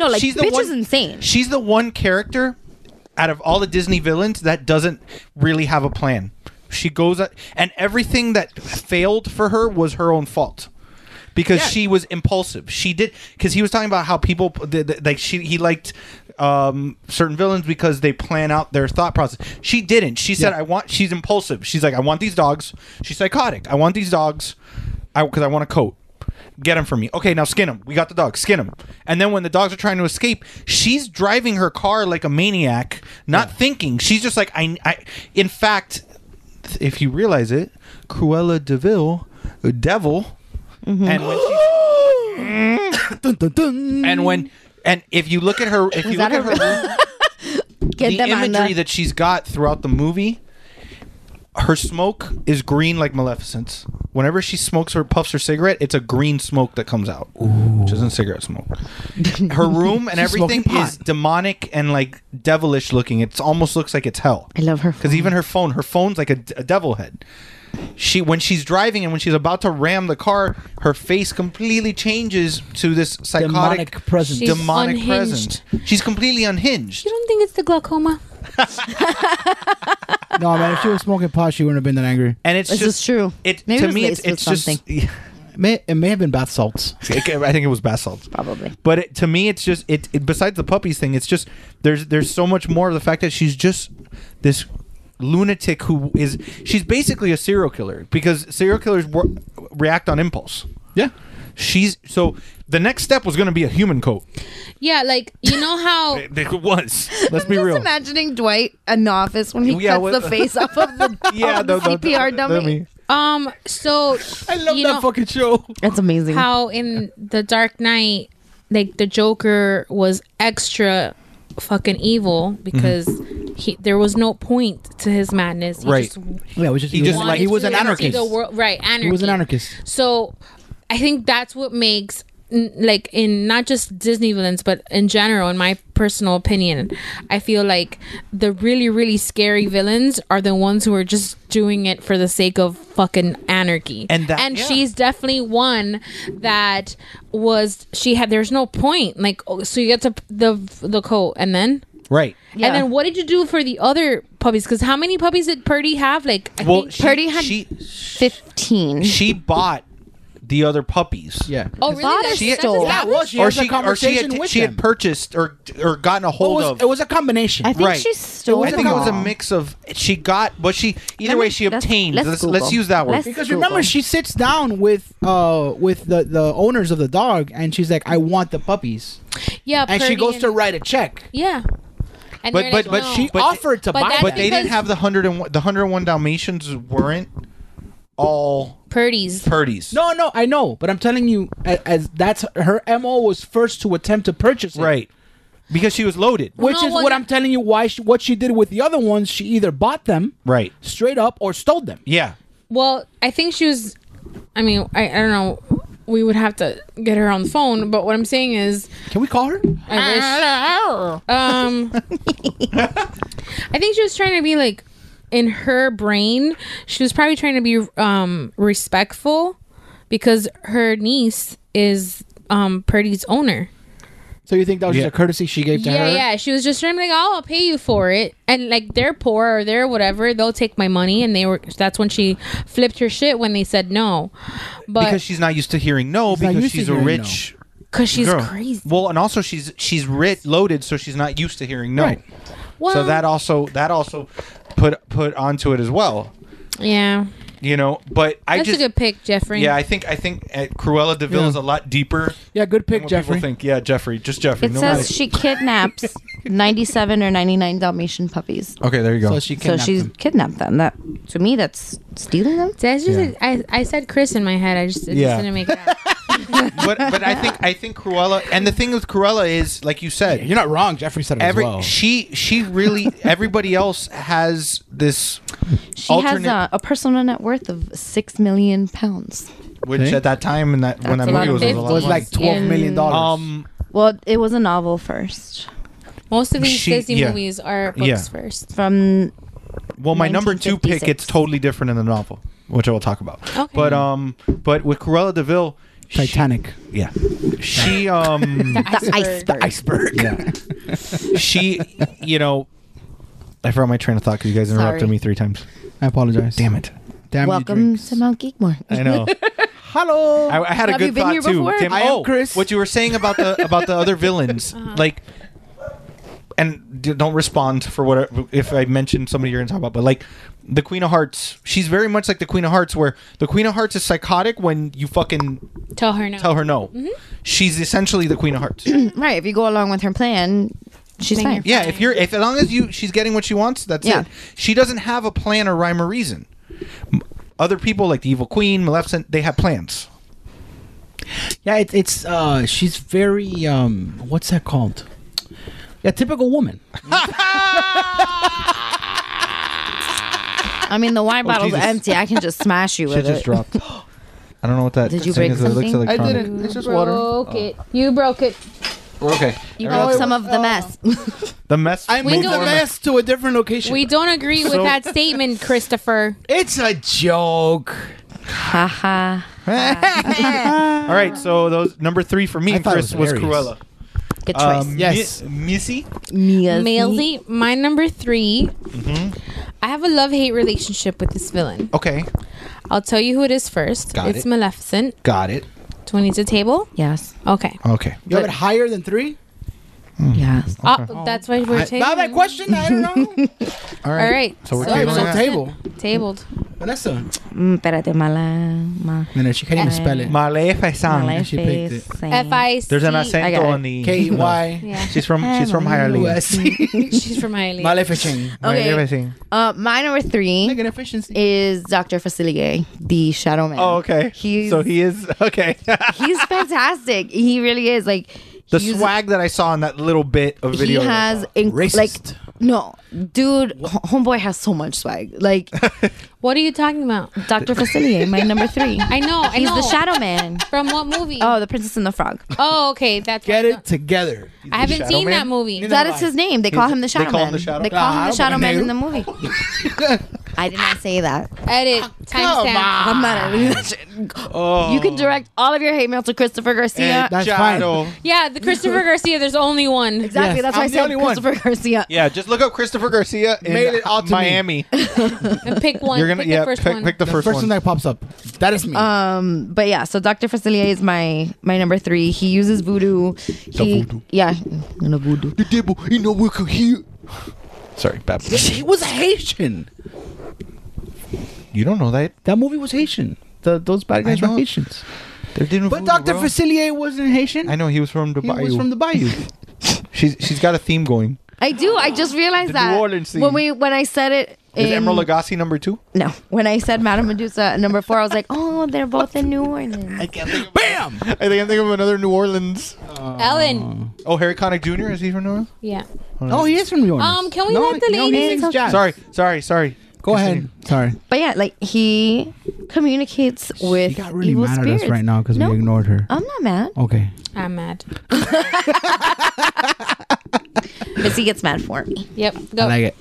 [SPEAKER 5] No, like
[SPEAKER 6] She's the
[SPEAKER 5] bitch
[SPEAKER 6] one-
[SPEAKER 5] is insane.
[SPEAKER 6] She's the one character out of all the Disney villains that doesn't really have a plan. She goes at, and everything that failed for her was her own fault because she was impulsive. She did because he was talking about how people the- the- like she he liked um, certain villains because they plan out their thought process. She didn't. She said,
[SPEAKER 4] Yeah.
[SPEAKER 6] "I want." She's impulsive. She's like, "I want these dogs." She's psychotic. I want these dogs, I because I want a coat. Get them for me. Okay, now skin them. We got the dog. Skin them. And then when the dogs are trying to escape, she's driving her car like a maniac, not thinking. She's just like, I, I. In fact, if you realize it, Cruella Deville, Devil, and when she
[SPEAKER 4] Dun, dun, dun.
[SPEAKER 6] and when and if you look at her if you look
[SPEAKER 5] that
[SPEAKER 6] at her,
[SPEAKER 5] Get
[SPEAKER 6] the
[SPEAKER 5] them on
[SPEAKER 6] imagery
[SPEAKER 5] the.
[SPEAKER 6] that she's got throughout the movie her smoke is green like maleficent's whenever she smokes or puffs her cigarette it's a green smoke that comes out which isn't cigarette smoke her room and
[SPEAKER 4] smoking
[SPEAKER 6] everything
[SPEAKER 4] pot.
[SPEAKER 6] is demonic and like devilish looking it almost looks like it's hell
[SPEAKER 5] I love her
[SPEAKER 6] because even her phone her phone's like a, d- a devil head she when she's driving and when she's about to ram the car her face completely changes to this psychotic
[SPEAKER 4] Demonic presence.
[SPEAKER 7] She's
[SPEAKER 6] demonic
[SPEAKER 7] unhinged.
[SPEAKER 6] presence she's completely unhinged
[SPEAKER 7] You don't think it's the glaucoma?
[SPEAKER 4] no man, if she was smoking pot, she wouldn't have been that angry.
[SPEAKER 6] and it's
[SPEAKER 5] This
[SPEAKER 6] just
[SPEAKER 5] is true.
[SPEAKER 6] It
[SPEAKER 5] Maybe it
[SPEAKER 6] to
[SPEAKER 5] was
[SPEAKER 6] me, it's, it's
[SPEAKER 5] laced with
[SPEAKER 6] just.
[SPEAKER 5] something.
[SPEAKER 4] It may, it may have been bath salts.
[SPEAKER 6] I think it was basalt.
[SPEAKER 5] Probably.
[SPEAKER 6] But it, to me, it's just it, it. Besides the puppies thing, it's just there's there's so much more of the fact that she's just this lunatic who is she's basically a serial killer because serial killers wor- react on impulse.
[SPEAKER 4] Yeah.
[SPEAKER 6] She's so the next step was going to be a human coat.
[SPEAKER 7] Yeah, like you know how
[SPEAKER 6] It was. Let's be real.
[SPEAKER 5] Just imagining Dwight in the office when he
[SPEAKER 6] Yeah,
[SPEAKER 5] cuts
[SPEAKER 6] what-
[SPEAKER 5] the face off of the,
[SPEAKER 6] Yeah,
[SPEAKER 5] of the
[SPEAKER 6] no, no,
[SPEAKER 5] CPR
[SPEAKER 6] no,
[SPEAKER 5] dummy.
[SPEAKER 6] dummy.
[SPEAKER 7] um so
[SPEAKER 4] I love
[SPEAKER 7] you
[SPEAKER 4] that
[SPEAKER 7] know
[SPEAKER 4] fucking show.
[SPEAKER 5] That's amazing.
[SPEAKER 4] Mm-hmm.
[SPEAKER 7] how in the Dark Knight, like the Joker was extra fucking evil because
[SPEAKER 4] Mm-hmm.
[SPEAKER 7] he there was no point to his madness. He
[SPEAKER 6] Right.
[SPEAKER 7] just
[SPEAKER 4] Yeah, it was just
[SPEAKER 6] He just
[SPEAKER 4] was-
[SPEAKER 6] liked-
[SPEAKER 4] he was an
[SPEAKER 7] wanted to see
[SPEAKER 4] anarchist.
[SPEAKER 7] The world, right, anarchy.
[SPEAKER 4] He was an anarchist.
[SPEAKER 7] So I think that's what makes n- like in not just Disney villains, but in general, in my personal opinion, I feel like the really, really scary villains are the ones who are just doing it for the sake of fucking anarchy.
[SPEAKER 6] And that-
[SPEAKER 7] and
[SPEAKER 6] yeah.
[SPEAKER 7] she's definitely one that was she had. There's no point. Like oh, so, you get to p- the the coat, and then.
[SPEAKER 6] Right.
[SPEAKER 5] Yeah.
[SPEAKER 7] And then what did you do for the other puppies? Because how many puppies did Purdy have? Like, I
[SPEAKER 6] Well,
[SPEAKER 7] think
[SPEAKER 6] she,
[SPEAKER 5] Purdy had-
[SPEAKER 6] she
[SPEAKER 5] 15.
[SPEAKER 6] she bought the other puppies.
[SPEAKER 4] Yeah.
[SPEAKER 7] Oh, really?
[SPEAKER 5] Father
[SPEAKER 7] That's-
[SPEAKER 5] She-
[SPEAKER 7] that's
[SPEAKER 5] stole.
[SPEAKER 7] established?
[SPEAKER 4] Well, she
[SPEAKER 6] Or
[SPEAKER 4] has a
[SPEAKER 6] she, or she
[SPEAKER 4] conversation
[SPEAKER 6] had,
[SPEAKER 4] with
[SPEAKER 6] she
[SPEAKER 4] them.
[SPEAKER 6] had purchased or or gotten a
[SPEAKER 4] It
[SPEAKER 6] hold
[SPEAKER 4] was,
[SPEAKER 6] of.
[SPEAKER 4] it was a combination.
[SPEAKER 5] I think
[SPEAKER 6] Right.
[SPEAKER 5] she stole.
[SPEAKER 6] I think it was a
[SPEAKER 5] them.
[SPEAKER 6] mix of she got, but she either way
[SPEAKER 5] me-
[SPEAKER 6] she
[SPEAKER 5] let's-
[SPEAKER 6] obtained.
[SPEAKER 5] let's
[SPEAKER 6] Let's let's,
[SPEAKER 5] Google.
[SPEAKER 6] use that word.
[SPEAKER 5] Let's-
[SPEAKER 4] because
[SPEAKER 5] Google.
[SPEAKER 4] remember, she sits down with uh with the the owners of the dog, and she's like, "I want the puppies,"
[SPEAKER 7] Yeah,
[SPEAKER 4] and she
[SPEAKER 7] Purdy
[SPEAKER 4] goes
[SPEAKER 7] and-
[SPEAKER 4] to write a check.
[SPEAKER 7] yeah. And
[SPEAKER 6] But-
[SPEAKER 7] they're
[SPEAKER 6] but- but
[SPEAKER 7] like, no.
[SPEAKER 4] She
[SPEAKER 6] But-
[SPEAKER 4] offered to
[SPEAKER 7] but
[SPEAKER 4] buy
[SPEAKER 7] that's
[SPEAKER 4] them.
[SPEAKER 6] but they didn't
[SPEAKER 7] because-
[SPEAKER 6] have the hundred and one, the hundred and one Dalmatians weren't all
[SPEAKER 7] Purdy's.
[SPEAKER 6] purdies.
[SPEAKER 4] No, no, I know, but I'm telling you, a- as that's her mo was first to attempt to purchase it.
[SPEAKER 6] right, because she was loaded.
[SPEAKER 4] Which
[SPEAKER 7] No,
[SPEAKER 4] is
[SPEAKER 7] well,
[SPEAKER 4] what
[SPEAKER 7] yeah.
[SPEAKER 4] I'm telling you. Why she, what she did with the other ones? She either bought them
[SPEAKER 6] Right.
[SPEAKER 4] straight up or stole them.
[SPEAKER 6] Yeah.
[SPEAKER 7] Well, I think she was. I mean, I, I don't know. We would have to get her on the phone, but what I'm saying is,
[SPEAKER 4] Can we call her?
[SPEAKER 6] Uh-huh.
[SPEAKER 7] I wish. Um, I think she was trying to be like, in her brain, she was probably trying to be um respectful because her niece is um Purdy's owner.
[SPEAKER 4] So you think that was
[SPEAKER 6] Yeah.
[SPEAKER 4] just a courtesy she gave to
[SPEAKER 7] Yeah,
[SPEAKER 4] her?
[SPEAKER 7] yeah. She was just trying to be like, oh, I'll pay you for it, and like they're poor or they're whatever, they'll take my money, and they were. That's when she flipped her shit when they said no,
[SPEAKER 6] Because
[SPEAKER 7] but
[SPEAKER 6] she's not used to hearing no,
[SPEAKER 4] not
[SPEAKER 6] because
[SPEAKER 4] used to
[SPEAKER 6] she's a
[SPEAKER 4] hearing
[SPEAKER 6] rich
[SPEAKER 7] because she's
[SPEAKER 6] girl.
[SPEAKER 7] crazy.
[SPEAKER 6] Well, and also she's she's writ loaded, so she's not used to hearing no.
[SPEAKER 4] Right.
[SPEAKER 7] Well,
[SPEAKER 6] So that also that also put put onto it as well.
[SPEAKER 7] yeah,
[SPEAKER 6] You know, but I
[SPEAKER 7] that's
[SPEAKER 6] just
[SPEAKER 7] a good pick, Jeffrey.
[SPEAKER 6] yeah, I think I think uh, Cruella Deville
[SPEAKER 4] Yeah.
[SPEAKER 6] is a lot deeper.
[SPEAKER 4] Yeah, good
[SPEAKER 6] than
[SPEAKER 4] pick,
[SPEAKER 6] what
[SPEAKER 4] Jeffrey.
[SPEAKER 6] People think yeah, Jeffrey, just Jeffrey.
[SPEAKER 5] It
[SPEAKER 6] no
[SPEAKER 5] says
[SPEAKER 6] matter.
[SPEAKER 5] she kidnaps 97 or 99 Dalmatian puppies.
[SPEAKER 6] okay, there you go.
[SPEAKER 4] So she kidnapped
[SPEAKER 5] so she's
[SPEAKER 4] them.
[SPEAKER 5] kidnapped them. That to me, that's stealing them.
[SPEAKER 7] That's just I, I said Chris in my head. I just, it
[SPEAKER 6] Yeah.
[SPEAKER 7] just didn't make it out.
[SPEAKER 6] but but I think I think Cruella and the thing with Cruella is like you said,
[SPEAKER 4] You're not wrong. Jeffrey said it
[SPEAKER 6] every
[SPEAKER 4] as well.
[SPEAKER 6] she she really everybody else has this
[SPEAKER 5] She
[SPEAKER 6] alternate
[SPEAKER 5] has uh, a, a personal net worth of six million pounds.
[SPEAKER 6] which
[SPEAKER 4] Okay.
[SPEAKER 6] at that time and that when that
[SPEAKER 5] That's a lot
[SPEAKER 6] movie was, was
[SPEAKER 5] of
[SPEAKER 6] a
[SPEAKER 5] fifty.
[SPEAKER 6] lot
[SPEAKER 4] was
[SPEAKER 6] of
[SPEAKER 4] like
[SPEAKER 5] money.
[SPEAKER 4] twelve million dollars.
[SPEAKER 6] um
[SPEAKER 5] Well, it was a novel first.
[SPEAKER 7] Most of these
[SPEAKER 6] She-
[SPEAKER 7] Disney
[SPEAKER 6] yeah.
[SPEAKER 7] movies are books
[SPEAKER 6] Yeah.
[SPEAKER 7] first.
[SPEAKER 5] From
[SPEAKER 6] well my number two pick
[SPEAKER 5] 1956.
[SPEAKER 6] it's totally different in the novel which I will talk about
[SPEAKER 7] Okay.
[SPEAKER 6] but um but with Cruella Deville she-
[SPEAKER 4] Titanic.
[SPEAKER 6] yeah she um
[SPEAKER 5] the iceberg.
[SPEAKER 4] Iceberg.
[SPEAKER 6] yeah she you know I forgot my train of thought because you guys interrupted
[SPEAKER 5] Sorry.
[SPEAKER 6] me three times
[SPEAKER 4] I apologize.
[SPEAKER 6] damn it
[SPEAKER 4] Damn you,
[SPEAKER 5] Welcome
[SPEAKER 4] drinks.
[SPEAKER 5] to Mount Geekmore.
[SPEAKER 6] I know.
[SPEAKER 4] Hello.
[SPEAKER 6] I, I had a
[SPEAKER 5] Have
[SPEAKER 6] good
[SPEAKER 5] you been
[SPEAKER 6] thought
[SPEAKER 5] here
[SPEAKER 6] too.
[SPEAKER 5] before?
[SPEAKER 6] Tim,
[SPEAKER 4] I am
[SPEAKER 6] oh,
[SPEAKER 4] Chris.
[SPEAKER 6] What you were saying about the about the other villains,
[SPEAKER 5] Uh-huh.
[SPEAKER 6] like, and d- don't respond for what if I mentioned somebody you're gonna talk about, but like the Queen of Hearts, she's very much like the Queen of Hearts, where the Queen of Hearts is psychotic when you fucking
[SPEAKER 7] Tell her no.
[SPEAKER 6] tell her no.
[SPEAKER 5] Mm-hmm.
[SPEAKER 6] She's essentially the Queen of Hearts.
[SPEAKER 5] Right. If you go along with her plan, she's
[SPEAKER 7] Then
[SPEAKER 5] fine.
[SPEAKER 6] yeah, if you're if as long as you she's getting what she wants, that's
[SPEAKER 5] Yeah.
[SPEAKER 6] it. She doesn't have a plan or rhyme or reason. M- Other people like the Evil Queen, Maleficent, they have plans.
[SPEAKER 4] Yeah, it, it's uh, she's very um, what's that called? Yeah, typical woman.
[SPEAKER 5] I mean, the wine bottle's
[SPEAKER 6] Oh, Jesus.
[SPEAKER 5] empty. I can just smash you with
[SPEAKER 6] Shit
[SPEAKER 5] it.
[SPEAKER 6] just dropped. I don't know what that
[SPEAKER 5] Did you
[SPEAKER 6] thing
[SPEAKER 5] break
[SPEAKER 6] is. It looks
[SPEAKER 5] something? I
[SPEAKER 6] electronic.
[SPEAKER 4] It's just Oh.
[SPEAKER 7] broke it. You broke it.
[SPEAKER 6] We're okay.
[SPEAKER 5] You broke some of the
[SPEAKER 7] Oh.
[SPEAKER 5] mess.
[SPEAKER 6] The mess.
[SPEAKER 8] I
[SPEAKER 7] We
[SPEAKER 8] moved
[SPEAKER 7] don't-
[SPEAKER 8] the mess to a different location.
[SPEAKER 7] We don't agree with that statement, Christopher.
[SPEAKER 8] it's a joke.
[SPEAKER 5] Haha.
[SPEAKER 6] All right, so those number three for me,
[SPEAKER 4] I thought it
[SPEAKER 6] Chris, was,
[SPEAKER 4] was hilarious.
[SPEAKER 6] Cruella.
[SPEAKER 5] Good choice.
[SPEAKER 6] Um,
[SPEAKER 8] Yes.
[SPEAKER 6] Mi- Missy.
[SPEAKER 5] Mia's meat.
[SPEAKER 7] Malesy, my number 3 I have a love hate relationship with this villain.
[SPEAKER 6] Mm-hmm. Okay,
[SPEAKER 7] I'll tell you who it is first.
[SPEAKER 6] Got
[SPEAKER 7] it's
[SPEAKER 6] it.
[SPEAKER 7] Maleficent.
[SPEAKER 6] got it.
[SPEAKER 7] Do we need to table?
[SPEAKER 5] Yes.
[SPEAKER 7] Okay.
[SPEAKER 6] Okay.
[SPEAKER 4] You have it higher than three?
[SPEAKER 6] Mm.
[SPEAKER 5] Yes.
[SPEAKER 7] Oh, that's why we're
[SPEAKER 4] I,
[SPEAKER 7] tabled.
[SPEAKER 4] now that question, I don't know.
[SPEAKER 6] All
[SPEAKER 7] All right.
[SPEAKER 6] So we're
[SPEAKER 4] So I was
[SPEAKER 6] tabling
[SPEAKER 4] on
[SPEAKER 6] that.
[SPEAKER 4] table.
[SPEAKER 7] Tabled.
[SPEAKER 4] Vanessa.
[SPEAKER 5] Mm, Espérate, mala, ma,
[SPEAKER 4] No, no, she can't
[SPEAKER 7] Uh,
[SPEAKER 4] even spell it.
[SPEAKER 6] Ah,
[SPEAKER 5] mala
[SPEAKER 4] she picked it.
[SPEAKER 5] face.
[SPEAKER 7] F I C.
[SPEAKER 6] Mm. There's an
[SPEAKER 5] I
[SPEAKER 6] accent
[SPEAKER 5] got it.
[SPEAKER 6] on the.
[SPEAKER 4] K Y
[SPEAKER 7] Yeah,
[SPEAKER 6] She's from. She's from Ireland.
[SPEAKER 4] U.S.
[SPEAKER 7] she's from Ireland.
[SPEAKER 4] Maleficent.
[SPEAKER 5] Okay.
[SPEAKER 6] Everything.
[SPEAKER 5] Uh, my number three
[SPEAKER 4] Making efficiency.
[SPEAKER 5] is Dr. Facilier, the Shadow Man.
[SPEAKER 6] Oh, okay.
[SPEAKER 5] He's,
[SPEAKER 6] so he is okay.
[SPEAKER 5] he's fantastic. He really is. Like,
[SPEAKER 6] the
[SPEAKER 5] he's-
[SPEAKER 6] swag that I saw in that little bit of video.
[SPEAKER 5] He has inc-
[SPEAKER 4] Racist.
[SPEAKER 5] like no, dude. ho- Homeboy has so much swag. Like
[SPEAKER 7] What are you talking about?
[SPEAKER 5] Dr. Facilier, my number three.
[SPEAKER 7] I know. I
[SPEAKER 5] He's
[SPEAKER 7] know.
[SPEAKER 5] the Shadow Man.
[SPEAKER 7] From what movie?
[SPEAKER 5] Oh, the Princess and the Frog.
[SPEAKER 7] Oh, okay. That's
[SPEAKER 4] Get
[SPEAKER 7] why-
[SPEAKER 4] it together.
[SPEAKER 7] I haven't
[SPEAKER 6] Shadow
[SPEAKER 7] seen
[SPEAKER 6] Man?
[SPEAKER 7] that movie.
[SPEAKER 5] That is his name. They call him the Shadow
[SPEAKER 6] call him
[SPEAKER 5] Man.
[SPEAKER 6] the Shadow
[SPEAKER 5] they
[SPEAKER 6] Man.
[SPEAKER 5] call him
[SPEAKER 4] Ah,
[SPEAKER 5] the Shadow Man in the
[SPEAKER 4] negro.
[SPEAKER 5] movie. I did not say that.
[SPEAKER 7] Edit.
[SPEAKER 6] Ah,
[SPEAKER 7] Timestamp.
[SPEAKER 5] I'm not editing that shit.
[SPEAKER 6] Oh.
[SPEAKER 5] You can direct all of your hate mail to Christopher Garcia.
[SPEAKER 4] That's fine.
[SPEAKER 7] Yeah, the Christopher Garcia. There's only one.
[SPEAKER 5] exactly.
[SPEAKER 4] Yes,
[SPEAKER 5] that's why
[SPEAKER 4] I'm
[SPEAKER 5] I
[SPEAKER 4] the
[SPEAKER 5] said
[SPEAKER 4] only one.
[SPEAKER 5] Christopher Garcia.
[SPEAKER 6] Yeah, just look up Christopher Garcia in
[SPEAKER 4] Made it all to me.
[SPEAKER 6] Miami.
[SPEAKER 7] Pick one.
[SPEAKER 6] You're gonna yeah pick, pick the, first, one.
[SPEAKER 4] that pops up. That is me.
[SPEAKER 7] Uh,
[SPEAKER 5] Um, but yeah, so Dr. Facilier is my my number three. He uses voodoo. He
[SPEAKER 6] voodoo.
[SPEAKER 5] yeah, no voodoo.
[SPEAKER 4] the devil, you know we could hear.
[SPEAKER 6] Sorry, Bab.
[SPEAKER 4] He was Haitian.
[SPEAKER 6] You don't know that.
[SPEAKER 4] That movie was Haitian. The, those bad guys
[SPEAKER 6] I
[SPEAKER 4] were
[SPEAKER 6] know.
[SPEAKER 4] Haitians.
[SPEAKER 6] They didn't.
[SPEAKER 4] But Dr. Facilier wasn't Haitian.
[SPEAKER 6] I know he was from the
[SPEAKER 4] He
[SPEAKER 6] bayou.
[SPEAKER 4] was from the Bayou.
[SPEAKER 6] she's she's got a theme going.
[SPEAKER 5] I do. I just realized
[SPEAKER 6] The
[SPEAKER 5] that
[SPEAKER 6] New Orleans
[SPEAKER 5] when
[SPEAKER 6] scene.
[SPEAKER 5] we when I said it.
[SPEAKER 6] Is
[SPEAKER 5] in-
[SPEAKER 6] Emerald Lagasse number two?
[SPEAKER 5] No, when I said Madame Medusa at number four, I was like, oh, they're both in New Orleans.
[SPEAKER 6] Bam! I think I'm thinking of another New Orleans.
[SPEAKER 7] Ellen.
[SPEAKER 6] Oh, Harry Connick Jr. Is he from New Orleans?
[SPEAKER 7] Yeah.
[SPEAKER 4] oh, he is from New Orleans.
[SPEAKER 7] Um, can we let the
[SPEAKER 4] he
[SPEAKER 7] ladies-
[SPEAKER 4] sings jazz.
[SPEAKER 6] Sorry, sorry, sorry.
[SPEAKER 4] Go ahead. Sorry.
[SPEAKER 5] But yeah, like he communicates with
[SPEAKER 4] She got really
[SPEAKER 5] evil
[SPEAKER 4] mad
[SPEAKER 5] spirits.
[SPEAKER 4] at us right now because
[SPEAKER 5] No, Oh.
[SPEAKER 4] we Oh. ignored her.
[SPEAKER 5] I'm not mad.
[SPEAKER 4] Okay.
[SPEAKER 7] I'm mad.
[SPEAKER 5] Missy gets mad for me.
[SPEAKER 7] Yep. Go.
[SPEAKER 5] Oh.
[SPEAKER 4] I like it.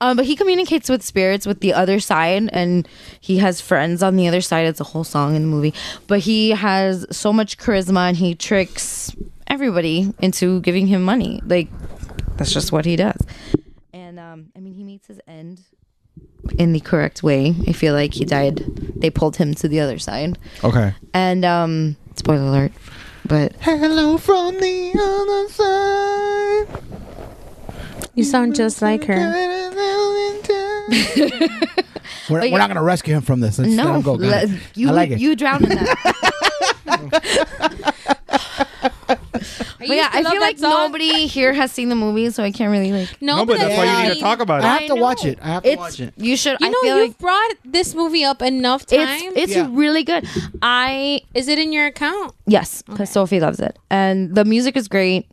[SPEAKER 5] Um, but he communicates with spirits with the other side, and he has friends on the other side. It's a whole song in the movie. But he has so much charisma, and he tricks everybody into giving him money. Like that's just what he does. And um, I mean, he meets his end in the correct way. I feel like he died. They pulled him to the other side.
[SPEAKER 6] Okay.
[SPEAKER 5] And um, spoiler alert, but
[SPEAKER 6] Hello from the other side.
[SPEAKER 7] You sound just like her.
[SPEAKER 4] We're,
[SPEAKER 5] But
[SPEAKER 4] we're
[SPEAKER 5] Oh, yeah.
[SPEAKER 4] not gonna rescue him from this. Let's let
[SPEAKER 5] no,
[SPEAKER 4] him go. Got
[SPEAKER 5] let-
[SPEAKER 4] it.
[SPEAKER 5] you
[SPEAKER 4] I like it.
[SPEAKER 5] you drown in that. but yeah, I feel like nobody here has seen the movie, so I can't really like.
[SPEAKER 7] No,
[SPEAKER 6] No, but that's why you
[SPEAKER 7] I
[SPEAKER 6] need to
[SPEAKER 7] mean-
[SPEAKER 6] talk about
[SPEAKER 4] I
[SPEAKER 6] it.
[SPEAKER 4] have to
[SPEAKER 5] I
[SPEAKER 4] watch
[SPEAKER 5] know.
[SPEAKER 4] it. I have to
[SPEAKER 5] It's
[SPEAKER 4] watch it.
[SPEAKER 5] you should.
[SPEAKER 7] You
[SPEAKER 5] I feel
[SPEAKER 7] know,
[SPEAKER 5] like
[SPEAKER 7] you've brought this movie up enough times.
[SPEAKER 5] it's it's
[SPEAKER 4] Yeah.
[SPEAKER 5] really good. I
[SPEAKER 7] Is it in your account?
[SPEAKER 5] yes, because Sophie loves it, and the music is great.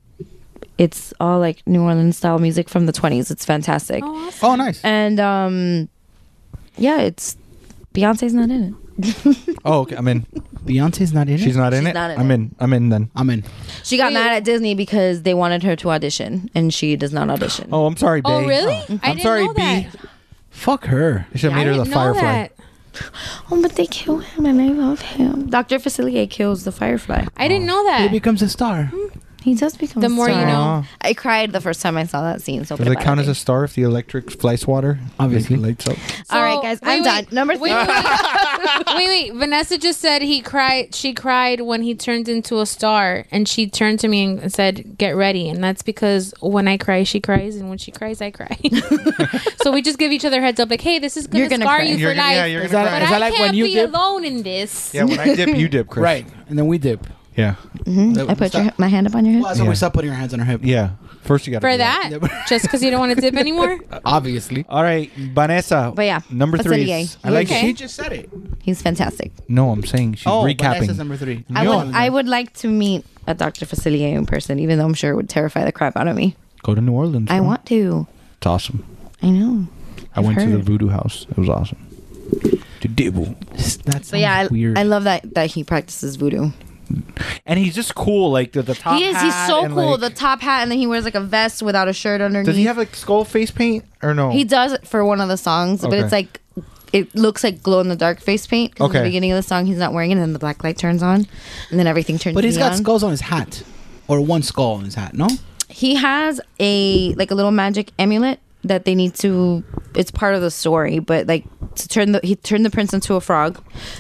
[SPEAKER 5] It's all like New Orleans style music from the twenties. It's fantastic,
[SPEAKER 7] Oh, awesome.
[SPEAKER 4] Oh, nice.
[SPEAKER 5] and um, yeah, it's Beyonce's not in it.
[SPEAKER 6] Oh, okay. I'm in.
[SPEAKER 4] Beyonce's not in
[SPEAKER 6] She's
[SPEAKER 4] it.
[SPEAKER 6] not in
[SPEAKER 5] She's
[SPEAKER 6] it.
[SPEAKER 5] not in
[SPEAKER 6] I'm
[SPEAKER 5] it.
[SPEAKER 6] in. I'm in then.
[SPEAKER 4] I'm in.
[SPEAKER 5] She got
[SPEAKER 7] Wait.
[SPEAKER 5] mad at Disney because they wanted her to audition, and she does not audition.
[SPEAKER 6] Oh, I'm sorry,
[SPEAKER 7] Oh,
[SPEAKER 6] babe.
[SPEAKER 7] really? I
[SPEAKER 6] I'm
[SPEAKER 7] didn't
[SPEAKER 6] sorry,
[SPEAKER 7] know
[SPEAKER 6] B.
[SPEAKER 7] that.
[SPEAKER 4] Fuck her.
[SPEAKER 6] They should have
[SPEAKER 7] I
[SPEAKER 6] made her
[SPEAKER 7] didn't
[SPEAKER 6] the
[SPEAKER 7] know
[SPEAKER 6] Firefly.
[SPEAKER 7] that.
[SPEAKER 5] Oh, but they kill him, and I love him. Doctor Facilier kills the Firefly.
[SPEAKER 7] I
[SPEAKER 6] Oh.
[SPEAKER 7] didn't know
[SPEAKER 4] He
[SPEAKER 7] that.
[SPEAKER 4] becomes a star.
[SPEAKER 5] Mm. He does become.
[SPEAKER 7] The
[SPEAKER 5] a
[SPEAKER 7] more you
[SPEAKER 5] star.
[SPEAKER 7] know.
[SPEAKER 6] Aw.
[SPEAKER 5] I cried the first time I saw that scene. So
[SPEAKER 6] Does it count as a star if the electric flies water?
[SPEAKER 4] Obviously.
[SPEAKER 6] Lights up.
[SPEAKER 5] All right, guys, I'm done. Number
[SPEAKER 7] wait,
[SPEAKER 5] three.
[SPEAKER 7] Wait wait. wait, wait. Vanessa just said he cried. She cried when he turned into a star, and she turned to me and said, "Get ready." And that's because when I cry, she cries, and when she cries, I cry. so we just give each other heads up, like, "Hey, this is gonna,
[SPEAKER 5] You're gonna
[SPEAKER 7] scar
[SPEAKER 5] cry.
[SPEAKER 7] you
[SPEAKER 6] You're
[SPEAKER 7] for
[SPEAKER 6] gonna-
[SPEAKER 7] life."
[SPEAKER 6] yeah, you're
[SPEAKER 4] Is
[SPEAKER 6] gonna
[SPEAKER 4] that-
[SPEAKER 6] cry.
[SPEAKER 7] but
[SPEAKER 4] is
[SPEAKER 7] I
[SPEAKER 4] that like
[SPEAKER 7] can't
[SPEAKER 4] when you
[SPEAKER 7] be
[SPEAKER 4] dip?
[SPEAKER 7] alone in this.
[SPEAKER 6] Yeah, when I dip, you dip, Chris.
[SPEAKER 4] Right. And then we dip.
[SPEAKER 6] Yeah.
[SPEAKER 5] I put your, my hand up on your
[SPEAKER 4] Well,
[SPEAKER 5] hip.
[SPEAKER 4] that's when
[SPEAKER 6] Yeah.
[SPEAKER 4] we stop putting our hands on our hip.
[SPEAKER 6] Yeah. First, you got to
[SPEAKER 7] For that, just because you don't want to dip anymore.
[SPEAKER 4] Obviously.
[SPEAKER 6] All right, Vanessa.
[SPEAKER 5] But yeah,
[SPEAKER 6] number
[SPEAKER 5] that's E
[SPEAKER 6] three.
[SPEAKER 5] an
[SPEAKER 6] is-
[SPEAKER 5] EA.
[SPEAKER 6] I like
[SPEAKER 7] Okay.
[SPEAKER 6] it.
[SPEAKER 4] She just said it.
[SPEAKER 5] He's fantastic.
[SPEAKER 6] No, I'm saying she's
[SPEAKER 4] Vanessa's
[SPEAKER 6] recapping.
[SPEAKER 4] number three.
[SPEAKER 5] I
[SPEAKER 6] Yo.
[SPEAKER 5] would, I would like to meet a Dr. Facilier in person, even though I'm sure it would terrify the crap out of me.
[SPEAKER 6] Go to New Orleans.
[SPEAKER 5] I
[SPEAKER 6] bro.
[SPEAKER 5] want to.
[SPEAKER 6] It's awesome.
[SPEAKER 5] I know.
[SPEAKER 6] I went to the
[SPEAKER 5] heard.
[SPEAKER 6] voodoo house. It was awesome. To dibble.
[SPEAKER 4] That's
[SPEAKER 5] But yeah, I,
[SPEAKER 4] weird.
[SPEAKER 5] I love that that he practices voodoo.
[SPEAKER 6] And he's just cool, like the, the top.
[SPEAKER 5] he is. He's
[SPEAKER 6] hat
[SPEAKER 5] so
[SPEAKER 6] and,
[SPEAKER 5] cool.
[SPEAKER 6] like-
[SPEAKER 5] the top hat, and then he wears like a vest without a shirt underneath.
[SPEAKER 6] does he have like skull face paint or no?
[SPEAKER 5] He does it for one of the songs, but
[SPEAKER 6] Oh. Okay.
[SPEAKER 5] it's like it looks like glow in the dark face paint. 'cause At
[SPEAKER 6] Okay.
[SPEAKER 5] the beginning of the song, he's not wearing it, and then the black light turns on, and then everything turns.
[SPEAKER 4] but he's got
[SPEAKER 5] neon.
[SPEAKER 4] skulls on his hat, or one skull on his hat. No.
[SPEAKER 5] He has a like a little magic amulet that they need to. It's part of the story, but like to turn the he turned the prince into a frog,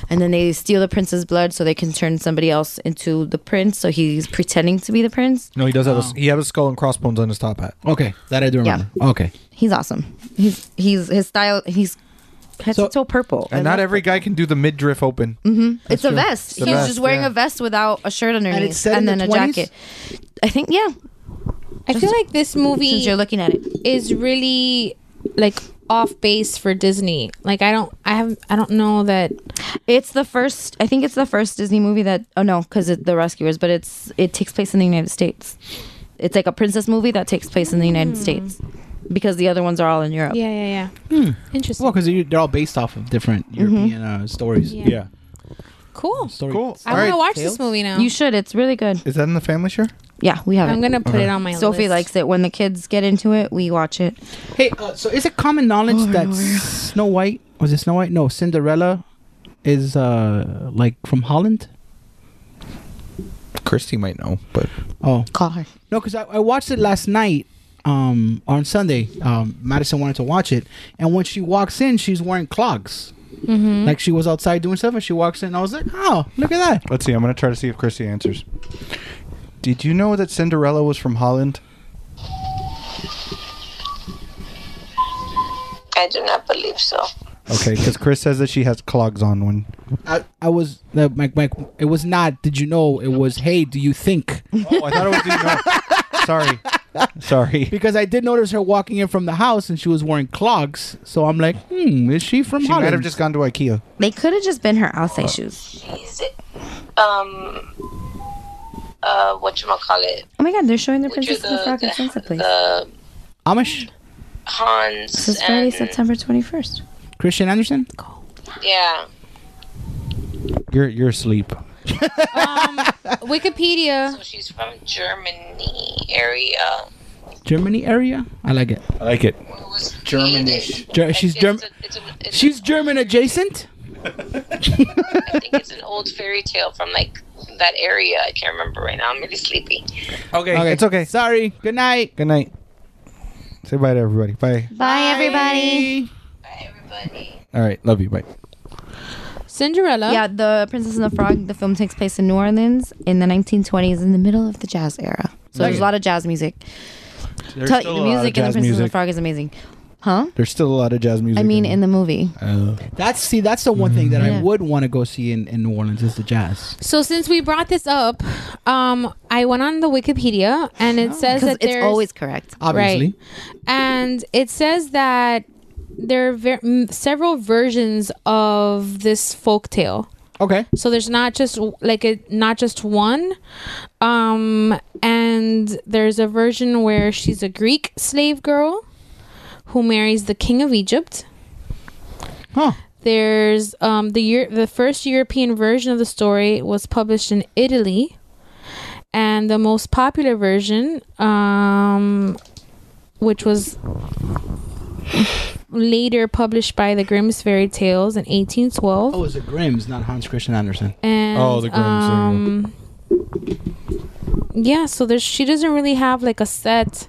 [SPEAKER 5] and then they steal the prince's blood so they can turn somebody else into the prince. So he's pretending to be the prince.
[SPEAKER 6] No, he does have. A, he has a skull and crossbones on his top hat.
[SPEAKER 4] Okay, that I do remember. Okay.
[SPEAKER 5] He's awesome. He's he's his style. He's head
[SPEAKER 4] So-
[SPEAKER 5] so, toe purple. I
[SPEAKER 6] And not
[SPEAKER 5] love Mm-hmm.
[SPEAKER 6] every guy can do the mid drift open.
[SPEAKER 5] It's a vest.
[SPEAKER 6] a
[SPEAKER 5] He's
[SPEAKER 6] vest,
[SPEAKER 5] just wearing
[SPEAKER 6] yeah.
[SPEAKER 5] a vest without a shirt underneath and,
[SPEAKER 4] it's set in
[SPEAKER 5] then
[SPEAKER 4] the
[SPEAKER 5] a
[SPEAKER 4] 20s?
[SPEAKER 5] jacket. I think yeah.
[SPEAKER 7] I feel like this
[SPEAKER 5] Since
[SPEAKER 7] movie
[SPEAKER 5] you're looking at it,
[SPEAKER 7] is really like off base for Disney. Like I don't, I have, I don't know that.
[SPEAKER 5] it's the first. I think it's the first Disney movie that. Oh no, because the Rescuers, but it's it takes place in the United States. It's like a princess movie that takes place in the United States because the other ones are all in Europe.
[SPEAKER 7] Yeah, yeah, yeah. Interesting.
[SPEAKER 4] Well, because they're all based off of different
[SPEAKER 5] Mm-hmm.
[SPEAKER 4] European uh, stories.
[SPEAKER 7] Yeah. cool.
[SPEAKER 4] Story.
[SPEAKER 6] Cool.
[SPEAKER 7] I want to watch this movie now.
[SPEAKER 5] You should. It's really good.
[SPEAKER 6] Is that in the family share?
[SPEAKER 5] Yeah, we have
[SPEAKER 7] I'm
[SPEAKER 5] it.
[SPEAKER 7] gonna put it on my
[SPEAKER 5] Sophie
[SPEAKER 7] list.
[SPEAKER 5] likes it. When the kids get into it, we watch it.
[SPEAKER 4] Hey, uh, so is it common knowledge
[SPEAKER 5] Oh,
[SPEAKER 4] that Snow White was it Snow White? No, Cinderella is uh like from Holland.
[SPEAKER 6] Christy might know, but
[SPEAKER 4] Oh
[SPEAKER 5] Call her.
[SPEAKER 4] no, because I, I watched it last night. Um, on Sunday, um, Madison wanted to watch it, and when she walks in, she's wearing clogs.
[SPEAKER 7] Mhm.
[SPEAKER 4] Like she was outside doing stuff and she walks in. And I was like, oh, look at that.
[SPEAKER 6] Let's see. I'm gonna try to see if Chrissy answers. Did you know that Cinderella was from Holland?
[SPEAKER 9] I do not believe so.
[SPEAKER 6] Okay, because Chris says that she has clogs on when
[SPEAKER 4] I, I was like, Mike, Mike. It was not. Did you know? It was. Hey, do you think?
[SPEAKER 6] Oh, I thought it was. Sorry. Sorry.
[SPEAKER 4] Because I did notice her walking in from the house and she was wearing clogs. So I'm like, hmm, is she from
[SPEAKER 6] she
[SPEAKER 4] Holland?
[SPEAKER 6] might have just gone to IKEA.
[SPEAKER 5] They could have just been her outside shoes.
[SPEAKER 9] Is it, um, uh, whatchamacallit?
[SPEAKER 5] Oh my god, they're showing their Princess
[SPEAKER 9] the-
[SPEAKER 5] of the Frog
[SPEAKER 9] the-
[SPEAKER 5] and Sunset Place.
[SPEAKER 9] The
[SPEAKER 4] Amish
[SPEAKER 9] Hans.
[SPEAKER 5] This is Friday,
[SPEAKER 9] and-
[SPEAKER 5] September 21st.
[SPEAKER 4] Christian Anderson.
[SPEAKER 9] Yeah.
[SPEAKER 6] You're you're asleep.
[SPEAKER 7] Wikipedia.
[SPEAKER 9] She's from Germany area.
[SPEAKER 4] Germany area. I like it.
[SPEAKER 6] I like it.
[SPEAKER 2] Germanish.
[SPEAKER 4] Ger- she's German. She's German adjacent.
[SPEAKER 9] I think it's an old fairy tale from like that area. I can't remember right now. I'm really sleepy.
[SPEAKER 6] Okay, it's okay.
[SPEAKER 4] Sorry. Good night.
[SPEAKER 6] Good night. Say bye to everybody. Bye.
[SPEAKER 5] Bye, everybody.
[SPEAKER 6] All right, love you. Bye.
[SPEAKER 7] Cinderella.
[SPEAKER 5] Yeah, The Princess and the Frog, the film takes place in New Orleans in the 1920s in the middle of the jazz era. So there's a lot of jazz music.
[SPEAKER 6] There's
[SPEAKER 5] Tell
[SPEAKER 6] still
[SPEAKER 5] you, the
[SPEAKER 6] a lot of
[SPEAKER 5] music in The
[SPEAKER 6] jazz
[SPEAKER 5] Princess and the
[SPEAKER 6] music.
[SPEAKER 5] Frog is amazing. Huh?
[SPEAKER 6] There's still a lot of jazz music.
[SPEAKER 5] I mean, in the movie.
[SPEAKER 6] Oh.
[SPEAKER 4] That's see. That's the one thing that I
[SPEAKER 5] Yeah.
[SPEAKER 7] Mm-hmm.
[SPEAKER 4] would want to go see in, in New Orleans is the jazz.
[SPEAKER 7] So since we brought this up, um, I went on the Wikipedia and it says
[SPEAKER 5] Because
[SPEAKER 7] that
[SPEAKER 5] it's
[SPEAKER 7] there's-
[SPEAKER 5] always correct.
[SPEAKER 4] Obviously.
[SPEAKER 7] and it says that there are ver- m- several versions of this folk tale.
[SPEAKER 4] Okay.
[SPEAKER 7] So there's not just like it, not just one, um, and there's a version where she's a Greek slave girl who marries the king of Egypt.
[SPEAKER 4] Huh.
[SPEAKER 7] There's um, the year the first European version of the story was published in Italy, and the most popular version, um, which was later published by the Grimm's Fairy Tales in 1812.
[SPEAKER 4] Oh, it's the Grimm's, not Hans Christian Andersen.
[SPEAKER 7] And
[SPEAKER 4] Oh, the Grimm's, there you
[SPEAKER 7] Um, yeah, so there's she doesn't really have like a set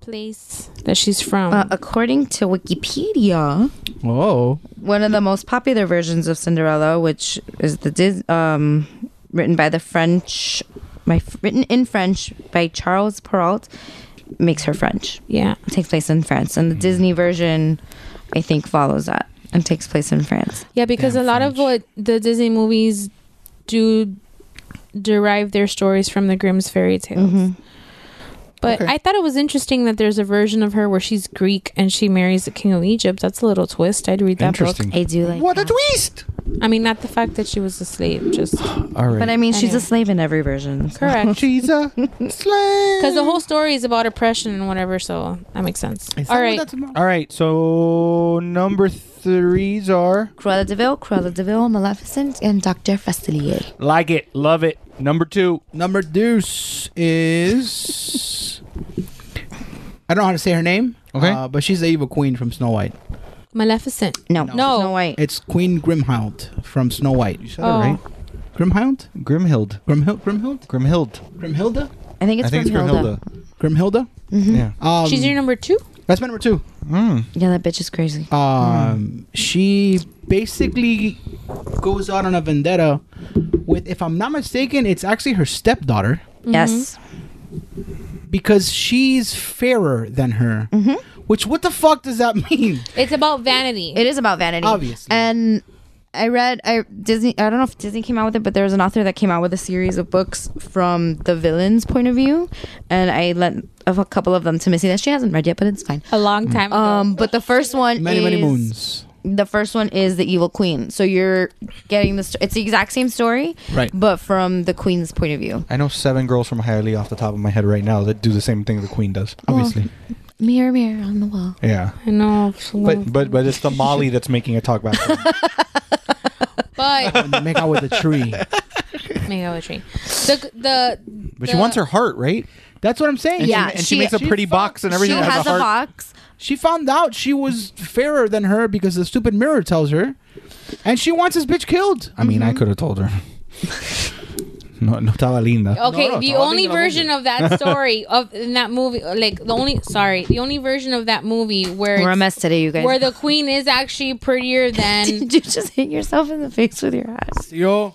[SPEAKER 7] place that she's from.
[SPEAKER 5] Uh, according to Wikipedia,
[SPEAKER 4] Whoa.
[SPEAKER 5] one of the most popular versions of Cinderella, which is the Dis- um, written by the French, by written in French by Charles Perrault, makes her French.
[SPEAKER 7] Yeah,
[SPEAKER 5] takes place in France, and the Disney version, I think, follows that and takes place in France.
[SPEAKER 7] yeah, because a lot of what the Disney movies do derive their stories from the Grimm's fairy tales. But I thought it was interesting that there's a version of her where she's Greek and she marries the king of Egypt. That's a little twist. I'd read that book.
[SPEAKER 6] Interesting.
[SPEAKER 5] I do like,
[SPEAKER 6] What a twist!
[SPEAKER 7] I mean, not the fact that she was a slave, just
[SPEAKER 6] All right.
[SPEAKER 5] but I mean, she's
[SPEAKER 7] Anyway.
[SPEAKER 5] a slave in every version. so-
[SPEAKER 7] correct.
[SPEAKER 6] she's a slave.
[SPEAKER 7] Because the whole story is about oppression and whatever, so that makes sense. All right.
[SPEAKER 6] All right, so number threes are
[SPEAKER 5] Cruella Deville, Cruella Deville, Maleficent, and Doctor Fastelier.
[SPEAKER 6] like it, love it. Number two,
[SPEAKER 4] Number deuce is. I don't know how to say her name.
[SPEAKER 6] Okay.
[SPEAKER 4] Uh, but she's the evil queen from Snow White.
[SPEAKER 7] Maleficent.
[SPEAKER 5] No,
[SPEAKER 7] No.
[SPEAKER 5] Snow White.
[SPEAKER 4] It's Queen Grimhild from Snow White.
[SPEAKER 6] said
[SPEAKER 7] Oh.
[SPEAKER 6] it right.
[SPEAKER 4] Grimhild?
[SPEAKER 6] Grimhild,
[SPEAKER 4] Grimhild? Grimhild?
[SPEAKER 6] Grimhild.
[SPEAKER 4] Grimhilda?
[SPEAKER 5] I think it's
[SPEAKER 6] I think it's
[SPEAKER 5] from Hilda.
[SPEAKER 6] Grimhilda.
[SPEAKER 4] Grimhilda?
[SPEAKER 6] Yeah.
[SPEAKER 4] Um,
[SPEAKER 7] She's your number two?
[SPEAKER 4] that's my number two.
[SPEAKER 5] Yeah, that bitch is crazy.
[SPEAKER 4] Um, She basically goes out on a vendetta with, if I'm not mistaken, it's actually her stepdaughter.
[SPEAKER 5] Yes.
[SPEAKER 4] because she's fairer than her. Which what the fuck does that mean?
[SPEAKER 7] It's about vanity.
[SPEAKER 5] It is about vanity,
[SPEAKER 4] Obviously.
[SPEAKER 5] And I read I Disney. I don't know if Disney came out with it, but there was an author that came out with a series of books from the villain's point of view, and I lent of a couple of them to Missy that she hasn't read yet, but it's fine.
[SPEAKER 7] a long time
[SPEAKER 5] Um, but the first one
[SPEAKER 4] Many
[SPEAKER 5] is,
[SPEAKER 4] many moons.
[SPEAKER 5] The first one is the evil queen. So you're getting the sto- it's the exact same story,
[SPEAKER 4] Right.
[SPEAKER 5] But from the queen's point of view.
[SPEAKER 6] I know seven girls from Hialeah off the top of my head right now that do the same thing the Queen does. Obviously.
[SPEAKER 5] Mirror, mirror on the wall.
[SPEAKER 6] Yeah.
[SPEAKER 7] I know.
[SPEAKER 6] But but but it's the Molly that's making a talk back.
[SPEAKER 7] But
[SPEAKER 4] When they make out with a tree.
[SPEAKER 7] poetry. The the
[SPEAKER 6] But she wants her heart, right?
[SPEAKER 4] That's what I'm saying.
[SPEAKER 5] Yeah,
[SPEAKER 6] And she
[SPEAKER 5] she-
[SPEAKER 6] makes a pretty box and everything
[SPEAKER 5] she
[SPEAKER 6] has, a heart.
[SPEAKER 5] box.
[SPEAKER 4] She found out she was fairer than her because the stupid mirror tells her, and she wants this bitch killed.
[SPEAKER 6] I mean, I could have told her. No, no estaba linda.
[SPEAKER 7] Okay,
[SPEAKER 6] No, no,
[SPEAKER 7] the
[SPEAKER 6] estaba
[SPEAKER 7] only
[SPEAKER 6] linda la
[SPEAKER 7] version of that story of in that movie, like the only sorry, the only version of that movie where
[SPEAKER 5] We're a
[SPEAKER 7] it's-
[SPEAKER 5] mess today, you guys.
[SPEAKER 7] where the queen is actually prettier than. Did
[SPEAKER 5] you just hit yourself in the face with your ass?
[SPEAKER 6] Yo.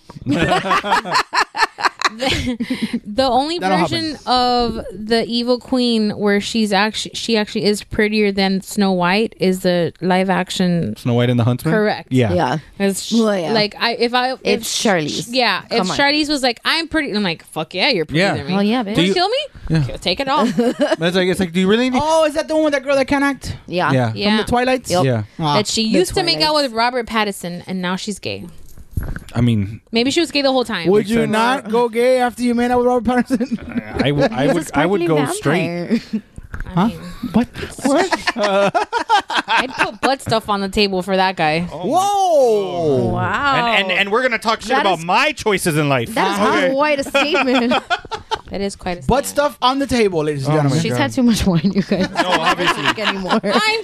[SPEAKER 7] the only
[SPEAKER 5] That'll
[SPEAKER 7] version of the evil queen where she's actually she actually is prettier than Snow White is the live action.
[SPEAKER 6] Snow White and the
[SPEAKER 4] Hmm?
[SPEAKER 6] Huntsman.
[SPEAKER 7] Correct.
[SPEAKER 6] Yeah.
[SPEAKER 7] It's Like I if I if
[SPEAKER 5] It's Charlize.
[SPEAKER 7] Yeah. If
[SPEAKER 5] Come on.
[SPEAKER 7] Charlize was like, I'm pretty I'm like, fuck yeah, you're prettier
[SPEAKER 6] Yeah.
[SPEAKER 7] than me.
[SPEAKER 6] Well, yeah, bitch.
[SPEAKER 7] You
[SPEAKER 6] Do you-
[SPEAKER 7] wanna kill me? Okay, Take it off.
[SPEAKER 6] It's like it's like, do you really need?
[SPEAKER 4] Oh, is that the one with that girl that can't act?
[SPEAKER 5] Oh, Yeah.
[SPEAKER 6] Yeah.
[SPEAKER 7] Yeah.
[SPEAKER 4] From the Twilights?
[SPEAKER 6] Yep. Yeah. Ah,
[SPEAKER 7] that she
[SPEAKER 4] the
[SPEAKER 7] used to make out with Robert Pattinson and now she's gay.
[SPEAKER 6] I mean,
[SPEAKER 7] Maybe she was gay the whole time.
[SPEAKER 4] Would you not go gay after you made out with Robert Pattinson?
[SPEAKER 6] I, w- I would I would go straight.
[SPEAKER 7] Huh?
[SPEAKER 4] What?
[SPEAKER 7] I'd put butt stuff on the table for that guy.
[SPEAKER 4] Oh. Whoa!
[SPEAKER 5] Oh, Wow.
[SPEAKER 6] And, and and we're gonna talk shit
[SPEAKER 7] That
[SPEAKER 6] about
[SPEAKER 7] is-
[SPEAKER 6] my choices in life.
[SPEAKER 5] That is quite a
[SPEAKER 6] Oh
[SPEAKER 5] statement.
[SPEAKER 7] that is quite a statement.
[SPEAKER 4] Butt stuff on the table, ladies and gentlemen.
[SPEAKER 5] She's had too much wine, you guys. No,
[SPEAKER 6] obviously.
[SPEAKER 5] anymore.
[SPEAKER 7] I'm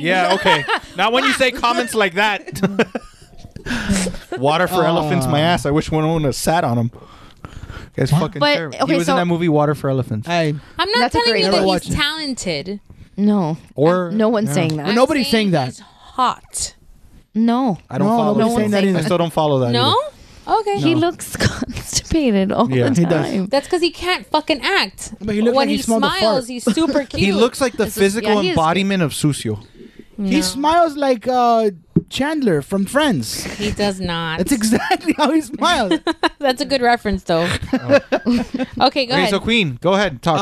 [SPEAKER 6] Yeah, okay. Not when you say comments like that. Water for elephants, my ass. I wish one would have sat on him. Guys, fucking
[SPEAKER 7] But,
[SPEAKER 6] terrible.
[SPEAKER 7] okay,
[SPEAKER 6] he was
[SPEAKER 7] so-
[SPEAKER 6] in that movie Water for Elephants.
[SPEAKER 4] Hey,
[SPEAKER 7] I'm not
[SPEAKER 5] That's a
[SPEAKER 7] telling
[SPEAKER 5] great
[SPEAKER 7] you that
[SPEAKER 5] idea.
[SPEAKER 7] he's talented.
[SPEAKER 5] No.
[SPEAKER 6] Or
[SPEAKER 5] no one's saying that.
[SPEAKER 7] I'm
[SPEAKER 4] nobody's saying that.
[SPEAKER 7] He's hot.
[SPEAKER 5] No.
[SPEAKER 6] I don't follow.
[SPEAKER 5] No one's saying
[SPEAKER 6] I
[SPEAKER 5] that.
[SPEAKER 6] still don't follow that.
[SPEAKER 7] No?
[SPEAKER 6] either.
[SPEAKER 7] Okay.
[SPEAKER 5] He looks constipated all
[SPEAKER 6] Yeah.
[SPEAKER 5] the
[SPEAKER 6] He
[SPEAKER 5] time.
[SPEAKER 6] does.
[SPEAKER 7] That's because he can't fucking act. But
[SPEAKER 4] he looks
[SPEAKER 7] when
[SPEAKER 4] like he
[SPEAKER 7] he
[SPEAKER 4] smelled a fart.
[SPEAKER 7] smiles, he's super cute.
[SPEAKER 6] He looks like the physical
[SPEAKER 7] yeah, he is
[SPEAKER 6] embodiment of Sucio.
[SPEAKER 4] He smiles like uh, Chandler from Friends.
[SPEAKER 7] He does not.
[SPEAKER 4] That's exactly how he smiles.
[SPEAKER 7] That's a good reference, though.
[SPEAKER 4] Oh.
[SPEAKER 7] okay, go
[SPEAKER 6] Okay,
[SPEAKER 7] ahead.
[SPEAKER 6] so Queen, go ahead talk.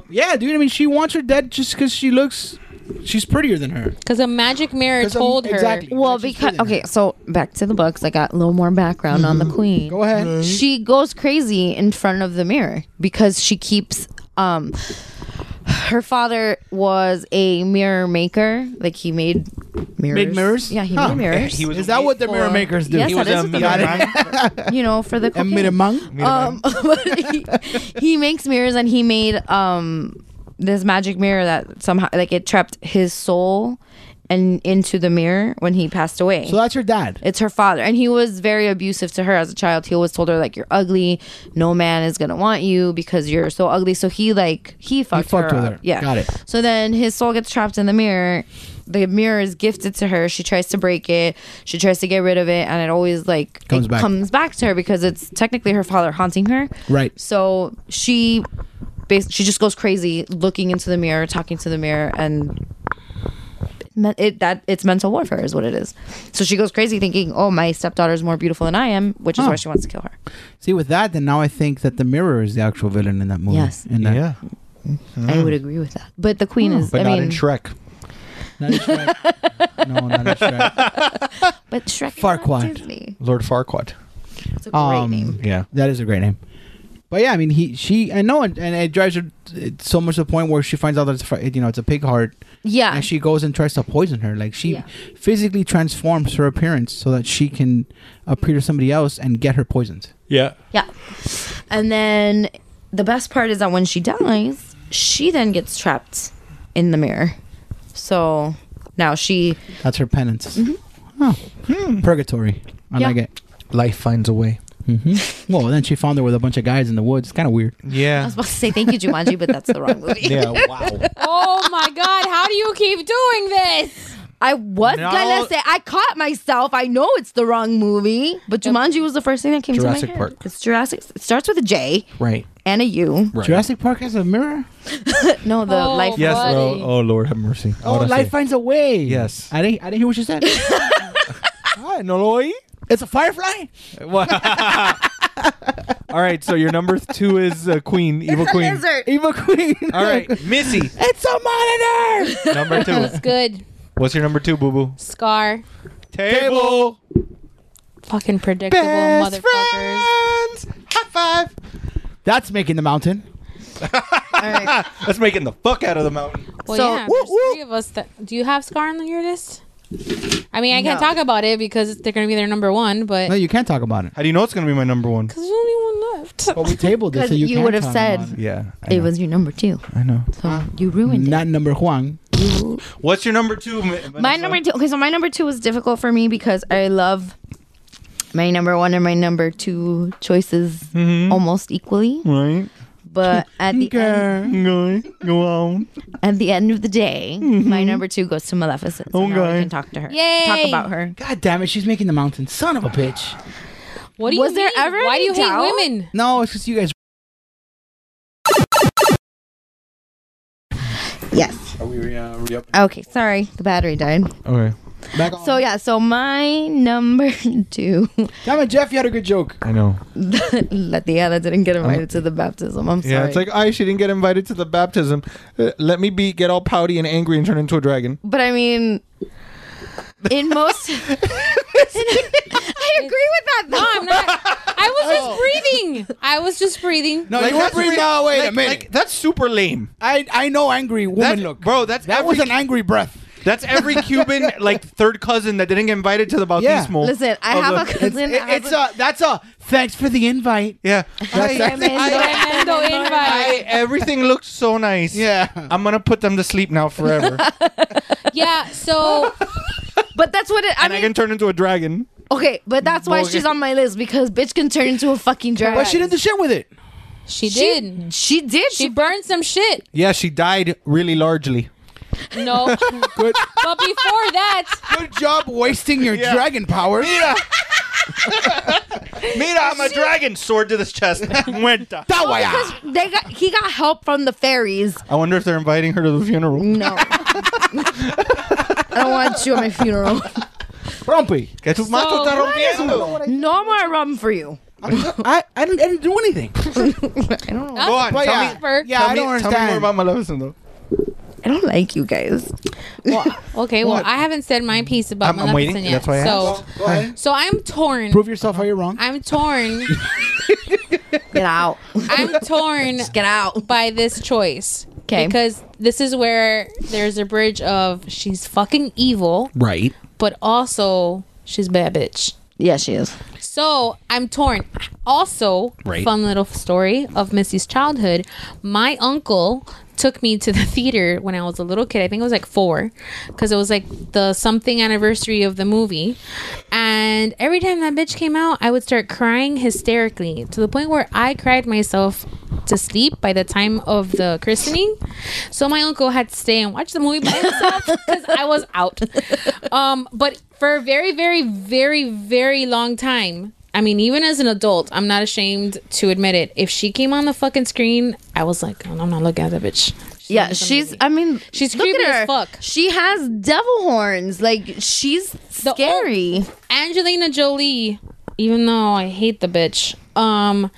[SPEAKER 4] uh, yeah, dude. I mean, she wants her dead just because she looks, she's prettier than her.
[SPEAKER 7] Because a magic mirror
[SPEAKER 4] 'Cause I'm-
[SPEAKER 7] told her.
[SPEAKER 4] exactly.
[SPEAKER 5] Well, because okay, so back to the books. I got a little more background on the queen.
[SPEAKER 4] Go ahead.
[SPEAKER 5] She goes crazy in front of the mirror because she keeps um her father was a mirror maker. Like he made mirrors.
[SPEAKER 4] Made mirrors?
[SPEAKER 5] Yeah, he
[SPEAKER 4] Huh.
[SPEAKER 5] made mirrors.
[SPEAKER 6] He was
[SPEAKER 4] Is that what the mirror
[SPEAKER 5] for-
[SPEAKER 4] makers do?
[SPEAKER 5] Yes, He that was is a what the mirror mirror- you know, for the
[SPEAKER 4] A
[SPEAKER 5] cocaine.
[SPEAKER 4] mirror-mang?
[SPEAKER 5] Um, he, he makes mirrors and he made um this magic mirror that somehow like it trapped his soul and into the mirror when he passed away.
[SPEAKER 4] So that's her dad.
[SPEAKER 5] It's her father. And he was very abusive to her as a child. He always told her, like, you're ugly. No man is going to want you because you're so ugly. So he, like, he fucked,
[SPEAKER 4] fucked
[SPEAKER 5] her
[SPEAKER 4] with
[SPEAKER 5] up.
[SPEAKER 4] her.
[SPEAKER 5] Yeah.
[SPEAKER 4] Got it.
[SPEAKER 5] So then his soul gets trapped in the mirror. The mirror is gifted to her. She tries to break it. She tries to get rid of it. And it always, like,
[SPEAKER 4] Comes
[SPEAKER 5] it
[SPEAKER 4] back.
[SPEAKER 5] comes back to her because it's technically her father haunting her.
[SPEAKER 4] Right.
[SPEAKER 5] So she. bas- She just goes crazy looking into the mirror, talking to the mirror, and me- it that it's mental warfare is what it is. So she goes crazy thinking, "Oh, my stepdaughter's more beautiful than I am," which is
[SPEAKER 4] Huh.
[SPEAKER 5] why she wants to kill her.
[SPEAKER 4] See, with that, then now I think that the mirror is the actual villain in that movie.
[SPEAKER 5] Yes.
[SPEAKER 4] In that.
[SPEAKER 6] Yeah,
[SPEAKER 5] I would agree with that. But the queen is,
[SPEAKER 6] Hmm. but
[SPEAKER 5] I
[SPEAKER 6] not
[SPEAKER 5] mean,
[SPEAKER 6] in Shrek.
[SPEAKER 4] Not in Shrek. no, not in Shrek.
[SPEAKER 5] but Shrek is
[SPEAKER 4] Farquaad.
[SPEAKER 5] not Disney.
[SPEAKER 6] Lord Farquaad.
[SPEAKER 5] It's a great
[SPEAKER 4] Um,
[SPEAKER 5] name.
[SPEAKER 6] Yeah.
[SPEAKER 4] That is a great name. But yeah, I mean, he, she, I know, and, and it drives her it's so much to the point where she finds out that it's, fr- you know, it's a pig heart,
[SPEAKER 5] Yeah,
[SPEAKER 4] and she goes and tries to poison her. Like she
[SPEAKER 5] Ah. Yeah.
[SPEAKER 4] physically transforms her appearance so that she can appear to somebody else and get her poisoned.
[SPEAKER 6] Yeah.
[SPEAKER 5] yeah. And then the best part is that when she dies, she then gets trapped in the mirror. So now she
[SPEAKER 4] That's her penance. Oh,
[SPEAKER 6] Hmm.
[SPEAKER 4] purgatory. I
[SPEAKER 5] Mm-hmm. Yeah.
[SPEAKER 4] like it.
[SPEAKER 6] Life finds a way.
[SPEAKER 4] Mm-hmm. Well, then she found her with a bunch of guys in the woods. It's kind of weird.
[SPEAKER 5] I
[SPEAKER 6] Yeah.
[SPEAKER 5] was about to say thank you Jumanji, but that's the wrong movie.
[SPEAKER 6] yeah. Wow.
[SPEAKER 7] oh my God, how do you keep doing this?
[SPEAKER 5] I was
[SPEAKER 6] No.
[SPEAKER 5] gonna say I caught myself. I know it's the wrong movie, but Jumanji was the first thing that came to
[SPEAKER 6] Jurassic
[SPEAKER 5] my head.
[SPEAKER 6] Park.
[SPEAKER 5] It's Jurassic. It starts with a J
[SPEAKER 6] Right.
[SPEAKER 5] and a U.
[SPEAKER 6] Right.
[SPEAKER 4] Jurassic Park has a mirror.
[SPEAKER 5] No, the
[SPEAKER 7] Oh,
[SPEAKER 5] life.
[SPEAKER 6] Yes.
[SPEAKER 7] Buddy.
[SPEAKER 6] Oh, oh, Lord have mercy.
[SPEAKER 4] Oh,
[SPEAKER 6] Ahora
[SPEAKER 4] life
[SPEAKER 6] sí.
[SPEAKER 4] finds a way.
[SPEAKER 6] Yes.
[SPEAKER 4] I didn't. I didn't hear what you said.
[SPEAKER 6] Ay, no lo oí.
[SPEAKER 4] it's a firefly.
[SPEAKER 6] All right, so your number two is uh, Queen, Evil Queen.
[SPEAKER 4] Evil queen.
[SPEAKER 6] All right, Missy.
[SPEAKER 4] it's a monitor.
[SPEAKER 6] Number two.
[SPEAKER 7] It's good.
[SPEAKER 6] What's your number two, Boo Boo?
[SPEAKER 7] Scar.
[SPEAKER 6] Table.
[SPEAKER 7] Fucking predictable motherfuckers.
[SPEAKER 6] High five.
[SPEAKER 4] That's making the mountain.
[SPEAKER 6] That's making the fuck out of the mountain.
[SPEAKER 7] Well,
[SPEAKER 5] So-
[SPEAKER 7] yeah,
[SPEAKER 5] Woo,
[SPEAKER 7] there's three of us that. Do you have Scar on your list? I mean, I can't talk about it because they're going to be their number one, but.
[SPEAKER 4] No, you can't talk about it.
[SPEAKER 6] How do you know it's gonna be my number one?
[SPEAKER 7] There's only one left.
[SPEAKER 4] But we tabled it, so
[SPEAKER 5] 'Cause
[SPEAKER 4] you,
[SPEAKER 5] you
[SPEAKER 4] can't
[SPEAKER 5] would've
[SPEAKER 4] talk
[SPEAKER 5] said-
[SPEAKER 4] about it.
[SPEAKER 6] Yeah, I
[SPEAKER 5] It
[SPEAKER 6] know.
[SPEAKER 5] was your number two,
[SPEAKER 6] I know.
[SPEAKER 5] so you ruined it.
[SPEAKER 4] not number Juan.
[SPEAKER 6] What's your number two? Ma-
[SPEAKER 5] My
[SPEAKER 6] Vanessa?
[SPEAKER 5] number two. Okay, so my number two was difficult for me because I love my number one and my number two choices
[SPEAKER 6] Mm-hmm. Hmm.
[SPEAKER 5] almost equally.
[SPEAKER 6] Right.
[SPEAKER 5] But at the
[SPEAKER 6] end, go on.
[SPEAKER 5] At the end of the day, my
[SPEAKER 8] Mhm.
[SPEAKER 5] number two goes to Maleficent. So now we
[SPEAKER 8] Okay.
[SPEAKER 5] can talk to her. Talk about her.
[SPEAKER 8] God damn it, she's making the mountain. Son of a bitch.
[SPEAKER 7] What do you
[SPEAKER 5] Was there
[SPEAKER 7] mean?
[SPEAKER 5] ever
[SPEAKER 7] Why do
[SPEAKER 5] any
[SPEAKER 7] you
[SPEAKER 5] doubt?
[SPEAKER 7] hate women?
[SPEAKER 8] No, it's because you guys.
[SPEAKER 5] Yes.
[SPEAKER 3] Are we, uh, are we up?
[SPEAKER 5] Okay, sorry, the battery died.
[SPEAKER 6] Okay.
[SPEAKER 5] So yeah, so my number two.
[SPEAKER 8] Damn it, Jeff, you had a good joke.
[SPEAKER 6] I know.
[SPEAKER 5] Latiana didn't get invited to the baptism. I'm sorry.
[SPEAKER 6] Yeah, it's like I she didn't get invited to the baptism. Uh, let me be get all pouty and angry and turn into a dragon.
[SPEAKER 5] But I mean, in most. I agree with that.
[SPEAKER 7] No, I'm not. I was just breathing. I was just breathing.
[SPEAKER 4] Oh. No, you were breathing. No, wait
[SPEAKER 6] like-
[SPEAKER 4] a minute.
[SPEAKER 6] like, that's super lame.
[SPEAKER 4] I I know angry woman
[SPEAKER 6] That's-
[SPEAKER 4] look.
[SPEAKER 6] bro, that's
[SPEAKER 4] that was an angry breath.
[SPEAKER 6] That's every Cuban like third cousin that didn't get invited to the baptismo.
[SPEAKER 5] Listen, I
[SPEAKER 6] of
[SPEAKER 5] have
[SPEAKER 6] the-
[SPEAKER 5] a cousin. that has
[SPEAKER 4] It's a that's a thanks for the invite.
[SPEAKER 6] Yeah,
[SPEAKER 4] That's, that's,
[SPEAKER 7] Tremendo
[SPEAKER 6] I-
[SPEAKER 7] invite.
[SPEAKER 6] everything looked so nice. Yeah, I'm gonna put them to sleep now forever,
[SPEAKER 7] Yeah, so
[SPEAKER 5] But that's what it. I
[SPEAKER 6] and I
[SPEAKER 5] mean,
[SPEAKER 6] can turn into a dragon.
[SPEAKER 5] okay, but that's why
[SPEAKER 6] Well,
[SPEAKER 5] she's
[SPEAKER 6] okay.
[SPEAKER 5] on my list because bitch can turn into a fucking dragon.
[SPEAKER 4] but she didn't do shit with it.
[SPEAKER 7] she
[SPEAKER 5] She-
[SPEAKER 7] did.
[SPEAKER 5] She did.
[SPEAKER 7] She burned some shit.
[SPEAKER 6] Yeah, she died really largely.
[SPEAKER 7] No. but before that,
[SPEAKER 4] Good job wasting your
[SPEAKER 6] Yeah.
[SPEAKER 4] dragon power.
[SPEAKER 6] Mira, I'm a dragon. Sword to this chest. Muerta.
[SPEAKER 4] That way,
[SPEAKER 5] Because
[SPEAKER 4] ah.
[SPEAKER 5] they got he got help from the fairies.
[SPEAKER 6] I wonder if they're inviting her to the funeral.
[SPEAKER 5] No. I don't want you at my funeral.
[SPEAKER 4] Rompy.
[SPEAKER 6] Que tu mato está rompiendo.
[SPEAKER 5] No more rum for you.
[SPEAKER 4] I, I, didn't, I didn't do anything.
[SPEAKER 5] I don't know.
[SPEAKER 7] I'm
[SPEAKER 6] Go on,
[SPEAKER 7] a
[SPEAKER 6] tell me-
[SPEAKER 7] believer.
[SPEAKER 4] Yeah, I don't
[SPEAKER 6] Tell me more
[SPEAKER 4] understand.
[SPEAKER 6] about Maleficent, though.
[SPEAKER 5] I don't like you guys.
[SPEAKER 7] Well, okay, well, I haven't said my piece about
[SPEAKER 6] I'm- I'm waiting.
[SPEAKER 7] Maleficent yet.
[SPEAKER 6] That's why I
[SPEAKER 7] so, so I'm torn.
[SPEAKER 4] Prove yourself how you're wrong.
[SPEAKER 7] I'm torn.
[SPEAKER 5] Get out.
[SPEAKER 7] I'm torn
[SPEAKER 5] Get out.
[SPEAKER 7] by this choice.
[SPEAKER 5] 'Kay.
[SPEAKER 7] Because this is where there's a bridge of she's fucking evil,
[SPEAKER 4] Right.
[SPEAKER 7] but also she's a bad bitch.
[SPEAKER 5] Yeah, she is.
[SPEAKER 7] So I'm torn. Also,
[SPEAKER 4] Right.
[SPEAKER 7] fun little story of Missy's childhood. My uncle took me to the theater when I was a little kid. I think I was like four, because it was like the something anniversary of the movie. And every time that bitch came out, I would start crying hysterically to the point where I cried myself to sleep by the time of the christening. So my uncle had to stay and watch the movie by himself because I was out. Um, but for a very, very, very, very long time, I mean, even as an adult, I'm not ashamed to admit it. If she came on the fucking screen, I was like, "Oh, I'm not looking at that bitch.
[SPEAKER 5] Yeah, she's. I mean,
[SPEAKER 7] She's
[SPEAKER 5] look
[SPEAKER 7] creepy
[SPEAKER 5] at
[SPEAKER 7] as
[SPEAKER 5] her.
[SPEAKER 7] fuck.
[SPEAKER 5] She has devil horns. Like she's
[SPEAKER 7] The
[SPEAKER 5] scary.
[SPEAKER 7] Angelina Jolie, even though I hate the bitch, um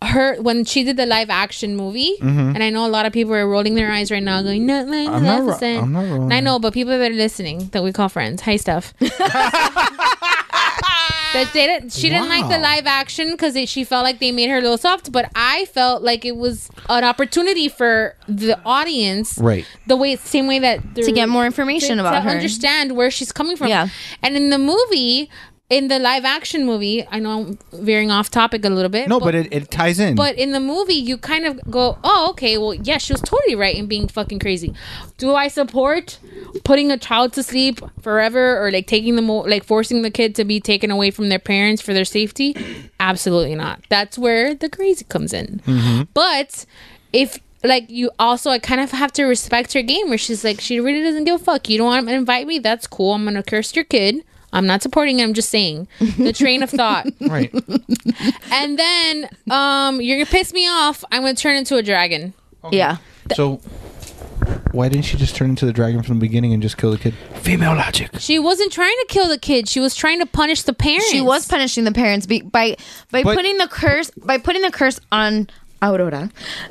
[SPEAKER 7] her when she did the live action movie, and I know a lot of people are rolling their eyes right now, going, "Not like
[SPEAKER 6] Mm-hmm. I'm not ro-
[SPEAKER 7] Maleficent."
[SPEAKER 6] I'm not rolling.
[SPEAKER 7] And I know, but people that are listening that we call friends, hi stuff. That they didn't, she didn't like the
[SPEAKER 4] Wow.
[SPEAKER 7] live action because she felt like they made her a little soft, but I felt like it was an opportunity for the audience,
[SPEAKER 6] Right.
[SPEAKER 7] The way, same way that
[SPEAKER 5] To get
[SPEAKER 7] they're-
[SPEAKER 5] more information
[SPEAKER 7] to-
[SPEAKER 5] about
[SPEAKER 7] to
[SPEAKER 5] her.
[SPEAKER 7] understand where she's coming from.
[SPEAKER 5] Yeah.
[SPEAKER 7] And in the movie, in the live action movie, I know I'm veering off topic a little bit.
[SPEAKER 6] No, but it, it ties
[SPEAKER 4] Mm.
[SPEAKER 6] in.
[SPEAKER 7] But in the movie, you kind of go, oh, okay, well, yeah, she was totally right in being fucking crazy. Do I support putting a child to sleep forever or like taking them, o- like forcing the kid to be taken away from their parents for their safety? Absolutely not. That's where the crazy comes in. But if like you also I kind of have to respect her game where she's like she really doesn't give a fuck. You don't want to invite me, that's cool. I'm gonna curse your kid. I'm not supporting it, I'm just saying. The train of thought.
[SPEAKER 6] right.
[SPEAKER 7] And then um you're gonna piss me off, I'm gonna turn into a dragon.
[SPEAKER 5] Yeah.
[SPEAKER 6] So, why didn't she just turn into the dragon from the beginning and just kill the kid?
[SPEAKER 4] Female logic.
[SPEAKER 7] She wasn't trying to kill the kid, she was trying to punish the parents.
[SPEAKER 5] She was punishing the parents be, by by
[SPEAKER 6] But-
[SPEAKER 5] putting the curse by putting the curse on Aurora.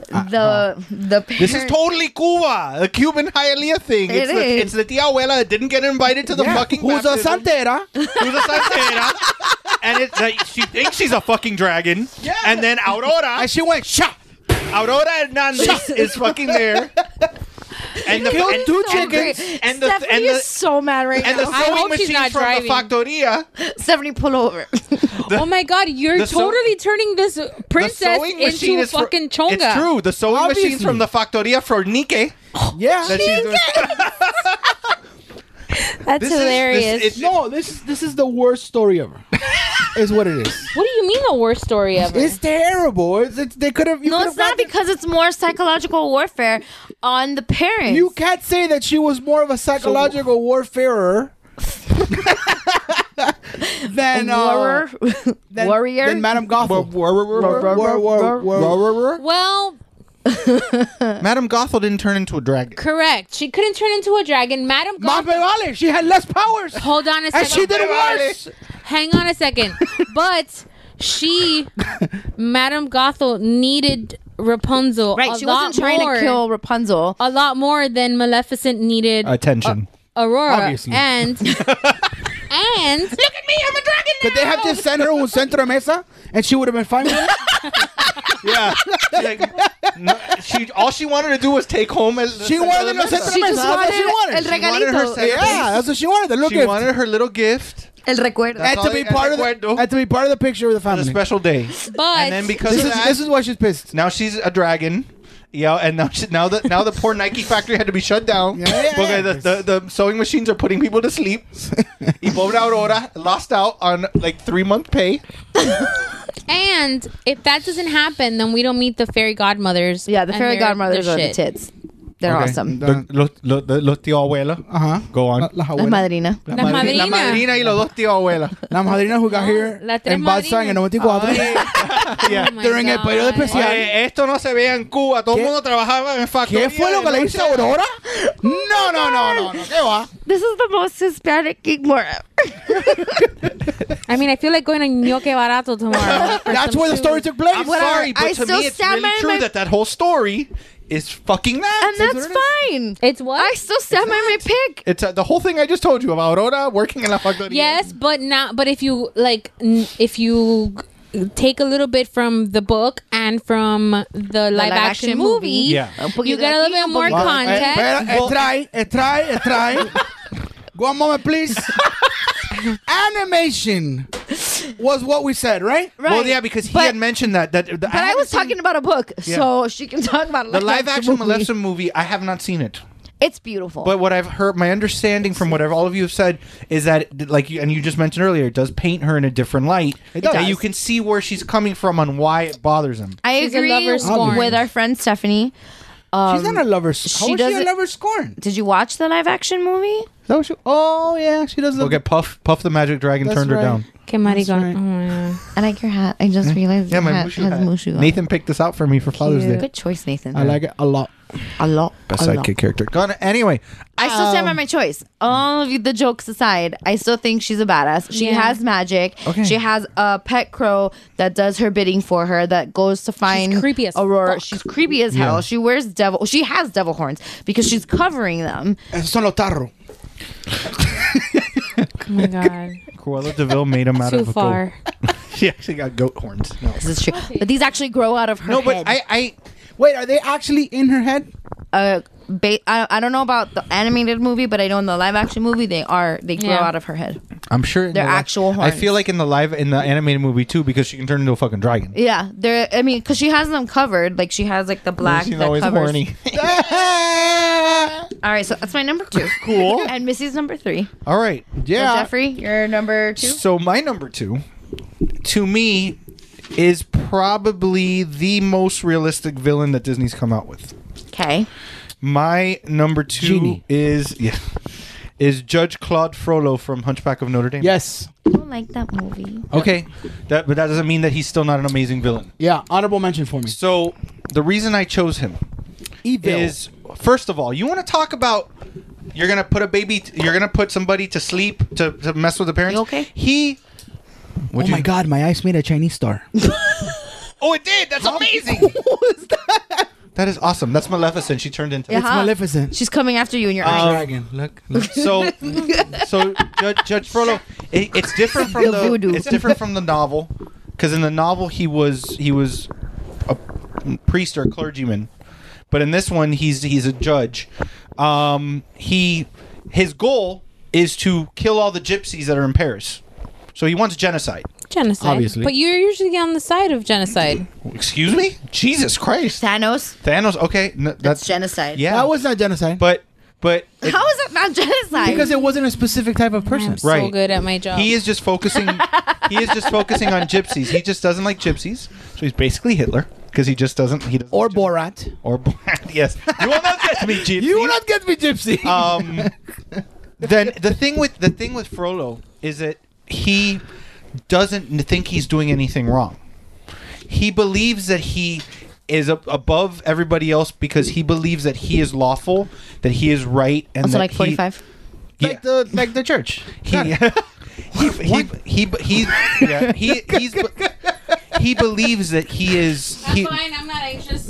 [SPEAKER 5] The the parents.
[SPEAKER 6] Uh-huh. This is totally Cuba, the Cuban Hialeah thing.
[SPEAKER 5] It
[SPEAKER 6] it's, The,
[SPEAKER 5] is.
[SPEAKER 6] it's the tia abuela that didn't get invited to the fucking
[SPEAKER 4] Who's a
[SPEAKER 6] baptism.
[SPEAKER 4] santera?
[SPEAKER 6] Who's a santera? and it's that she thinks she's a fucking dragon. Yeah. And then Aurora,
[SPEAKER 4] And she went, shot.
[SPEAKER 6] Aurora Hernandez is fucking there. And the
[SPEAKER 4] Killed
[SPEAKER 6] and,
[SPEAKER 4] two
[SPEAKER 6] and,
[SPEAKER 4] chickens.
[SPEAKER 6] and the
[SPEAKER 5] Stephanie
[SPEAKER 6] and
[SPEAKER 5] is
[SPEAKER 6] the
[SPEAKER 5] so mad right
[SPEAKER 6] and the
[SPEAKER 5] now.
[SPEAKER 7] I
[SPEAKER 6] sewing
[SPEAKER 7] hope she's
[SPEAKER 6] machine
[SPEAKER 7] not
[SPEAKER 6] from
[SPEAKER 7] driving.
[SPEAKER 6] the factoria.
[SPEAKER 5] Stephanie, pull over.
[SPEAKER 7] oh my god, you're
[SPEAKER 6] the sew-
[SPEAKER 7] totally turning this princess into
[SPEAKER 6] for-
[SPEAKER 7] fucking chonga.
[SPEAKER 6] It's true. The sewing machine's
[SPEAKER 4] Obviously.
[SPEAKER 6] from the factoria for Nike.
[SPEAKER 4] Yeah.
[SPEAKER 6] That she's doing.
[SPEAKER 7] That's
[SPEAKER 4] is-
[SPEAKER 7] hilarious.
[SPEAKER 4] this- no, this is this is the worst story ever. is what it is.
[SPEAKER 7] What do you mean the worst story ever?
[SPEAKER 4] It's terrible. It's, it's they could have.
[SPEAKER 5] No, it's not because it's more psychological warfare on the parents.
[SPEAKER 4] You can't say that she was more of a psychological warfarer than uh, than, warrior than Madame Gothel.
[SPEAKER 7] Well,
[SPEAKER 6] Madame Gothel didn't turn into a dragon.
[SPEAKER 7] correct. She couldn't turn into a dragon. Madam Gothel.
[SPEAKER 4] she had less powers.
[SPEAKER 7] Hold on a second.
[SPEAKER 4] And she did worse.
[SPEAKER 7] Hang on a second. but she, Madam Gothel, needed Rapunzel.
[SPEAKER 5] Right,
[SPEAKER 7] a
[SPEAKER 5] she wasn't
[SPEAKER 7] lot
[SPEAKER 5] trying to
[SPEAKER 7] more-
[SPEAKER 5] kill Rapunzel.
[SPEAKER 7] A lot more than Maleficent needed
[SPEAKER 6] Attention.
[SPEAKER 4] Uh,
[SPEAKER 7] Aurora.
[SPEAKER 6] Obviously.
[SPEAKER 7] And. and. Look at me, I'm a dragon!
[SPEAKER 4] Could they have just sent her un centro mesa and she would have been fine with it?
[SPEAKER 6] yeah. she all she wanted to do was take home as
[SPEAKER 4] She wanted
[SPEAKER 6] another
[SPEAKER 4] to
[SPEAKER 6] mesa.
[SPEAKER 4] centro mesa. That's what she wanted.
[SPEAKER 5] el regalito.
[SPEAKER 6] centerpiece.
[SPEAKER 4] Yeah, that's what she wanted. The little
[SPEAKER 6] she
[SPEAKER 4] gift.
[SPEAKER 6] wanted her little gift
[SPEAKER 5] El recuerdo.
[SPEAKER 4] and to be part of the, and to be part of the picture of the
[SPEAKER 6] on a
[SPEAKER 4] family.
[SPEAKER 6] special day.
[SPEAKER 7] But.
[SPEAKER 6] And then because
[SPEAKER 4] This
[SPEAKER 6] of
[SPEAKER 4] is-
[SPEAKER 6] that,
[SPEAKER 4] this is why she's pissed.
[SPEAKER 6] Now she's a dragon. Yeah, and now she, now the now the poor Nike factory had to be shut down.
[SPEAKER 4] Yeah, yeah,
[SPEAKER 6] because The, the the sewing machines are putting people to sleep. y pobre Aurora lost out on like three month pay.
[SPEAKER 7] And if that doesn't happen, then we don't meet the fairy godmothers.
[SPEAKER 5] Yeah, the
[SPEAKER 7] and
[SPEAKER 5] fairy
[SPEAKER 7] they're
[SPEAKER 5] godmothers are the
[SPEAKER 7] shit.
[SPEAKER 5] tits. They're
[SPEAKER 6] Okay.
[SPEAKER 5] awesome.
[SPEAKER 6] Lo- Los lo, the- los tío abuela.
[SPEAKER 4] Uh huh.
[SPEAKER 6] Go on.
[SPEAKER 4] La
[SPEAKER 5] La
[SPEAKER 4] abuela.
[SPEAKER 5] madrina.
[SPEAKER 7] La
[SPEAKER 6] La
[SPEAKER 7] madrina.
[SPEAKER 6] madrina y los dos tío abuela.
[SPEAKER 4] La madrina who got here
[SPEAKER 7] La tres
[SPEAKER 4] in Balsa en el 94.
[SPEAKER 6] yeah.
[SPEAKER 7] Oh my
[SPEAKER 4] During el periodo
[SPEAKER 7] God.
[SPEAKER 4] especial.
[SPEAKER 6] Oye, esto no se veía en Cuba. Todo el
[SPEAKER 4] ¿Qué-
[SPEAKER 6] mundo trabajaba en
[SPEAKER 4] ¿Qué
[SPEAKER 6] factoría.
[SPEAKER 4] fue lo que le hizo Aurora? No, no, no, no, no. ¿Qué va?
[SPEAKER 5] This is the most Hispanic gig more ever.
[SPEAKER 7] I mean, I feel like going to Ñoque Barato tomorrow. for
[SPEAKER 4] That's
[SPEAKER 7] some
[SPEAKER 4] where the
[SPEAKER 7] food.
[SPEAKER 4] story took place.
[SPEAKER 6] I'm sorry, but
[SPEAKER 5] I
[SPEAKER 6] to
[SPEAKER 5] still
[SPEAKER 6] me it's
[SPEAKER 5] stand by
[SPEAKER 6] really true
[SPEAKER 5] my-
[SPEAKER 6] that that whole story is fucking that.
[SPEAKER 5] And that's fine.
[SPEAKER 7] It's what?
[SPEAKER 5] I still stand by my pick.
[SPEAKER 6] It's uh, the whole thing I just told you about Aurora working in la factoría.
[SPEAKER 7] Yes, but not. But if you like, n- if you g- take a little bit from the book and from the, live, action,
[SPEAKER 5] action
[SPEAKER 7] movie,
[SPEAKER 5] movie.
[SPEAKER 6] Yeah.
[SPEAKER 5] Un poquito
[SPEAKER 7] you get a
[SPEAKER 5] de
[SPEAKER 7] little
[SPEAKER 5] aquí,
[SPEAKER 7] bit
[SPEAKER 5] un
[SPEAKER 7] more
[SPEAKER 5] poquito de
[SPEAKER 4] Well, eh,
[SPEAKER 7] context.
[SPEAKER 4] espera, eh, try, eh, try, eh, try. One moment, please. Animation was what we said, right?
[SPEAKER 5] Right.
[SPEAKER 6] Well, yeah, because he
[SPEAKER 5] But-
[SPEAKER 6] had mentioned that. That the,
[SPEAKER 5] But I, was
[SPEAKER 6] haven't
[SPEAKER 5] talking about a book, so she can talk about a
[SPEAKER 6] seen the live action
[SPEAKER 5] movie.
[SPEAKER 6] Maleficent movie. I have not seen it,
[SPEAKER 5] It's beautiful.
[SPEAKER 6] but what I've heard, my understanding from whatever all of you have said is that, like, you, and you just mentioned earlier, it does paint her in a different light. It
[SPEAKER 5] does.
[SPEAKER 6] And you can see where she's coming from on why it bothers him.
[SPEAKER 5] I
[SPEAKER 7] She's a
[SPEAKER 5] agree
[SPEAKER 7] lover scorn.
[SPEAKER 5] with our friend Stephanie. Um,
[SPEAKER 4] She's not a lover. How
[SPEAKER 5] she
[SPEAKER 4] is she a
[SPEAKER 5] doesn't-
[SPEAKER 4] lover scorn?
[SPEAKER 5] did you watch the live action movie?
[SPEAKER 4] Is that what she- oh yeah, she does.
[SPEAKER 6] Look
[SPEAKER 4] Okay.
[SPEAKER 6] at Puff. Puff the Magic Dragon
[SPEAKER 4] That's
[SPEAKER 6] turned her
[SPEAKER 4] right.
[SPEAKER 6] down.
[SPEAKER 7] Que maricón.
[SPEAKER 4] right.
[SPEAKER 7] Oh my God.
[SPEAKER 5] I like your hat. I just realized
[SPEAKER 6] Yeah,
[SPEAKER 5] your
[SPEAKER 6] my
[SPEAKER 5] hat
[SPEAKER 6] Mushu
[SPEAKER 5] has
[SPEAKER 6] hat.
[SPEAKER 5] Mushu on.
[SPEAKER 6] Nathan picked this out for me for Father's
[SPEAKER 5] Cute.
[SPEAKER 6] Day.
[SPEAKER 5] Good choice, Nathan.
[SPEAKER 4] I like it a lot.
[SPEAKER 5] a lot.
[SPEAKER 6] Best
[SPEAKER 5] a lot.
[SPEAKER 6] sidekick character. Gone. Anyway,
[SPEAKER 5] I still stand by my choice. All of the jokes aside, I still think she's a badass. She
[SPEAKER 7] Yeah.
[SPEAKER 5] has magic. She has a pet crow that does her bidding for her. That goes to find
[SPEAKER 7] creepy as
[SPEAKER 5] Aurora.
[SPEAKER 7] fuck.
[SPEAKER 5] She's creepy as hell. She wears devil. She has devil horns because she's covering them.
[SPEAKER 4] Esos son los tarros.
[SPEAKER 7] Oh my god.
[SPEAKER 6] Cruella Deville made him out
[SPEAKER 7] Too
[SPEAKER 6] of a
[SPEAKER 7] far.
[SPEAKER 6] goat. She actually got goat horns. No,
[SPEAKER 5] This is true. But these actually grow out of her.
[SPEAKER 6] no but
[SPEAKER 5] head.
[SPEAKER 6] I, I,
[SPEAKER 4] Wait, are they actually in her head?
[SPEAKER 5] uh, ba- I, I don't know about the animated movie, but I know in the live action movie they are they grow
[SPEAKER 7] Yeah.
[SPEAKER 5] out of her head.
[SPEAKER 6] I'm sure in
[SPEAKER 5] They're
[SPEAKER 6] the li-
[SPEAKER 5] actual
[SPEAKER 6] I feel
[SPEAKER 5] horns.
[SPEAKER 6] like in the live in the animated movie too because she can turn into a fucking dragon.
[SPEAKER 5] Yeah, they're. I mean, because she has them covered. Like she has like the black
[SPEAKER 6] She's
[SPEAKER 5] that
[SPEAKER 6] always
[SPEAKER 5] covers.
[SPEAKER 6] horny.
[SPEAKER 5] All right, so that's my number two.
[SPEAKER 6] Cool.
[SPEAKER 5] And Missy's number three.
[SPEAKER 6] All right.
[SPEAKER 5] So
[SPEAKER 6] Yeah.
[SPEAKER 5] Jeffrey, you're number two.
[SPEAKER 6] So my number 2 to me is probably the most realistic villain that Disney's come out with.
[SPEAKER 5] Okay.
[SPEAKER 6] My number 2
[SPEAKER 4] Genie.
[SPEAKER 6] is yeah. Is Judge Claude Frollo from Hunchback of Notre Dame?
[SPEAKER 4] Yes.
[SPEAKER 5] I don't like that movie.
[SPEAKER 6] Okay. That but that doesn't mean that he's still not an amazing villain.
[SPEAKER 4] Yeah. Honorable mention for me.
[SPEAKER 6] So the reason I chose him
[SPEAKER 4] Evil.
[SPEAKER 6] is first of all, you want to talk about you're gonna put a baby, you're gonna put somebody to sleep to, to mess with the parents.
[SPEAKER 5] You okay?
[SPEAKER 6] He.
[SPEAKER 4] oh my god, my eyes made a Chinese star.
[SPEAKER 6] Oh, it did. That's amazing. what was that? That is awesome. That's Maleficent. She turned into.
[SPEAKER 5] Yeah.
[SPEAKER 4] It's
[SPEAKER 7] Ah.
[SPEAKER 5] Huh.
[SPEAKER 4] Maleficent.
[SPEAKER 5] She's coming after you and your
[SPEAKER 6] Uh,
[SPEAKER 5] eyes.
[SPEAKER 4] dragon. Look.
[SPEAKER 6] So, so Judge, Judge Frollo, it, it's different from
[SPEAKER 5] The
[SPEAKER 6] the,
[SPEAKER 5] voodoo.
[SPEAKER 6] it's different from the novel, because in the novel he was he was a priest or a clergyman, but in this one he's he's a judge. Um, he his goal is to kill all the gypsies that are in Paris, so he wants genocide.
[SPEAKER 7] Genocide.
[SPEAKER 8] Obviously.
[SPEAKER 7] But you're usually on the side of genocide.
[SPEAKER 6] Excuse me, Jesus Christ,
[SPEAKER 5] Thanos.
[SPEAKER 6] Thanos. Okay, n- that's,
[SPEAKER 5] genocide.
[SPEAKER 6] Yeah,
[SPEAKER 4] That was not genocide.
[SPEAKER 6] but But it-
[SPEAKER 5] How is that not genocide?
[SPEAKER 4] Because it wasn't a specific type of person.
[SPEAKER 7] I'm so
[SPEAKER 6] Right.
[SPEAKER 7] good at my job.
[SPEAKER 6] he is just focusing. he is just focusing on gypsies. He just doesn't like gypsies, so he's basically Hitler because he just doesn't. He doesn't
[SPEAKER 4] or Borat.
[SPEAKER 6] Or Borat. Yes, you will not get me, gypsy. You will
[SPEAKER 4] not get me, gypsy.
[SPEAKER 6] Um, then the thing with the thing with Frollo is that he doesn't n- think he's doing anything wrong. He believes that he is ab above everybody else because he believes that he is lawful, that he is right, and
[SPEAKER 5] also
[SPEAKER 6] that
[SPEAKER 5] like
[SPEAKER 6] he-
[SPEAKER 5] 45.
[SPEAKER 4] Like the like the church.
[SPEAKER 6] he he he he he, yeah, he he's he believes that he is
[SPEAKER 7] I'm
[SPEAKER 6] he,
[SPEAKER 7] fine. I'm not anxious.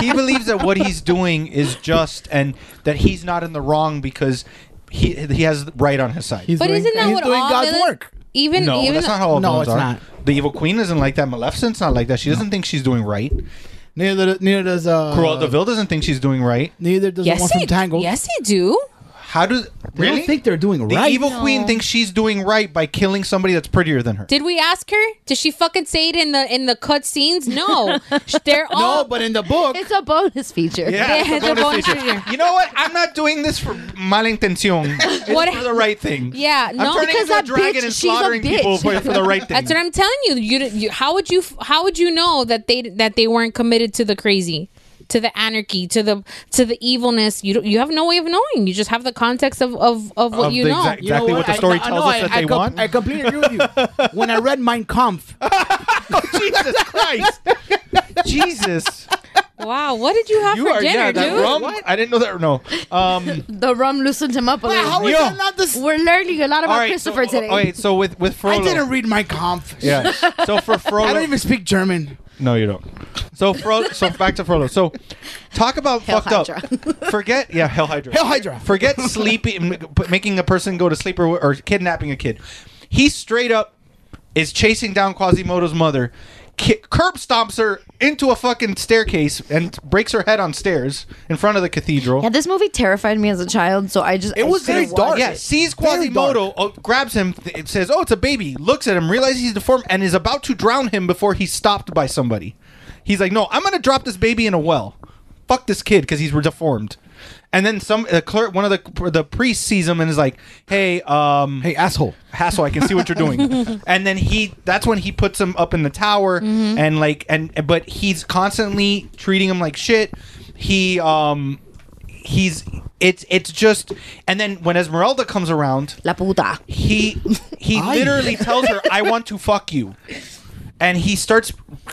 [SPEAKER 6] he believes that what he's doing is just and that he's not in the wrong because he he has right on his side.
[SPEAKER 7] but isn't that what all villains, Even
[SPEAKER 6] no,
[SPEAKER 7] even
[SPEAKER 6] that's not how all
[SPEAKER 4] No,
[SPEAKER 6] villains
[SPEAKER 4] it's
[SPEAKER 6] are.
[SPEAKER 4] not.
[SPEAKER 6] The evil queen isn't like that. Maleficent's not like that. She doesn't think she's doing right.
[SPEAKER 4] Neither neither does uh
[SPEAKER 6] Cruella de Vil doesn't think she's doing right.
[SPEAKER 4] neither does the
[SPEAKER 7] yes,
[SPEAKER 4] one from
[SPEAKER 7] he,
[SPEAKER 4] Tangled.
[SPEAKER 7] yes, he do.
[SPEAKER 6] How do
[SPEAKER 4] They
[SPEAKER 6] really?
[SPEAKER 4] don't think they're doing
[SPEAKER 6] the
[SPEAKER 4] right.
[SPEAKER 6] evil
[SPEAKER 7] No.
[SPEAKER 6] queen thinks she's doing right by killing somebody that's prettier than her.
[SPEAKER 7] Did we ask her? Did she fucking say it in the in the cut scenes? No, they're all.
[SPEAKER 4] no, but in the book
[SPEAKER 5] It's a bonus feature.
[SPEAKER 6] Yeah,
[SPEAKER 7] Yeah,
[SPEAKER 6] it's a
[SPEAKER 7] the
[SPEAKER 6] bonus
[SPEAKER 7] bonus
[SPEAKER 6] feature.
[SPEAKER 7] feature.
[SPEAKER 6] You know what? I'm not doing this for malintención. It's
[SPEAKER 7] What-
[SPEAKER 6] for the right thing.
[SPEAKER 7] Yeah,
[SPEAKER 6] I'm
[SPEAKER 7] no,
[SPEAKER 6] turning
[SPEAKER 7] because
[SPEAKER 6] into a
[SPEAKER 5] that
[SPEAKER 6] dragon
[SPEAKER 5] bitch-
[SPEAKER 6] and
[SPEAKER 5] she's a
[SPEAKER 6] slaughtering people
[SPEAKER 5] bitch.
[SPEAKER 6] for, for the right thing.
[SPEAKER 7] That's what I'm telling you. You, d- you. How would you? f- How would you know that they that they weren't committed to the crazy, to the anarchy, to the to the evilness? You don't, you have no way of knowing. You just have the context of of, of what
[SPEAKER 6] Of
[SPEAKER 7] you
[SPEAKER 6] the
[SPEAKER 7] know.
[SPEAKER 6] exact- exactly what the
[SPEAKER 4] I-
[SPEAKER 6] story
[SPEAKER 4] I- I
[SPEAKER 6] tells
[SPEAKER 4] know,
[SPEAKER 6] us
[SPEAKER 4] I-
[SPEAKER 6] that
[SPEAKER 4] I
[SPEAKER 6] they
[SPEAKER 4] com-
[SPEAKER 6] want.
[SPEAKER 4] I completely agree with you. When I read Mein Kampf,
[SPEAKER 6] Jesus Christ. Jesus.
[SPEAKER 7] wow, what did you have for dinner, dude?
[SPEAKER 6] I didn't know that. No. Um,
[SPEAKER 5] The rum loosened him up a little.
[SPEAKER 4] how is
[SPEAKER 6] Yo.
[SPEAKER 4] that not the? s-
[SPEAKER 5] We're learning a lot about
[SPEAKER 6] all right. So, oh,
[SPEAKER 5] Christopher today.
[SPEAKER 6] okay, so with with Frollo.
[SPEAKER 4] I didn't read Mein Kampf.
[SPEAKER 6] Yeah. So for Frollo.
[SPEAKER 4] I don't even speak German.
[SPEAKER 6] No, you don't. So Fro- so back to Frodo. So talk about
[SPEAKER 5] Hail
[SPEAKER 6] fucked up.
[SPEAKER 5] Hydra.
[SPEAKER 6] Forget yeah, Hell Hydra.
[SPEAKER 4] Hail Hydra.
[SPEAKER 6] Forget sleeping, making a person go to sleep or, or kidnapping a kid. He straight up is chasing down Quasimodo's mother, ki- curb stomps her into a fucking staircase and breaks her head on stairs in front of the cathedral.
[SPEAKER 5] Yeah, this movie terrified me as a child, so I just
[SPEAKER 4] It
[SPEAKER 5] I
[SPEAKER 4] was
[SPEAKER 5] couldn't
[SPEAKER 4] very
[SPEAKER 5] watch
[SPEAKER 4] dark.
[SPEAKER 5] it.
[SPEAKER 6] Yeah, sees
[SPEAKER 4] Very
[SPEAKER 6] Quasimodo, oh, grabs him, th- it says, "Oh, it's a baby." Looks at him, realizes he's deformed, and is about to drown him before he's stopped by somebody. He's like, "No, I'm gonna drop this baby in a well. Fuck this kid because he's deformed." And then some, the clerk, one of the the priest sees him and is like, "Hey, um,
[SPEAKER 4] Hey, asshole.
[SPEAKER 6] hassle. I can see what you're doing. and then he that's when he puts him up in the tower
[SPEAKER 4] Mm-hmm.
[SPEAKER 6] and like and but he's constantly treating him like shit. He um he's it's it's just and then when Esmeralda comes around,
[SPEAKER 5] La puta.
[SPEAKER 6] he he
[SPEAKER 4] Ay.
[SPEAKER 6] literally tells her, "I want to fuck you." And he starts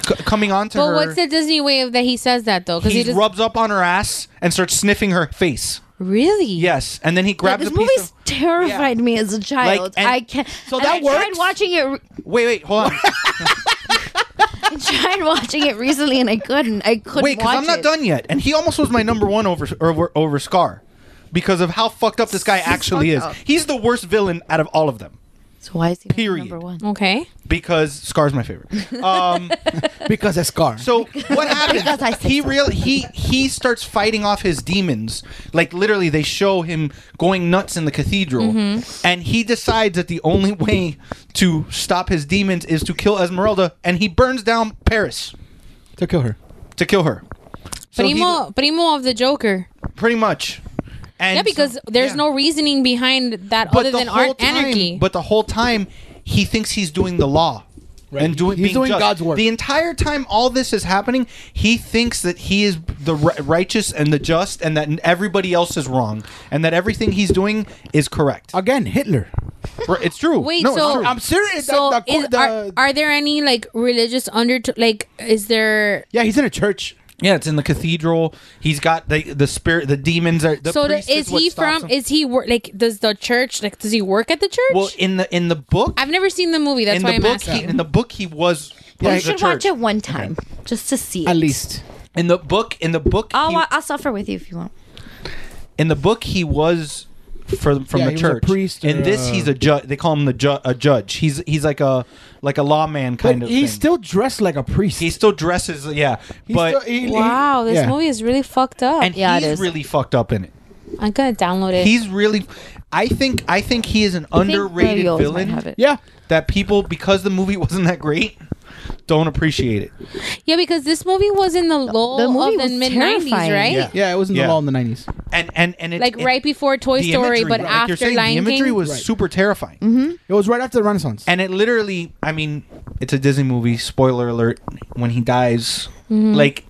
[SPEAKER 6] c- coming on to
[SPEAKER 7] but
[SPEAKER 6] her.
[SPEAKER 7] what's the Disney way of that he says that though? Because
[SPEAKER 6] he
[SPEAKER 7] he just
[SPEAKER 6] rubs up on her ass and starts sniffing her face.
[SPEAKER 7] really
[SPEAKER 6] Yes, and then he
[SPEAKER 5] Yeah,
[SPEAKER 6] grabs
[SPEAKER 5] this
[SPEAKER 6] a piece
[SPEAKER 5] movie's
[SPEAKER 6] of
[SPEAKER 5] terrified me as a child.
[SPEAKER 6] and-
[SPEAKER 5] I can't.
[SPEAKER 6] So
[SPEAKER 5] and
[SPEAKER 6] that
[SPEAKER 5] I tried
[SPEAKER 6] works?
[SPEAKER 5] watching it. re-
[SPEAKER 6] Wait, wait, hold on.
[SPEAKER 5] I tried watching it recently, and I couldn't. I couldn't
[SPEAKER 6] Wait,
[SPEAKER 5] watch
[SPEAKER 6] I'm not
[SPEAKER 5] it.
[SPEAKER 6] done yet. And he almost was my number one over over, over Scar because of how fucked up this guy actually is.
[SPEAKER 5] fucked up.
[SPEAKER 6] He's the worst villain out of all of them.
[SPEAKER 5] So why is he not
[SPEAKER 6] Period.
[SPEAKER 5] number one?
[SPEAKER 7] Okay.
[SPEAKER 6] Because Scar's my favorite. Um,
[SPEAKER 4] Because of Scar.
[SPEAKER 6] so what
[SPEAKER 5] Because I
[SPEAKER 6] happens?
[SPEAKER 5] said
[SPEAKER 6] He
[SPEAKER 5] so.
[SPEAKER 6] real he he starts fighting off his demons. Like literally, they show him going nuts in the cathedral,
[SPEAKER 7] Mm-hmm.
[SPEAKER 6] and he decides that the only way to stop his demons is to kill Esmeralda, and he burns down Paris
[SPEAKER 4] to kill her.
[SPEAKER 6] to kill her. So he-
[SPEAKER 7] primo, primo of the Joker.
[SPEAKER 6] pretty much. And
[SPEAKER 7] yeah, because there's
[SPEAKER 6] yeah.
[SPEAKER 7] no reasoning behind that other than art anarchy.
[SPEAKER 6] But the whole time, he thinks he's doing the law. And doing,
[SPEAKER 4] He's
[SPEAKER 6] being
[SPEAKER 4] doing
[SPEAKER 6] just.
[SPEAKER 4] God's work.
[SPEAKER 6] The entire time all this is happening, he thinks that he is the ri- righteous and the just, and that everybody else is wrong, and that everything he's doing is correct.
[SPEAKER 4] Again, Hitler.
[SPEAKER 6] Right, it's true.
[SPEAKER 7] Wait,
[SPEAKER 6] no, it's
[SPEAKER 7] so
[SPEAKER 6] true.
[SPEAKER 4] I'm serious.
[SPEAKER 7] So
[SPEAKER 4] The- the-
[SPEAKER 7] is- are,
[SPEAKER 4] the-
[SPEAKER 7] are there any like religious under like is there
[SPEAKER 4] Yeah, he's in a church.
[SPEAKER 6] yeah, it's in the cathedral. He's got the the spirit, the demons. Are, the
[SPEAKER 7] so the,
[SPEAKER 6] priest
[SPEAKER 7] is
[SPEAKER 6] what
[SPEAKER 7] he
[SPEAKER 6] stops
[SPEAKER 7] from
[SPEAKER 6] him.
[SPEAKER 7] is he wor- like does the church like does he work at the church?
[SPEAKER 6] well in the in the book?
[SPEAKER 7] I've never seen the movie. That's
[SPEAKER 6] in
[SPEAKER 7] why
[SPEAKER 6] the
[SPEAKER 7] I'm
[SPEAKER 6] book,
[SPEAKER 7] asking.
[SPEAKER 6] he, in the book, he was.
[SPEAKER 5] you
[SPEAKER 6] was the
[SPEAKER 5] should watch
[SPEAKER 6] church.
[SPEAKER 5] it one time just to see.
[SPEAKER 4] At
[SPEAKER 5] it.
[SPEAKER 4] least.
[SPEAKER 6] In the book, in the book,
[SPEAKER 7] Oh,
[SPEAKER 5] I'll,
[SPEAKER 6] he-
[SPEAKER 5] wa- I'll suffer with you if you want.
[SPEAKER 6] in the book he was from from
[SPEAKER 4] Yeah,
[SPEAKER 6] the
[SPEAKER 4] he was a
[SPEAKER 6] church
[SPEAKER 4] priest or,
[SPEAKER 6] in this
[SPEAKER 4] uh,
[SPEAKER 6] he's a judge they call him the ju- a judge he's he's like a like a lawman kind
[SPEAKER 4] But
[SPEAKER 6] of
[SPEAKER 4] he's
[SPEAKER 6] thing.
[SPEAKER 4] still dressed like a priest.
[SPEAKER 6] he still dresses yeah
[SPEAKER 4] He's
[SPEAKER 6] but
[SPEAKER 4] still- he- he-
[SPEAKER 7] wow, this
[SPEAKER 4] yeah.
[SPEAKER 7] movie is really fucked up.
[SPEAKER 6] and
[SPEAKER 5] Yeah, it
[SPEAKER 6] he's
[SPEAKER 5] is.
[SPEAKER 6] really fucked up in it
[SPEAKER 7] I'm gonna download it.
[SPEAKER 6] he's really i think i think he is an
[SPEAKER 5] I think
[SPEAKER 6] underrated
[SPEAKER 5] Raviolis might
[SPEAKER 6] villain
[SPEAKER 5] have it.
[SPEAKER 4] Yeah.
[SPEAKER 6] that people because the movie wasn't that great don't appreciate it.
[SPEAKER 7] Yeah, because this movie was in the lull
[SPEAKER 5] movie
[SPEAKER 7] of
[SPEAKER 5] was
[SPEAKER 7] the mid nineties,
[SPEAKER 5] terrifying.
[SPEAKER 7] right?
[SPEAKER 6] Yeah.
[SPEAKER 4] Yeah, it was in
[SPEAKER 6] Yeah.
[SPEAKER 4] the law in the nineties.
[SPEAKER 6] And and and it's,
[SPEAKER 7] like right before Toy
[SPEAKER 6] the
[SPEAKER 7] Story,
[SPEAKER 6] imagery,
[SPEAKER 7] but
[SPEAKER 6] like
[SPEAKER 7] after
[SPEAKER 6] you're saying,
[SPEAKER 7] Lion
[SPEAKER 6] the imagery
[SPEAKER 7] King.
[SPEAKER 6] was super terrifying.
[SPEAKER 4] Mm-hmm. It was right after the Renaissance.
[SPEAKER 6] And it literally, I mean, it's a Disney movie. Spoiler alert: when he dies,
[SPEAKER 7] Mm-hmm.
[SPEAKER 4] Mhm.
[SPEAKER 6] like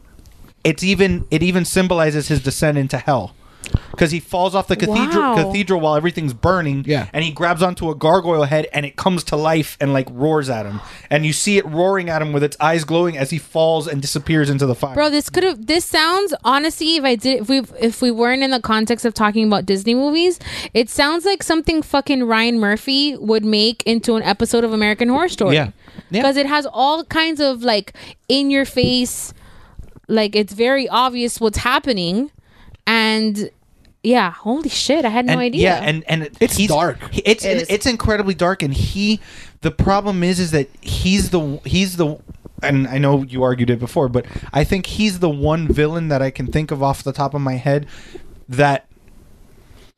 [SPEAKER 6] it's even it even symbolizes his descent into hell because he falls off the cathedral
[SPEAKER 7] Wow.
[SPEAKER 6] cathedral while everything's burning. Yeah, and he grabs onto a gargoyle head and it comes to life and like roars at him, and you see it roaring at him with its eyes glowing as he falls and disappears into the fire.
[SPEAKER 7] Bro, this could have. This sounds honestly, if I did, if we if we weren't in the context of talking about Disney movies, it sounds like something fucking Ryan Murphy would make into an episode of American Horror Story.
[SPEAKER 6] Yeah. Yeah.
[SPEAKER 7] because it has all kinds of like in your face, like it's very obvious what's happening, and yeah, holy shit, I had no
[SPEAKER 6] and,
[SPEAKER 7] idea.
[SPEAKER 6] Yeah, and and it's dark. It's
[SPEAKER 7] It is.
[SPEAKER 6] it's incredibly dark, and he. The problem is, is that he's the he's the, and I know you argued it before, but I think he's the one villain that I can think of off the top of my head that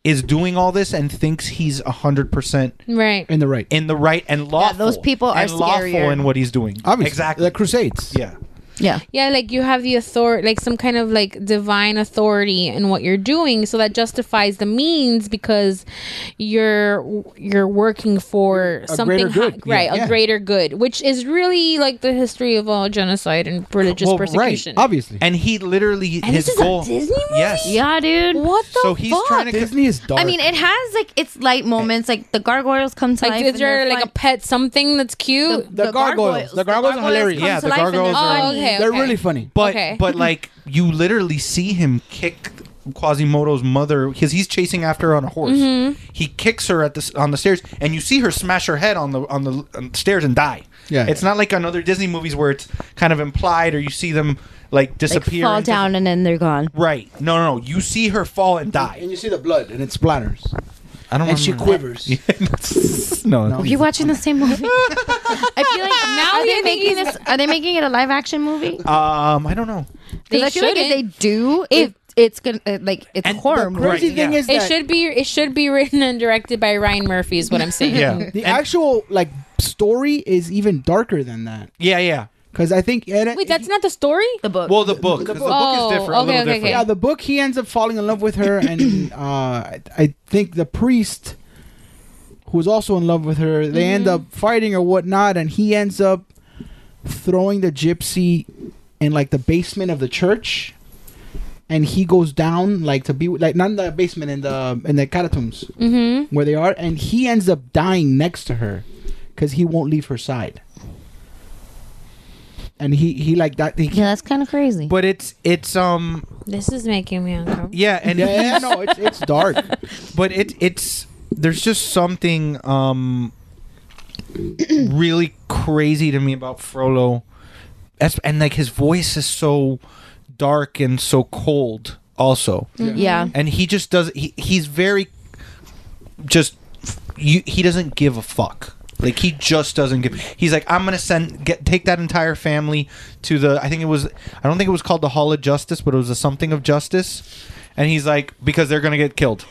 [SPEAKER 6] is doing all this and thinks he's hundred percent
[SPEAKER 7] right
[SPEAKER 4] in the right
[SPEAKER 6] in the right and lawful.
[SPEAKER 5] those people are
[SPEAKER 6] and lawful
[SPEAKER 5] scarier.
[SPEAKER 6] in what he's doing.
[SPEAKER 4] Obviously.
[SPEAKER 6] exactly
[SPEAKER 4] The Crusades.
[SPEAKER 6] Yeah.
[SPEAKER 5] Yeah.
[SPEAKER 7] Yeah, like you have the authority, like some kind of like divine authority in what you're doing, so that justifies the means because you're you're working for something
[SPEAKER 4] greater good.
[SPEAKER 7] hi- right,
[SPEAKER 4] Yeah.
[SPEAKER 7] a
[SPEAKER 4] Yeah.
[SPEAKER 7] greater good, which is really like the history of all genocide and religious
[SPEAKER 6] Well,
[SPEAKER 7] persecution.
[SPEAKER 6] right, obviously. And he literally
[SPEAKER 7] And
[SPEAKER 6] his
[SPEAKER 7] this is
[SPEAKER 6] goal.
[SPEAKER 7] a Disney movie.
[SPEAKER 6] Yes.
[SPEAKER 5] Yeah, dude.
[SPEAKER 7] What the
[SPEAKER 6] So he's
[SPEAKER 7] fuck?
[SPEAKER 6] trying to
[SPEAKER 4] Disney is dark.
[SPEAKER 5] I mean, it has like its light moments, like the gargoyles come to
[SPEAKER 7] like,
[SPEAKER 5] life.
[SPEAKER 7] is
[SPEAKER 5] and
[SPEAKER 7] there
[SPEAKER 5] they're
[SPEAKER 7] like
[SPEAKER 5] fun.
[SPEAKER 7] a pet something that's cute?
[SPEAKER 4] The, gargoyles. The gargoyles are hilarious.
[SPEAKER 6] come Yeah, to the life and gargoyles they're are-
[SPEAKER 7] Oh, okay,
[SPEAKER 4] They're
[SPEAKER 7] okay.
[SPEAKER 4] really funny.
[SPEAKER 6] But
[SPEAKER 7] Okay.
[SPEAKER 6] but like you literally see him kick Quasimodo's mother because he's chasing after her on a horse.
[SPEAKER 7] Mhm.
[SPEAKER 6] He kicks her at the on the stairs, and you see her smash her head on the on the on the stairs and die.
[SPEAKER 4] Yeah.
[SPEAKER 6] it's not like on other Disney movies where it's kind of implied or you see them like
[SPEAKER 5] like
[SPEAKER 6] disappear.
[SPEAKER 5] fall
[SPEAKER 6] and dis-
[SPEAKER 5] down and then they're gone.
[SPEAKER 6] Right. No, no, no. You see her fall and die.
[SPEAKER 4] And you see the blood and it splatters.
[SPEAKER 6] I don't.
[SPEAKER 4] And she
[SPEAKER 6] remember
[SPEAKER 4] quivers.
[SPEAKER 6] that. no.
[SPEAKER 5] Are you watching the same movie? I feel like
[SPEAKER 7] Now
[SPEAKER 5] now are they
[SPEAKER 7] you're
[SPEAKER 5] making
[SPEAKER 7] making
[SPEAKER 5] this? Are they making it a live action movie?
[SPEAKER 6] Um, I don't know.
[SPEAKER 5] Because
[SPEAKER 7] They
[SPEAKER 5] I feel like if they
[SPEAKER 7] shouldn't.
[SPEAKER 5] do, if it's gonna uh, like it's a horror movie.
[SPEAKER 4] crazy thing is
[SPEAKER 7] It
[SPEAKER 4] that
[SPEAKER 7] should be it should be written and directed by Ryan Murphy is what I'm saying.
[SPEAKER 6] Yeah.
[SPEAKER 4] the actual like story is even darker than that.
[SPEAKER 6] Yeah, yeah.
[SPEAKER 4] Because I think and it,
[SPEAKER 7] Wait, that's not the story?
[SPEAKER 5] The book.
[SPEAKER 6] Well, the book. 'cause The book,
[SPEAKER 7] Oh,
[SPEAKER 6] is different. a little
[SPEAKER 7] okay, okay,
[SPEAKER 6] different.
[SPEAKER 7] okay.
[SPEAKER 4] yeah, the book he ends up falling in love with her, and uh, I- I think the priest, who's also in love with her, they end up fighting or whatnot, and he ends up throwing the gypsy in like the basement of the church, and he goes down like to be with- like not in the basement in the in the catacombs
[SPEAKER 7] Mhm.
[SPEAKER 4] where they are, and he ends up dying next to her because he won't leave her side. And he, he like that he
[SPEAKER 5] yeah, that's kind of crazy.
[SPEAKER 6] But it's it's um
[SPEAKER 7] This is making me uncomfortable.
[SPEAKER 6] yeah and
[SPEAKER 4] yeah, yeah, no, it's it's dark.
[SPEAKER 6] but it it's there's just something um really crazy to me about Frollo, As- and like his voice is so dark and so cold also,
[SPEAKER 5] yeah,
[SPEAKER 6] and he just does he, he's very just you, he doesn't give a fuck. Like he just doesn't give. He's like, I'm gonna send get take that entire family to the. I think it was. I don't think it was called the Hall of Justice, but it was the something of justice. And he's like, because they're gonna get killed.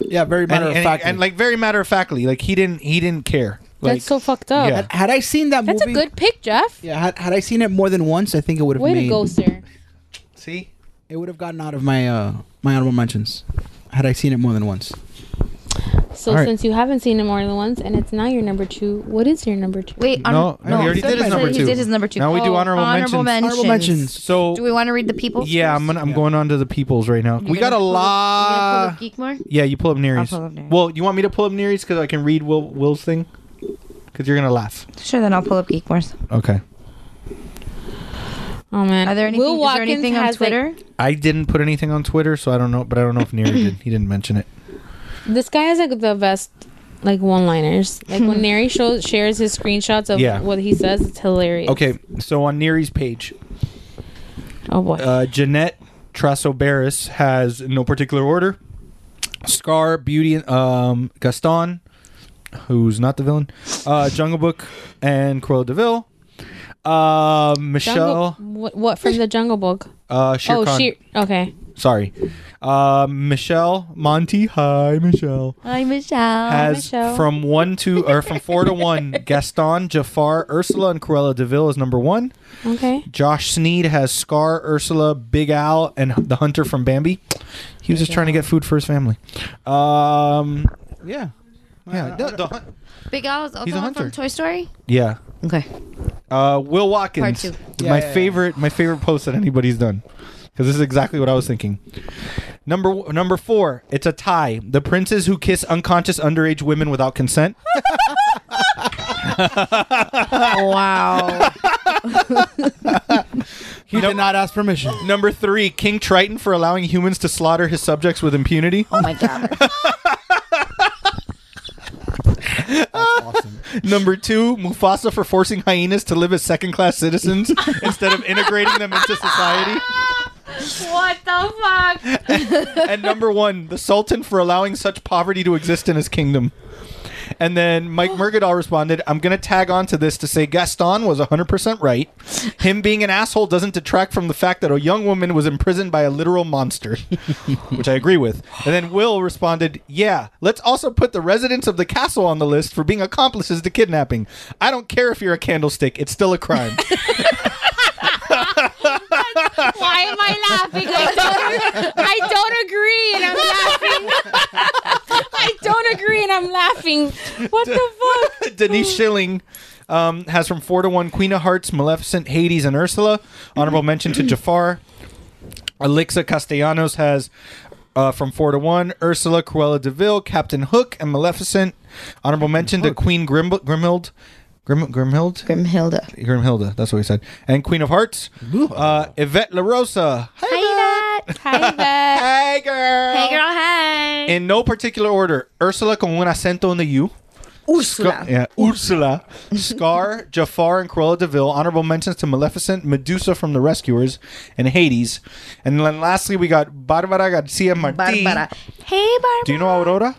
[SPEAKER 4] Yeah, very
[SPEAKER 6] And,
[SPEAKER 4] matter of
[SPEAKER 6] and-
[SPEAKER 4] fact.
[SPEAKER 6] and, like very matter of factly, like he didn't he didn't care. Like,
[SPEAKER 7] That's so fucked up.
[SPEAKER 6] yeah.
[SPEAKER 4] Had I seen that
[SPEAKER 7] That's
[SPEAKER 4] movie,
[SPEAKER 7] a good pick, Jeff.
[SPEAKER 4] yeah. Had, had I seen it more than once, I think it would have
[SPEAKER 7] Way to
[SPEAKER 4] made
[SPEAKER 7] go, sir.
[SPEAKER 6] see,
[SPEAKER 4] it would have gotten out of my uh my honorable mentions. Had I seen it more than once,
[SPEAKER 7] So
[SPEAKER 4] All right.
[SPEAKER 7] since you haven't seen it more than once, and it's now your number two, what is your number two?
[SPEAKER 5] Wait, hon-
[SPEAKER 6] no, no, he already
[SPEAKER 4] said
[SPEAKER 6] did his
[SPEAKER 4] my
[SPEAKER 6] number
[SPEAKER 5] he
[SPEAKER 6] two.
[SPEAKER 5] did his number two.
[SPEAKER 6] Now we do
[SPEAKER 5] Oh,
[SPEAKER 6] honorable,
[SPEAKER 5] honorable
[SPEAKER 6] mentions.
[SPEAKER 4] honorable
[SPEAKER 5] Mentions.
[SPEAKER 4] mentions.
[SPEAKER 6] So
[SPEAKER 5] Do we want to read the people?
[SPEAKER 6] yeah, I'm gonna, I'm going on to the peoples right now. we got a lot. Yeah, you pull up Nereus.
[SPEAKER 5] pull up Nereus.
[SPEAKER 6] Well, you want me to pull up Nereus because I can read Will Will's thing? Because you're gonna laugh.
[SPEAKER 5] Sure, then I'll pull up Geekmores.
[SPEAKER 6] Okay.
[SPEAKER 7] Oh man,
[SPEAKER 5] Are there anything?
[SPEAKER 7] Will
[SPEAKER 5] is there
[SPEAKER 7] Watkins
[SPEAKER 5] anything on
[SPEAKER 7] has like-
[SPEAKER 5] Twitter?
[SPEAKER 6] I didn't put anything on Twitter, so I don't know. But I don't know if Nereus did. He didn't mention it.
[SPEAKER 7] this guy has like the best like one-liners. Like when Neri shows shares his screenshots of
[SPEAKER 6] Hmm. Yeah.
[SPEAKER 7] what he says, it's hilarious.
[SPEAKER 6] Okay, so on Nereus' page,
[SPEAKER 7] Oh boy.
[SPEAKER 6] uh, Jeanette Trasobaris has in no particular order. Scar, Beauty, um, Gaston, who's not the villain, uh, Jungle Book, and Cruella Deville. Uh, Michelle,
[SPEAKER 7] Jungle, what, what from the Jungle Book?
[SPEAKER 6] uh, Shere
[SPEAKER 7] oh,
[SPEAKER 6] Khan.
[SPEAKER 7] she. Okay.
[SPEAKER 6] Sorry. Uh, Michelle Monty. Hi, Michelle.
[SPEAKER 5] Oh, Hi, Michelle.
[SPEAKER 6] Has from one to or from four to one. Gaston, Jafar, Ursula, and Cruella Deville is number one.
[SPEAKER 7] Okay.
[SPEAKER 6] Josh Sneed has Scar, Ursula, Big Al, and the Hunter from Bambi. He was just trying to get food for his family. Um, yeah,
[SPEAKER 5] Uh,
[SPEAKER 6] yeah, the- the hun-
[SPEAKER 5] Big Al is also
[SPEAKER 6] He's a
[SPEAKER 5] one from
[SPEAKER 6] hunter.
[SPEAKER 5] Toy Story.
[SPEAKER 6] yeah.
[SPEAKER 5] Okay.
[SPEAKER 6] Uh, Will Watkins,
[SPEAKER 5] Part two.
[SPEAKER 6] my
[SPEAKER 5] Yeah, yeah, yeah.
[SPEAKER 6] favorite, my favorite post that anybody's done, because this is exactly what I was thinking. Number number four, it's a tie. The princes who kiss unconscious underage women without consent.
[SPEAKER 5] wow.
[SPEAKER 6] He did not ask permission. Number three, King Triton for allowing humans to slaughter his subjects with impunity.
[SPEAKER 5] Oh my god.
[SPEAKER 6] Number two, Mufasa for forcing hyenas to live as second class citizens instead of integrating them into society.
[SPEAKER 7] What the fuck?
[SPEAKER 6] And number one, the Sultan for allowing such poverty to exist in his kingdom. And then Mike Murgadoll responded, I'm going to tag on to this to say Gaston was 100% right. Him being an asshole doesn't detract from the fact that a young woman was imprisoned by a literal monster, which I agree with. And then Will responded, Yeah, let's also put the residents of the castle on the list for being accomplices to kidnapping. I don't care if you're a candlestick, it's still a crime.
[SPEAKER 7] Why am I laughing? I don't, I don't agree and I'm laughing. I don't agree and I'm laughing. What the fuck?
[SPEAKER 6] Denise Schilling um, has from four to one Queen of Hearts, Maleficent, Hades, and Ursula. Honorable mention to Jafar. Alixa Castellanos has uh, from four to one Ursula, Cruella Deville, Captain Hook, and Maleficent. Honorable mention to Queen Grim- Grimhild. Grim- Grimhild?
[SPEAKER 5] Grimhilda.
[SPEAKER 6] Grimhilda, that's what he said. And Queen of Hearts, uh, Yvette LaRosa.
[SPEAKER 5] Hi, Dad.
[SPEAKER 7] Hi, Beth.
[SPEAKER 6] Hey, girl.
[SPEAKER 5] Hey, girl. Hey.
[SPEAKER 6] In no particular order, Ursula con un acento en the U.
[SPEAKER 5] Ursula.
[SPEAKER 6] Yeah, Ursula, Scar, Jafar, and Cruella Deville. Honorable mentions to Maleficent, Medusa from The Rescuers, and Hades. And then lastly, we got Barbara Garcia Martin.
[SPEAKER 5] Barbara. Hey, Barbara.
[SPEAKER 6] Do you know Aurora?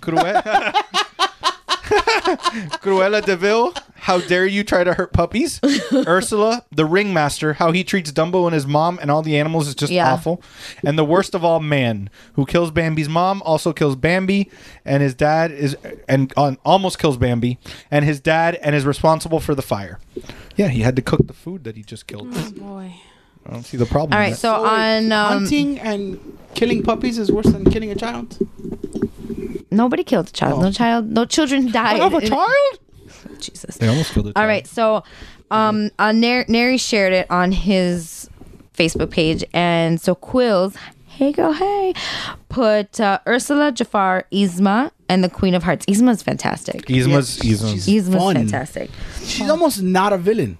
[SPEAKER 6] Cruella. Cruella Deville, how dare you try to hurt puppies? Ursula, the ringmaster, how he treats Dumbo and his mom and all the animals is just
[SPEAKER 5] Yeah.
[SPEAKER 6] awful. And the worst of all, man, who kills Bambi's mom, also kills Bambi, and his dad is and on, almost kills Bambi, and his dad and is responsible for the fire. Yeah, he had to cook the food that he just killed.
[SPEAKER 7] Boy.
[SPEAKER 6] I don't see the problem.
[SPEAKER 5] Mm. All
[SPEAKER 6] in
[SPEAKER 5] right.
[SPEAKER 6] that.
[SPEAKER 5] So on um,
[SPEAKER 4] Hunting and killing puppies is worse than killing a child.
[SPEAKER 5] nobody killed a child. No child. No children died.
[SPEAKER 4] have a child?
[SPEAKER 5] Jesus.
[SPEAKER 6] They almost killed it.
[SPEAKER 5] All right, so um, uh, Nar- Nary shared it on his Facebook page, and so Quills, hey girl, hey, put uh, Ursula, Jafar, Yzma, and the Queen of Hearts. Yzma's fantastic.
[SPEAKER 6] Yzma's- Yzma's.
[SPEAKER 5] Yzma's
[SPEAKER 4] fun.
[SPEAKER 5] fantastic.
[SPEAKER 4] She's almost not a villain.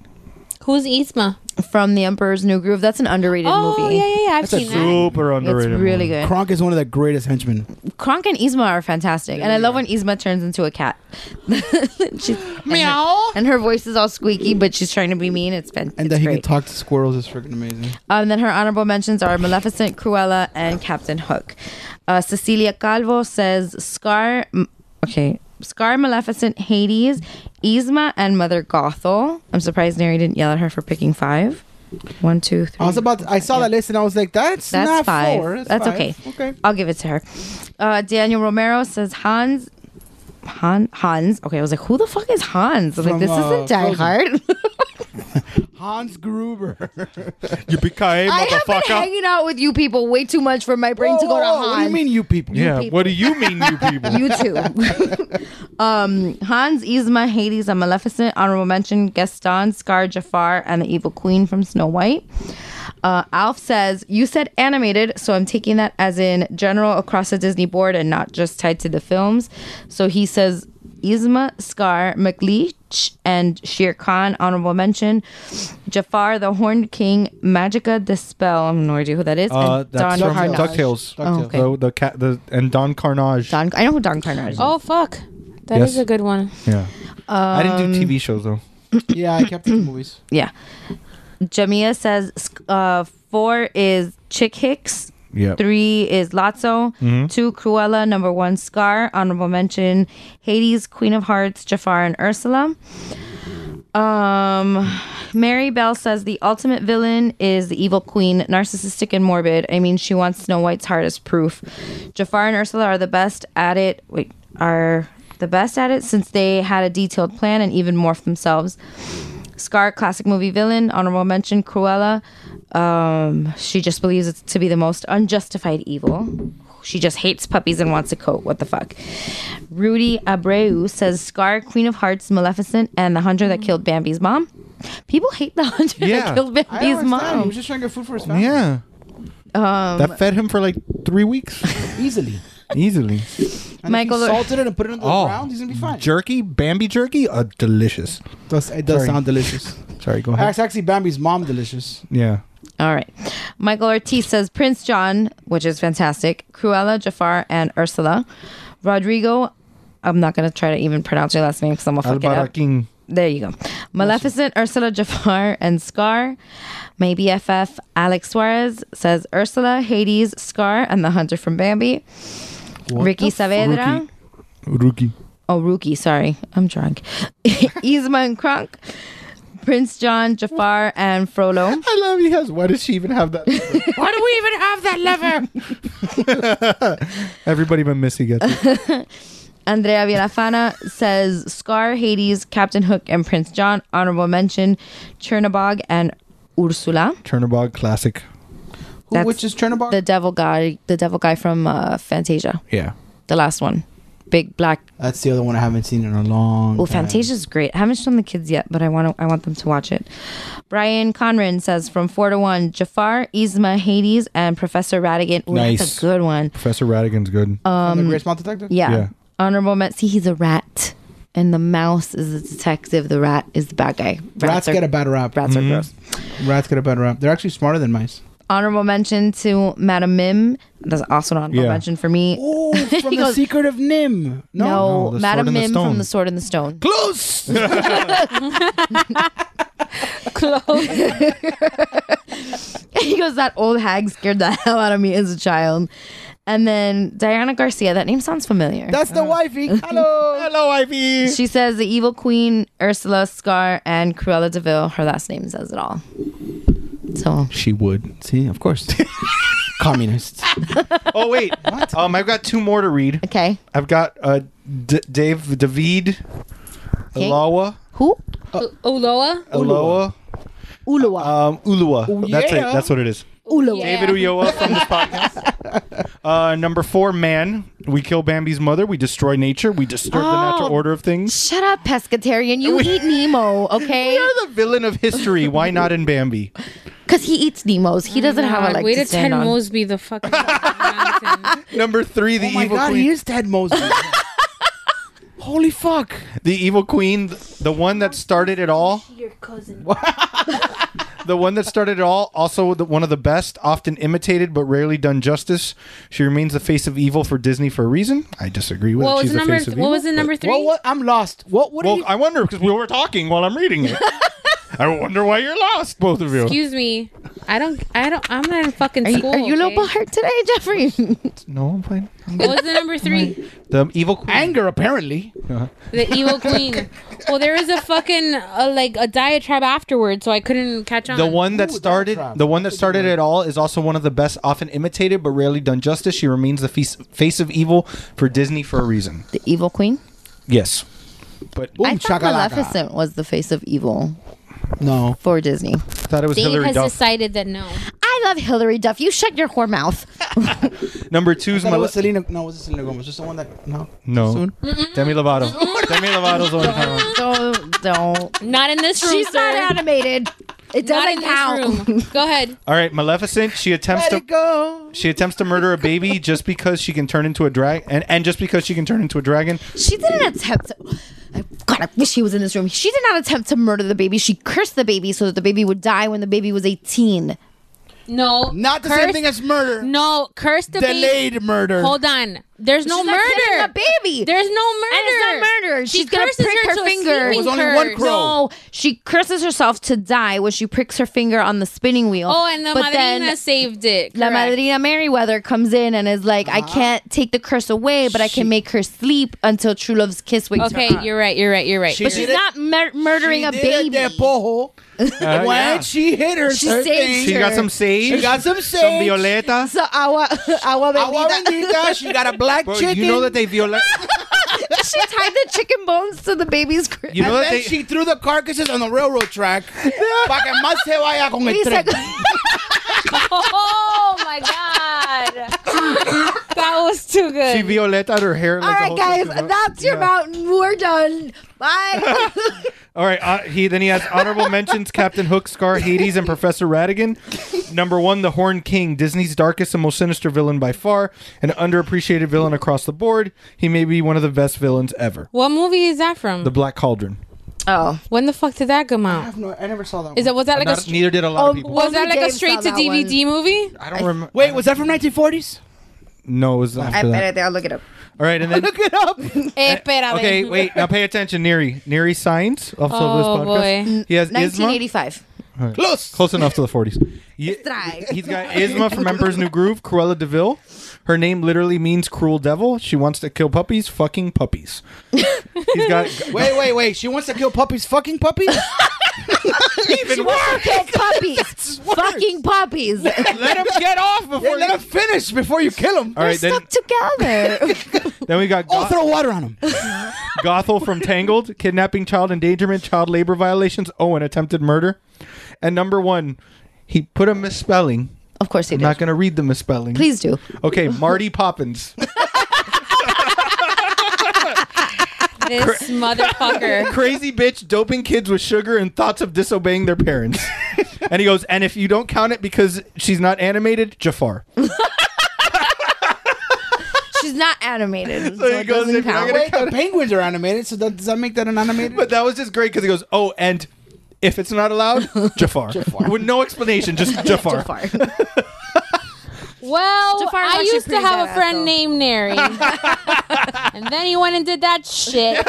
[SPEAKER 7] Who's Isma?
[SPEAKER 5] From The Emperor's New Groove. That's an underrated
[SPEAKER 7] Oh,
[SPEAKER 5] movie.
[SPEAKER 7] yeah, yeah, yeah. I've seen that.
[SPEAKER 6] Super underrated.
[SPEAKER 5] It's really good.
[SPEAKER 4] Kronk is one of the greatest henchmen.
[SPEAKER 5] Kronk and Yzma are fantastic, and I love when Yzma turns into a cat. she's, meow, and her, voice is all squeaky, but she's trying to be mean. It's been
[SPEAKER 4] And that he can talk to squirrels is freaking amazing.
[SPEAKER 5] Um, then her honorable mentions are Maleficent, Cruella, and Captain Hook. Uh, Cecilia Calvo says Scar. m- Okay, Scar, Maleficent, Hades, Yzma, and Mother Gothel. I'm surprised Neri didn't yell at her for picking five. One, two, three.
[SPEAKER 4] I was about. To, I saw that list and I was like, "That's,
[SPEAKER 5] Um, That's
[SPEAKER 4] not
[SPEAKER 5] five.
[SPEAKER 4] four.
[SPEAKER 5] That's,
[SPEAKER 4] five.
[SPEAKER 5] okay.
[SPEAKER 4] Okay.
[SPEAKER 5] I'll give it to her. Uh, Daniel Romero says Hans. Han, Hans. Okay, I was like, who the fuck is Hans? I was
[SPEAKER 4] From,
[SPEAKER 5] like, this
[SPEAKER 4] uh,
[SPEAKER 5] isn't Die
[SPEAKER 4] Frozen.
[SPEAKER 5] Hard.
[SPEAKER 4] Hans Gruber.
[SPEAKER 6] You became
[SPEAKER 5] I have been hanging out with you people way too much for my brain to go to Hans.
[SPEAKER 4] What do you mean, you people?
[SPEAKER 6] Yeah, what do you mean, you people?
[SPEAKER 5] You too. um, Hans, Yzma, Hades, and Maleficent. Honorable mention Gaston, Scar, Jafar, and the Evil Queen from Snow White. Uh, Alf says, You said animated, so I'm taking that as in general across the Disney board and not just tied to the films. So he says, Yzma, Scar, McLeach, and Shere Khan, honorable mention. Jafar, the Horned King, Magica, the Spell. I have no idea who that is.
[SPEAKER 6] Uh,
[SPEAKER 5] and Don
[SPEAKER 6] that's from
[SPEAKER 5] Carnage.
[SPEAKER 6] DuckTales.
[SPEAKER 5] Oh, okay.
[SPEAKER 6] The, the cat, the and Don Carnage.
[SPEAKER 5] Don, I know who Don Carnage is.
[SPEAKER 7] Oh, fuck. That is
[SPEAKER 6] Yes.
[SPEAKER 7] a good one.
[SPEAKER 6] Yeah.
[SPEAKER 5] Um,
[SPEAKER 6] I didn't do TV shows though.
[SPEAKER 4] Yeah, I kept it to movies.
[SPEAKER 5] Yeah. Jamia says sc- uh, four is Chick Hicks.
[SPEAKER 6] Yep.
[SPEAKER 5] Three is Lotso.
[SPEAKER 6] Mhm.
[SPEAKER 5] Two, Cruella. Number one, Scar. Honorable mention, Hades, Queen of Hearts, Jafar, and Ursula. Um, Mary Bell says the ultimate villain is the evil queen, narcissistic and morbid. I mean, she wants Snow White's heart as proof. Jafar and Ursula are the best at it. Wait, are the best at it since they had a detailed plan and even morphed themselves. Scar, classic movie villain, honorable mention. Cruella, um, she just believes it to be the most unjustified evil. She just hates puppies and wants a coat. What the fuck? Rudy Abreu says Scar, Queen of Hearts, Maleficent, and the hunter that killed Bambi's mom. People hate the hunter
[SPEAKER 6] Yeah.
[SPEAKER 5] that killed
[SPEAKER 4] I don't
[SPEAKER 5] Bambi's
[SPEAKER 4] understand. He
[SPEAKER 5] mom.
[SPEAKER 4] was just trying to get food for his family.
[SPEAKER 6] Yeah.
[SPEAKER 5] Um,
[SPEAKER 6] that fed him for like three weeks.
[SPEAKER 4] Easily.
[SPEAKER 6] Easily.
[SPEAKER 4] And
[SPEAKER 5] Michael-
[SPEAKER 4] Michael if he salted it and put it on the
[SPEAKER 6] Oh.
[SPEAKER 4] ground. He's gonna be fine.
[SPEAKER 6] Jerky, Bambi jerky, uh, delicious.
[SPEAKER 4] Does, it does sound delicious.
[SPEAKER 6] Sorry, go ahead.
[SPEAKER 4] That's actually Bambi's mom. Delicious.
[SPEAKER 6] Yeah.
[SPEAKER 5] All right. Michael Ortiz says Prince John, which is fantastic. Cruella, Jafar, and Ursula. Rodrigo, I'm not going to try to even pronounce your last name because I'm going to fuck it up.
[SPEAKER 6] Albarakin.
[SPEAKER 5] There you go. Maleficent, Ursula, Jafar, and Scar. My BFF, Alex Suarez, says Ursula, Hades, Scar, and the hunter from Bambi. Ricky Saavedra.
[SPEAKER 6] Rookie.
[SPEAKER 5] Oh, Rookie, sorry. I'm drunk. Yzma and Kronk, Prince John, Jafar, and Frollo.
[SPEAKER 6] I love he has. Why does she even have that?
[SPEAKER 7] Why do we even have that lever?
[SPEAKER 6] Everybody but Missy gets it.
[SPEAKER 5] Andrea Villafana says Scar, Hades, Captain Hook, and Prince John. Honorable mention Chernabog and Ursula.
[SPEAKER 6] Chernobog classic.
[SPEAKER 4] Who, which is Chernobog?
[SPEAKER 5] The devil guy, the devil guy from uh, Fantasia,
[SPEAKER 6] Yeah.
[SPEAKER 5] the last one. Big black.
[SPEAKER 4] That's the other one I haven't seen in a long.
[SPEAKER 5] Well,
[SPEAKER 4] time.
[SPEAKER 5] Fantasia's great. I haven't shown the kids yet, but I want to. I want them to watch it. Brian Conran says from four to one: Jafar, Yzma, Hades, and Professor Radigan. Ooh, That's
[SPEAKER 6] Nice.
[SPEAKER 5] a good one.
[SPEAKER 6] Professor Radigan's good.
[SPEAKER 4] From Oh, the
[SPEAKER 5] Um,
[SPEAKER 4] Great Small Detective.
[SPEAKER 5] Yeah.
[SPEAKER 6] Yeah.
[SPEAKER 5] Honorable men. See, he's a rat, and the mouse is the detective. The rat is the bad guy.
[SPEAKER 4] Rats,
[SPEAKER 5] are-
[SPEAKER 4] get a bad rap.
[SPEAKER 5] Rats
[SPEAKER 6] Mm-hmm.
[SPEAKER 5] are gross.
[SPEAKER 4] Rats get a bad rap. They're actually smarter than mice.
[SPEAKER 5] Honorable mention to Madame Mim. That's also an honorable
[SPEAKER 4] Yeah.
[SPEAKER 5] mention for me.
[SPEAKER 4] Oh, from the
[SPEAKER 5] He goes-
[SPEAKER 4] Secret of Nim. No, the
[SPEAKER 5] No,
[SPEAKER 4] Sword
[SPEAKER 5] Madame
[SPEAKER 4] and the
[SPEAKER 5] Mim from
[SPEAKER 4] Stone.
[SPEAKER 5] The Sword and the Stone.
[SPEAKER 6] Close.
[SPEAKER 7] Close.
[SPEAKER 5] he goes, that old hag scared the hell out of me as a child. And then Diana Garcia. That name sounds familiar.
[SPEAKER 4] That's the wifey. Hello.
[SPEAKER 6] Hello, Ivy.
[SPEAKER 5] she says the evil queen Ursula Scar and Cruella Deville. Her last name says it all. So
[SPEAKER 4] She would. See, of course. Communists.
[SPEAKER 6] oh wait. Um, I've got two more to read.
[SPEAKER 5] okay,
[SPEAKER 6] I've got uh, D- Dave David,
[SPEAKER 5] Okay.
[SPEAKER 6] Alawa,
[SPEAKER 5] who?
[SPEAKER 7] Oloa?
[SPEAKER 6] Aloa,
[SPEAKER 5] Ulua.
[SPEAKER 6] um, Ulua. That's it.
[SPEAKER 4] yeah.
[SPEAKER 6] That's what it is.
[SPEAKER 5] Ulua.
[SPEAKER 7] Yeah.
[SPEAKER 6] David Ulloa from this podcast. Uh, number four, man. We kill Bambi's mother. We destroy nature. We disturb the natural
[SPEAKER 5] Oh.
[SPEAKER 6] order of things.
[SPEAKER 5] Shut up, pescatarian. You eat Nemo, okay?
[SPEAKER 6] We are the villain of history. Why not in Bambi?
[SPEAKER 5] Because he eats Nemos. He doesn't have a leg
[SPEAKER 7] Way
[SPEAKER 5] to
[SPEAKER 7] to Ted
[SPEAKER 5] stand on.
[SPEAKER 7] Mosby the fucking mountain.
[SPEAKER 6] Number three, the
[SPEAKER 4] Oh my
[SPEAKER 6] evil
[SPEAKER 4] God,
[SPEAKER 6] queen.
[SPEAKER 4] he is Ted Mosby. Holy fuck!
[SPEAKER 6] the evil queen, the one that started it all. Your cousin. the one that started it all, also the, one of the best, often imitated but rarely done justice. She remains the face of evil for Disney for a reason. I disagree with.
[SPEAKER 7] What
[SPEAKER 6] it.
[SPEAKER 7] was
[SPEAKER 6] She's
[SPEAKER 7] the
[SPEAKER 6] the
[SPEAKER 7] number?
[SPEAKER 6] face of
[SPEAKER 7] what
[SPEAKER 6] evil,
[SPEAKER 7] was the
[SPEAKER 6] but-
[SPEAKER 7] number three?
[SPEAKER 4] Well, what? I'm lost. What? What?
[SPEAKER 6] Well,
[SPEAKER 4] did he-
[SPEAKER 6] I wonder because we were talking while I'm reading it. I wonder why you're lost, both of you.
[SPEAKER 7] Excuse me. I don't. I don't. I'm not in fucking
[SPEAKER 5] Are you,
[SPEAKER 7] school.
[SPEAKER 5] are you a
[SPEAKER 7] okay?
[SPEAKER 5] little hurt today, Jeffrey?
[SPEAKER 6] no, I'm fine.
[SPEAKER 7] What was the number three?
[SPEAKER 6] The evil queen.
[SPEAKER 4] Anger, apparently.
[SPEAKER 7] The evil queen. Well, there was a fucking uh, like a diatribe afterward, so I couldn't catch on.
[SPEAKER 6] The one that started,
[SPEAKER 4] trap.
[SPEAKER 6] the one that started it all, is also one of the best, often imitated but rarely done justice. She remains the face, face of evil for Disney for a reason.
[SPEAKER 5] the evil queen?
[SPEAKER 6] Yes, but
[SPEAKER 4] Ooh,
[SPEAKER 5] I thought
[SPEAKER 4] chakalaka.
[SPEAKER 5] Maleficent was the face of evil
[SPEAKER 4] No.
[SPEAKER 5] for Disney.
[SPEAKER 6] I thought it was
[SPEAKER 7] Dave
[SPEAKER 6] Hillary
[SPEAKER 7] has
[SPEAKER 6] Duff.
[SPEAKER 7] decided that no.
[SPEAKER 5] I love Hillary Duff. You shut your whore mouth.
[SPEAKER 6] Number two is
[SPEAKER 4] That
[SPEAKER 6] Male-
[SPEAKER 4] was Selena. No, was it Selena Gomez? Just the one that. No.
[SPEAKER 6] no
[SPEAKER 4] Soon.
[SPEAKER 6] Demi Lovato. Demi Lovato's the one. coming.
[SPEAKER 5] don't, don't.
[SPEAKER 7] Not in this room.
[SPEAKER 5] She's
[SPEAKER 7] sir.
[SPEAKER 5] not animated. It
[SPEAKER 7] Not
[SPEAKER 5] doesn't
[SPEAKER 7] in
[SPEAKER 5] count.
[SPEAKER 7] this room. Go ahead.
[SPEAKER 6] All right, Maleficent. She attempts
[SPEAKER 4] Let
[SPEAKER 6] to
[SPEAKER 4] it go.
[SPEAKER 6] she attempts to murder a baby just because she can turn into a drag and and just because she can turn into a dragon.
[SPEAKER 5] She didn't attempt to. I- God, I wish he was in this room. She did not attempt to murder the baby. She cursed the baby so that the baby would die when the baby was 18.
[SPEAKER 7] No.
[SPEAKER 4] Not the
[SPEAKER 7] curse-
[SPEAKER 4] same thing as murder.
[SPEAKER 7] No. Curse the baby.
[SPEAKER 4] Delayed murder.
[SPEAKER 7] Hold on. There's no
[SPEAKER 5] She's not
[SPEAKER 7] murder.
[SPEAKER 5] killing the baby.
[SPEAKER 7] There's no murder.
[SPEAKER 5] And it's not murder.
[SPEAKER 7] She
[SPEAKER 5] She's gonna
[SPEAKER 7] curses
[SPEAKER 5] prick her,
[SPEAKER 7] to a
[SPEAKER 5] finger.
[SPEAKER 7] sleeping curd.
[SPEAKER 5] No, she curses herself to die when she pricks her finger on the spinning wheel.
[SPEAKER 7] Oh, and the
[SPEAKER 5] But then
[SPEAKER 7] madrina saved it.
[SPEAKER 5] La
[SPEAKER 7] Correct.
[SPEAKER 5] Madrina Merriweather comes in and is like, I can't take the curse away, but I can make her sleep until true love's kiss wakes
[SPEAKER 7] Okay,
[SPEAKER 5] her up.
[SPEAKER 7] you're right. You're right. You're right.
[SPEAKER 5] But she's not mur- murdering a
[SPEAKER 4] did
[SPEAKER 5] baby.
[SPEAKER 4] it, Pojo.
[SPEAKER 6] Uh, yeah.
[SPEAKER 4] when she hit her,
[SPEAKER 5] She
[SPEAKER 4] her
[SPEAKER 5] saved
[SPEAKER 4] thing-
[SPEAKER 6] She got some sage.
[SPEAKER 4] She got some sage.
[SPEAKER 6] Some violeta.
[SPEAKER 5] So agua, agua
[SPEAKER 4] Agua
[SPEAKER 5] bendita.
[SPEAKER 4] bendita, She got a black
[SPEAKER 6] Bro,
[SPEAKER 4] chicken.
[SPEAKER 6] you know that they violate.
[SPEAKER 5] she tied the chicken bones to the baby's crib.
[SPEAKER 6] You know
[SPEAKER 4] and
[SPEAKER 6] that
[SPEAKER 4] then
[SPEAKER 6] they-
[SPEAKER 4] she threw the carcasses on the railroad track. Pa' que más se vaya con el
[SPEAKER 5] He
[SPEAKER 4] tren.
[SPEAKER 5] said-
[SPEAKER 7] Oh my god, that was too
[SPEAKER 6] She
[SPEAKER 7] good.
[SPEAKER 6] violeta her hair.
[SPEAKER 5] All right, guys, that's your mountain. We're done. Bye.
[SPEAKER 6] All right. Uh, he then he has honorable mentions: Captain Hook, Scar, Hades, and Professor Radigan. Number one, the Horn King, Disney's darkest and most sinister villain by far, an underappreciated villain across the board. He may be one of the best villains ever.
[SPEAKER 7] What movie is that from?
[SPEAKER 6] The Black Cauldron.
[SPEAKER 5] oh,
[SPEAKER 7] when the fuck did that come out?
[SPEAKER 4] No, I never saw that. one.
[SPEAKER 7] Is that was that like
[SPEAKER 6] Not-
[SPEAKER 7] a oh, str-
[SPEAKER 6] neither did a lot of
[SPEAKER 5] Um,
[SPEAKER 6] people.
[SPEAKER 7] was that
[SPEAKER 5] Only
[SPEAKER 7] like a
[SPEAKER 5] Dave saw
[SPEAKER 7] straight to
[SPEAKER 5] that one.
[SPEAKER 7] DVD movie?
[SPEAKER 6] I don't remember.
[SPEAKER 4] Wait, was that from 1940s?
[SPEAKER 6] No, it was after that.
[SPEAKER 5] I'll look it up.
[SPEAKER 6] All right, and then
[SPEAKER 4] Look it up.
[SPEAKER 7] Espera,
[SPEAKER 6] Eh, okay, wait. Now pay attention, Neri. Neri signs off
[SPEAKER 7] Oh,
[SPEAKER 6] of this podcast.
[SPEAKER 7] boy.
[SPEAKER 6] He has Isma.
[SPEAKER 5] 1985.
[SPEAKER 4] Close.
[SPEAKER 6] Close enough to the 40s. Ye-
[SPEAKER 5] Try.
[SPEAKER 6] He's got Isma from Emperor's New Groove, Cruella Deville. Her name literally means cruel devil. She wants to kill puppies, fucking puppies. He's got
[SPEAKER 4] Wait, wait, wait. She wants to kill puppies. Fucking puppies.
[SPEAKER 5] She wants to kill puppies. Fucking puppies. They're
[SPEAKER 6] let him get off before.
[SPEAKER 4] Yeah, let him finish before you kill him.
[SPEAKER 6] All right, then,
[SPEAKER 5] stuck together.
[SPEAKER 6] then we got
[SPEAKER 4] Oh,
[SPEAKER 6] Goth-
[SPEAKER 4] throw water on him.
[SPEAKER 6] Gothel from Tangled, kidnapping, child endangerment, child labor violations, oh, and attempted murder. And number one, he put a misspelling.
[SPEAKER 5] of course he
[SPEAKER 6] I'm not
[SPEAKER 5] did.
[SPEAKER 6] going to read the misspelling.
[SPEAKER 5] Please do.
[SPEAKER 6] Okay, Marty Poppins.
[SPEAKER 7] this motherfucker.
[SPEAKER 6] Crazy bitch doping kids with sugar and thoughts of disobeying their parents. and he goes, and if you don't count it because she's not animated, Jafar.
[SPEAKER 5] She's not animated. So,
[SPEAKER 6] he
[SPEAKER 5] it
[SPEAKER 6] goes,
[SPEAKER 5] doesn't
[SPEAKER 6] "If you're not
[SPEAKER 5] count."
[SPEAKER 6] gonna
[SPEAKER 4] Wait, the penguins are animated, so that, does that make that an animated?
[SPEAKER 6] But that was just great because he goes, oh, and if it's not allowed, Jafar. With no explanation, just Jafar.
[SPEAKER 5] Jafar.
[SPEAKER 7] Well,
[SPEAKER 5] Jafar
[SPEAKER 7] I
[SPEAKER 5] was actually
[SPEAKER 7] used to
[SPEAKER 5] pretty
[SPEAKER 7] have a
[SPEAKER 5] badass,
[SPEAKER 7] friend
[SPEAKER 5] though.
[SPEAKER 7] named Neri, and then he went and did that shit,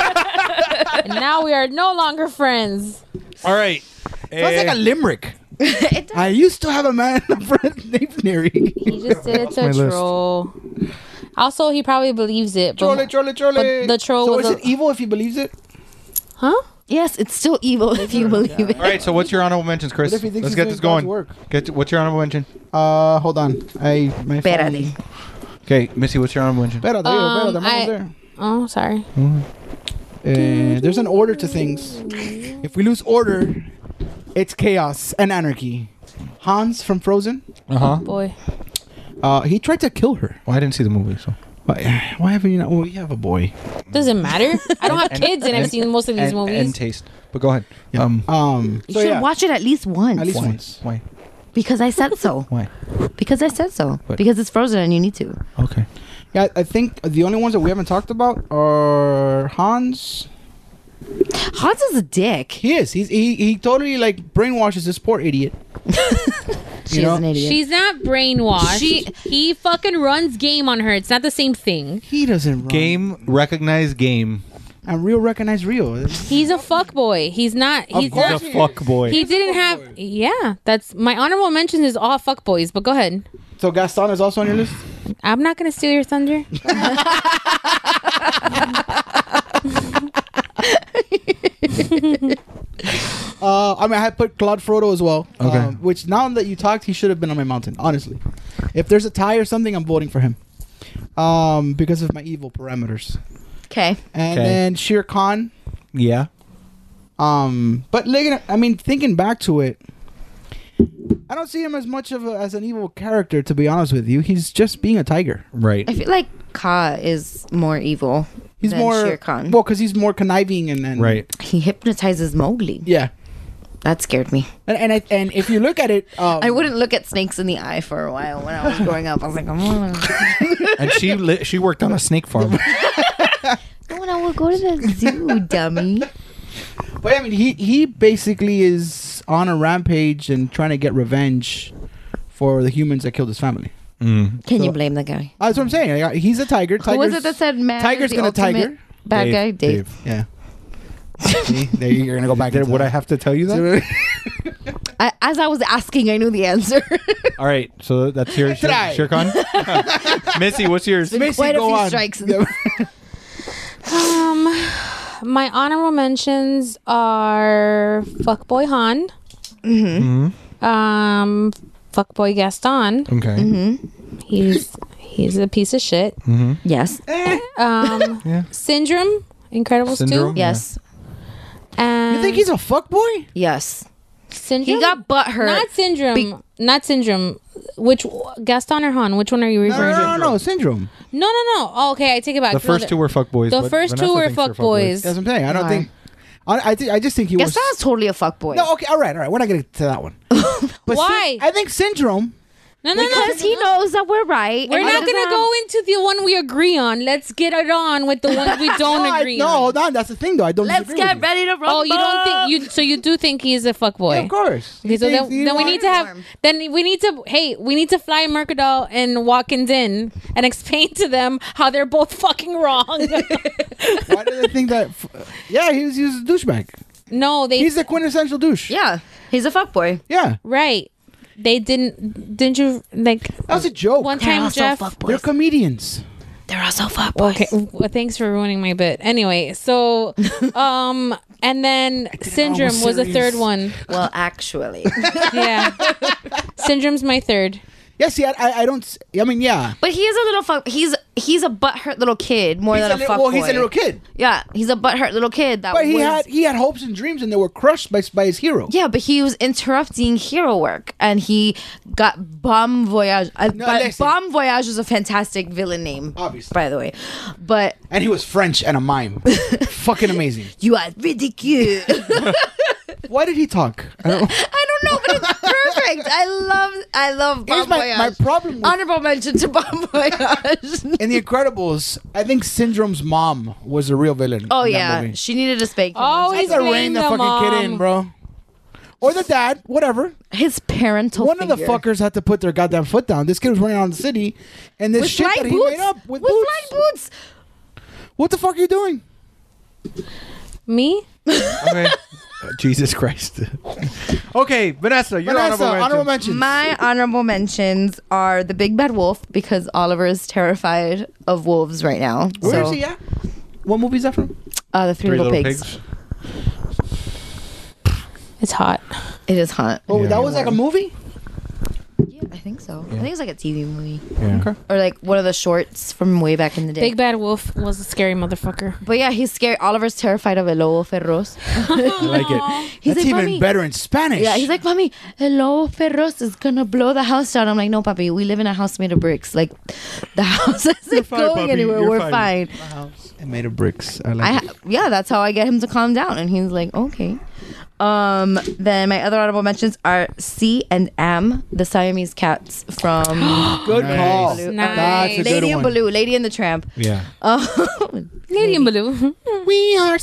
[SPEAKER 7] and now we are no longer friends.
[SPEAKER 6] All right.
[SPEAKER 4] Sounds
[SPEAKER 6] Eh,
[SPEAKER 4] like a limerick.
[SPEAKER 5] It does-
[SPEAKER 4] I used to have a man a friend named Neri.
[SPEAKER 7] He just did it to
[SPEAKER 6] my list.
[SPEAKER 7] troll. Also, he probably believes it. But,
[SPEAKER 4] Chole, chole, chole.
[SPEAKER 7] But the troll
[SPEAKER 4] So
[SPEAKER 7] was
[SPEAKER 4] is
[SPEAKER 7] a-
[SPEAKER 4] it evil if he believes it?
[SPEAKER 7] huh?
[SPEAKER 5] yes, it's still evil if you believe it.
[SPEAKER 6] All right, so what's your honorable mentions, Chris?
[SPEAKER 4] What if he thinks
[SPEAKER 6] Let's
[SPEAKER 4] he's
[SPEAKER 6] get
[SPEAKER 4] doing
[SPEAKER 6] this going.
[SPEAKER 4] God's work?
[SPEAKER 6] Get what's your honorable mention?
[SPEAKER 4] Uh, hold on. I my
[SPEAKER 5] Espérate.
[SPEAKER 6] Okay, Missy, what's your honorable mention?
[SPEAKER 4] Espérate,
[SPEAKER 7] Um,
[SPEAKER 4] espérate, mama's
[SPEAKER 7] I-
[SPEAKER 4] there.
[SPEAKER 7] Oh, sorry.
[SPEAKER 4] Uh, there's an order to things. If we lose order, it's chaos and anarchy. Hans from Frozen,
[SPEAKER 6] Uh huh.
[SPEAKER 7] Boy,
[SPEAKER 4] uh, he tried to kill her.
[SPEAKER 6] Well, I didn't see the movie, so
[SPEAKER 4] Why, why haven't you not? Well, you have a boy.
[SPEAKER 7] doesn't matter. I don't have kids, and I've seen most of these
[SPEAKER 6] and, and
[SPEAKER 7] movies.
[SPEAKER 6] taste. But go ahead. Um,
[SPEAKER 4] Um,
[SPEAKER 5] You
[SPEAKER 4] so
[SPEAKER 5] should
[SPEAKER 4] yeah,
[SPEAKER 5] watch it at least once.
[SPEAKER 4] at least
[SPEAKER 6] why?
[SPEAKER 4] once.
[SPEAKER 6] Why?
[SPEAKER 5] Because I said so.
[SPEAKER 6] Why?
[SPEAKER 5] Because I said so. Because it's frozen and you need to.
[SPEAKER 6] Okay.
[SPEAKER 4] Yeah, I think the only ones that we haven't talked about are Hans.
[SPEAKER 5] Hans is a dick.
[SPEAKER 4] He is. He's, he he totally like brainwashes this poor idiot.
[SPEAKER 5] She's
[SPEAKER 4] know,
[SPEAKER 5] an idiot.
[SPEAKER 7] She's not brainwashed.
[SPEAKER 5] She-
[SPEAKER 7] he fucking runs game on her. It's not the same thing.
[SPEAKER 4] He doesn't run.
[SPEAKER 6] Game recognize game.
[SPEAKER 4] and real recognize real.
[SPEAKER 7] He's a fuck boy. He's not. He's
[SPEAKER 4] course
[SPEAKER 7] not.
[SPEAKER 6] The fuck boy.
[SPEAKER 7] He didn't have. Yeah, that's my honorable mention is all fuck boys. But go ahead.
[SPEAKER 4] So Gaston is also on your list.
[SPEAKER 7] I'm not gonna steal your thunder.
[SPEAKER 4] Uh, I mean, I had put Claude Frodo as well.
[SPEAKER 6] Okay.
[SPEAKER 4] Um, which now that you talked, he should have been on my mountain. Honestly, if there's a tie or something, I'm voting for him. Um, because of my evil parameters.
[SPEAKER 5] Okay.
[SPEAKER 4] And
[SPEAKER 6] Okay.
[SPEAKER 4] then Shere Khan.
[SPEAKER 6] yeah.
[SPEAKER 4] Um, but looking, at- I mean, thinking back to it, I don't see him as much of a, as an evil character. To be honest with you, he's just being a tiger.
[SPEAKER 6] Right.
[SPEAKER 5] I feel like Ka is more evil.
[SPEAKER 4] He's
[SPEAKER 5] than
[SPEAKER 4] more
[SPEAKER 5] Shere Khan.
[SPEAKER 4] well because he's more conniving and, and
[SPEAKER 6] Right.
[SPEAKER 5] he hypnotizes Mowgli.
[SPEAKER 4] Yeah,
[SPEAKER 5] That scared me.
[SPEAKER 4] and and, I, and if you look at it, um,
[SPEAKER 5] I wouldn't look at snakes in the eye for a while when I was growing up. I was like, oh,
[SPEAKER 6] and she li- she worked on a snake farm.
[SPEAKER 5] no, I will go to the zoo, dummy.
[SPEAKER 4] But I mean, he he basically is on a rampage and trying to get revenge for the humans that killed his family. Uh,
[SPEAKER 6] Mm.
[SPEAKER 5] Can you blame the guy?
[SPEAKER 4] That's what I'm saying. Like, He's a tiger.
[SPEAKER 5] Who
[SPEAKER 4] Tiger's,
[SPEAKER 5] was it that said man? is
[SPEAKER 4] Tiger's
[SPEAKER 5] the
[SPEAKER 4] gonna
[SPEAKER 5] ultimate
[SPEAKER 4] tiger.
[SPEAKER 5] Bad guy, Dave.
[SPEAKER 4] Yeah. See, there you- you're gonna go back.
[SPEAKER 6] Did, would I have to tell you that?
[SPEAKER 5] I, as I was asking, I knew the answer.
[SPEAKER 6] All right, so that's your Shir-
[SPEAKER 5] Try.
[SPEAKER 6] Shirkan. Missy, what's yours?
[SPEAKER 5] Quite a few strikes.
[SPEAKER 7] Um, my honorable mentions are Fuckboy Han,
[SPEAKER 4] Mm-hmm.
[SPEAKER 6] Mhm.
[SPEAKER 7] um, Fuckboy Gaston.
[SPEAKER 6] Okay.
[SPEAKER 7] He's he's a piece of shit.
[SPEAKER 6] Mhm.
[SPEAKER 5] Yes.
[SPEAKER 7] Um, Syndrome, Incredibles
[SPEAKER 5] Syndrome,
[SPEAKER 7] two.
[SPEAKER 5] yeah. Yes.
[SPEAKER 7] And
[SPEAKER 4] You think he's a fuckboy?
[SPEAKER 5] Yes.
[SPEAKER 7] Syndrome.
[SPEAKER 5] He got butthurt
[SPEAKER 7] Not syndrome. not syndrome. Which Gaston or Han? Which one are you
[SPEAKER 4] No, no,
[SPEAKER 7] referring
[SPEAKER 4] no,
[SPEAKER 7] to?
[SPEAKER 4] no, syndrome.
[SPEAKER 7] No, no, no. Oh, okay, I take it back.
[SPEAKER 6] The
[SPEAKER 7] No,
[SPEAKER 6] first two were fuckboys,
[SPEAKER 7] The
[SPEAKER 6] but
[SPEAKER 7] first
[SPEAKER 6] Vanessa
[SPEAKER 7] two were
[SPEAKER 6] thinks they're fuckboys.
[SPEAKER 7] fuckboys.
[SPEAKER 4] That's what I'm saying. I don't think. I I, think I just think he
[SPEAKER 5] Yes,
[SPEAKER 4] was.
[SPEAKER 5] that was totally a fuckboy.
[SPEAKER 4] No, okay, all right, all right. We're not gonna get to that one. But
[SPEAKER 7] Why?
[SPEAKER 4] I think syndrome.
[SPEAKER 7] No, no, no.
[SPEAKER 5] because he knows that we're right.
[SPEAKER 7] We're not gonna go into the one we agree on. Let's get it on with the ones we don't
[SPEAKER 4] no, Oh, I-
[SPEAKER 7] agree.
[SPEAKER 4] no,
[SPEAKER 7] on.
[SPEAKER 4] hold on. That's the thing, though. I don't.
[SPEAKER 5] Let's
[SPEAKER 4] disagree
[SPEAKER 5] get
[SPEAKER 4] with
[SPEAKER 5] ready to rumble.
[SPEAKER 7] Oh, you don't think you? So you do think he's a
[SPEAKER 4] you.
[SPEAKER 7] fuckboy?
[SPEAKER 4] Yeah, of course.
[SPEAKER 7] Okay,
[SPEAKER 4] You
[SPEAKER 7] so then,
[SPEAKER 4] think- you
[SPEAKER 7] then we
[SPEAKER 4] want-
[SPEAKER 7] need to have then we need to hey we need to fly Mercadal and Watkins in and explain to them how they're both fucking wrong.
[SPEAKER 4] Why do they think that? Yeah, he was, he was a douchebag.
[SPEAKER 7] no, they
[SPEAKER 4] He's the quintessential douche.
[SPEAKER 5] Yeah, he's a fuckboy.
[SPEAKER 4] Yeah,
[SPEAKER 7] right. They didn't didn't you like
[SPEAKER 4] that was a joke.
[SPEAKER 7] one time Jeff?
[SPEAKER 4] They're comedians.
[SPEAKER 5] They're also fuckboys.
[SPEAKER 7] Okay, well, thanks for ruining my bit. Anyway, so um and then Syndrome was a
[SPEAKER 4] serious.
[SPEAKER 7] third one.
[SPEAKER 5] Well, actually,
[SPEAKER 7] Yeah. Syndrome's my third.
[SPEAKER 4] Yeah, see, I, I, I don't. s- I mean, yeah.
[SPEAKER 5] but he is a little fuck. He's he's a butthurt little kid more
[SPEAKER 4] He's
[SPEAKER 5] than
[SPEAKER 4] a
[SPEAKER 5] a,
[SPEAKER 4] li-
[SPEAKER 5] fuckboy.
[SPEAKER 4] well, he's a little kid.
[SPEAKER 5] Yeah, he's a butthurt little kid. That
[SPEAKER 4] But he
[SPEAKER 5] was-
[SPEAKER 4] had he had hopes and dreams, and they were crushed by by his hero.
[SPEAKER 5] Yeah, but he was interrupting hero work, and he got Bomb Voyage. Uh,
[SPEAKER 4] No,
[SPEAKER 5] but
[SPEAKER 4] listen.
[SPEAKER 5] Bomb Voyage is a fantastic villain name,
[SPEAKER 4] Obviously.
[SPEAKER 5] by the way. But
[SPEAKER 4] And he was French and a mime. Fucking amazing.
[SPEAKER 5] you are ridiculous.
[SPEAKER 4] Why did he talk? I don't know.
[SPEAKER 5] I don't know, but it's perfect. I love, I love
[SPEAKER 4] Here's
[SPEAKER 5] Bomb
[SPEAKER 4] my,
[SPEAKER 5] Voyage.
[SPEAKER 4] my problem with
[SPEAKER 5] Honorable mention to Bomb Voyage.
[SPEAKER 4] in The Incredibles. I think Syndrome's mom was a real villain.
[SPEAKER 5] oh
[SPEAKER 4] in that
[SPEAKER 5] yeah,
[SPEAKER 4] movie.
[SPEAKER 5] she needed a spanking.
[SPEAKER 7] Oh,
[SPEAKER 5] once.
[SPEAKER 7] he's
[SPEAKER 4] Gotta rein the, fucking kid in, bro. Or the dad, whatever.
[SPEAKER 5] his parental.
[SPEAKER 4] One of the
[SPEAKER 5] figure.
[SPEAKER 4] fuckers had to put their goddamn foot down. This kid was running around the city, and this
[SPEAKER 5] with
[SPEAKER 4] shit
[SPEAKER 5] flying
[SPEAKER 4] that he
[SPEAKER 5] boots.
[SPEAKER 4] made up with,
[SPEAKER 5] with
[SPEAKER 4] boots.
[SPEAKER 5] flying boots.
[SPEAKER 4] What the fuck are you doing?
[SPEAKER 7] Me?
[SPEAKER 6] Okay. Uh, Jesus Christ. okay, Vanessa, your
[SPEAKER 4] Vanessa, honorable
[SPEAKER 6] honorable mention.
[SPEAKER 4] mentions.
[SPEAKER 5] My honorable mentions are the big bad wolf because Oliver is terrified of wolves right now.
[SPEAKER 4] Where is
[SPEAKER 5] So,
[SPEAKER 4] he at? What movie is that from?
[SPEAKER 5] Uh, the three, little, pigs.
[SPEAKER 7] It's hot.
[SPEAKER 5] It is hot.
[SPEAKER 4] Oh,
[SPEAKER 6] Yeah.
[SPEAKER 4] that was like a movie.
[SPEAKER 5] Yeah, I think so. I think it's like a TV movie
[SPEAKER 6] Yeah.
[SPEAKER 5] or like one of the shorts from way back in the day.
[SPEAKER 7] Big Bad Wolf was a scary motherfucker.
[SPEAKER 5] but yeah, he's scared. Oliver's terrified of el lobo feroz.
[SPEAKER 6] I like it.
[SPEAKER 5] He's
[SPEAKER 4] That's
[SPEAKER 5] like,
[SPEAKER 4] even
[SPEAKER 5] "Mommy."
[SPEAKER 4] better in Spanish.
[SPEAKER 5] Yeah, he's like, mommy, el lobo feroz is gonna blow the house down. I'm like, no, papi, we live in a house made of bricks. Like, the house isn't
[SPEAKER 6] fine,
[SPEAKER 5] going
[SPEAKER 6] papi.
[SPEAKER 5] anywhere.
[SPEAKER 6] You're
[SPEAKER 5] We're
[SPEAKER 6] fine."
[SPEAKER 5] fine.
[SPEAKER 4] And made of bricks. I like
[SPEAKER 5] I
[SPEAKER 4] it.
[SPEAKER 5] ha- yeah, that's how I get him to calm down, and he's like, okay. Um, then my other honorable mentions are C and M, the Siamese cats from
[SPEAKER 4] Good call.
[SPEAKER 5] Baloo.
[SPEAKER 7] Nice.
[SPEAKER 4] That's a good
[SPEAKER 5] Uh,
[SPEAKER 4] one.
[SPEAKER 5] Lady and Baloo, Lady and the Tramp.
[SPEAKER 6] Yeah.
[SPEAKER 5] Um,
[SPEAKER 7] Lady in Blue.
[SPEAKER 4] We are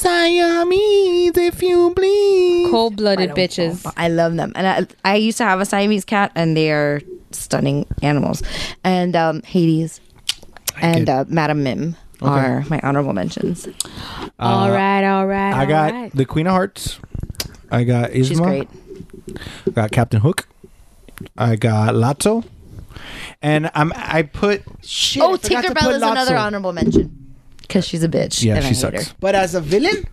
[SPEAKER 4] Siamese, if you please.
[SPEAKER 7] Cold blooded bitches.
[SPEAKER 5] I love them, and I, I used to have a Siamese cat, and they are stunning animals. And um, Hades and uh, Madame Mim are my honorable mentions.
[SPEAKER 7] all right, all right.
[SPEAKER 6] Uh, I
[SPEAKER 7] all
[SPEAKER 6] got
[SPEAKER 7] right.
[SPEAKER 6] the Queen of Hearts. I got Isma.
[SPEAKER 5] She's great.
[SPEAKER 6] I got Captain Hook. I got Lotso. And I'm I put
[SPEAKER 4] Shit,
[SPEAKER 5] Oh,
[SPEAKER 4] I forgot to
[SPEAKER 5] Tinkerbell
[SPEAKER 4] put
[SPEAKER 5] is another
[SPEAKER 4] Lotso.
[SPEAKER 5] honorable mention because she's a bitch.
[SPEAKER 6] Yeah,
[SPEAKER 5] and
[SPEAKER 6] she
[SPEAKER 5] I hate
[SPEAKER 6] sucks.
[SPEAKER 5] her.
[SPEAKER 4] But as a villain,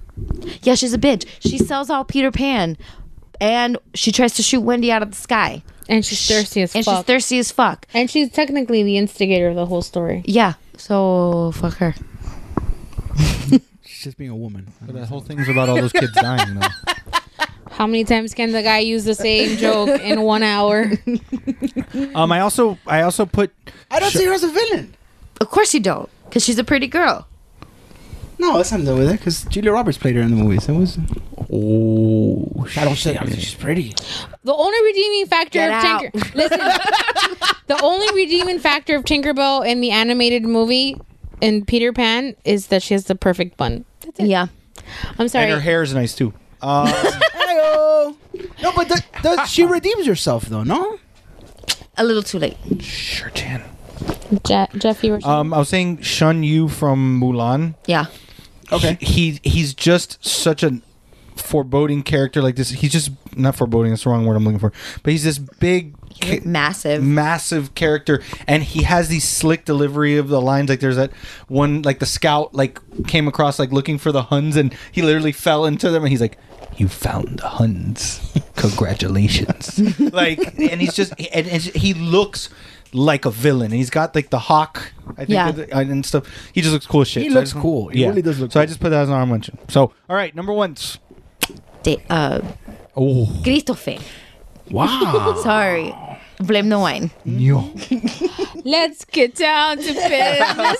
[SPEAKER 5] Yeah, she's a bitch. She sells out Peter Pan, and she tries to shoot Wendy out of the sky.
[SPEAKER 7] and she's thirsty as
[SPEAKER 5] and
[SPEAKER 7] fuck.
[SPEAKER 5] she's thirsty as fuck.
[SPEAKER 7] and she's technically the instigator of the whole story.
[SPEAKER 5] Yeah. So fuck her.
[SPEAKER 4] she's just being a woman.
[SPEAKER 6] that whole thing's about all those kids dying, you know.
[SPEAKER 7] How many times can the guy use the same joke in one hour?
[SPEAKER 6] Um I also I also put
[SPEAKER 4] I don't see her as a villain.
[SPEAKER 5] Of course you don't, because she's a pretty girl.
[SPEAKER 4] No, that's something with it because Julia Roberts played her in the movies. It was.
[SPEAKER 6] Oh
[SPEAKER 4] I don't say. I don't think she's pretty.
[SPEAKER 7] The only redeeming factor
[SPEAKER 5] Get
[SPEAKER 7] of
[SPEAKER 5] out.
[SPEAKER 7] Tinker Listen. the only redeeming factor of Tinkerbell in the animated movie in Peter Pan is that she has the perfect bun.
[SPEAKER 5] Yeah.
[SPEAKER 7] I'm
[SPEAKER 6] and her
[SPEAKER 7] sorry.
[SPEAKER 6] hair is nice too. Um,
[SPEAKER 4] Hey-o. No, but the, the, she redeems herself though. No,
[SPEAKER 5] a little too late.
[SPEAKER 6] Sure, Tan.
[SPEAKER 7] Je- Jeff, you were saying-
[SPEAKER 6] Um, I was saying Shun Yu from Mulan.
[SPEAKER 5] Yeah.
[SPEAKER 6] Okay. He, he's just such a foreboding character like this. He's just not foreboding. That's the wrong word I'm looking for. But he's this big, ca-
[SPEAKER 5] massive,
[SPEAKER 6] Mm. massive character, and he has these slick delivery of the lines. Like there's that one, like the scout, like came across like looking for the Huns, and he literally fell into them, and he's like, "You found the Huns. Congratulations." like, and he's just, and, and he looks. Like a villain, and he's got like the hawk, I think,
[SPEAKER 5] Yeah.
[SPEAKER 6] and and stuff. He just looks cool as shit.
[SPEAKER 4] He
[SPEAKER 6] I
[SPEAKER 4] looks
[SPEAKER 6] just-
[SPEAKER 4] cool. He really does look
[SPEAKER 6] So I just put that as an arm mention. So, all right, number one.
[SPEAKER 5] De- uh,
[SPEAKER 6] oh,
[SPEAKER 5] Christophe.
[SPEAKER 6] Wow.
[SPEAKER 5] Sorry. Blame the wine.
[SPEAKER 4] Mm-hmm.
[SPEAKER 6] Yo.
[SPEAKER 7] Let's get down to business.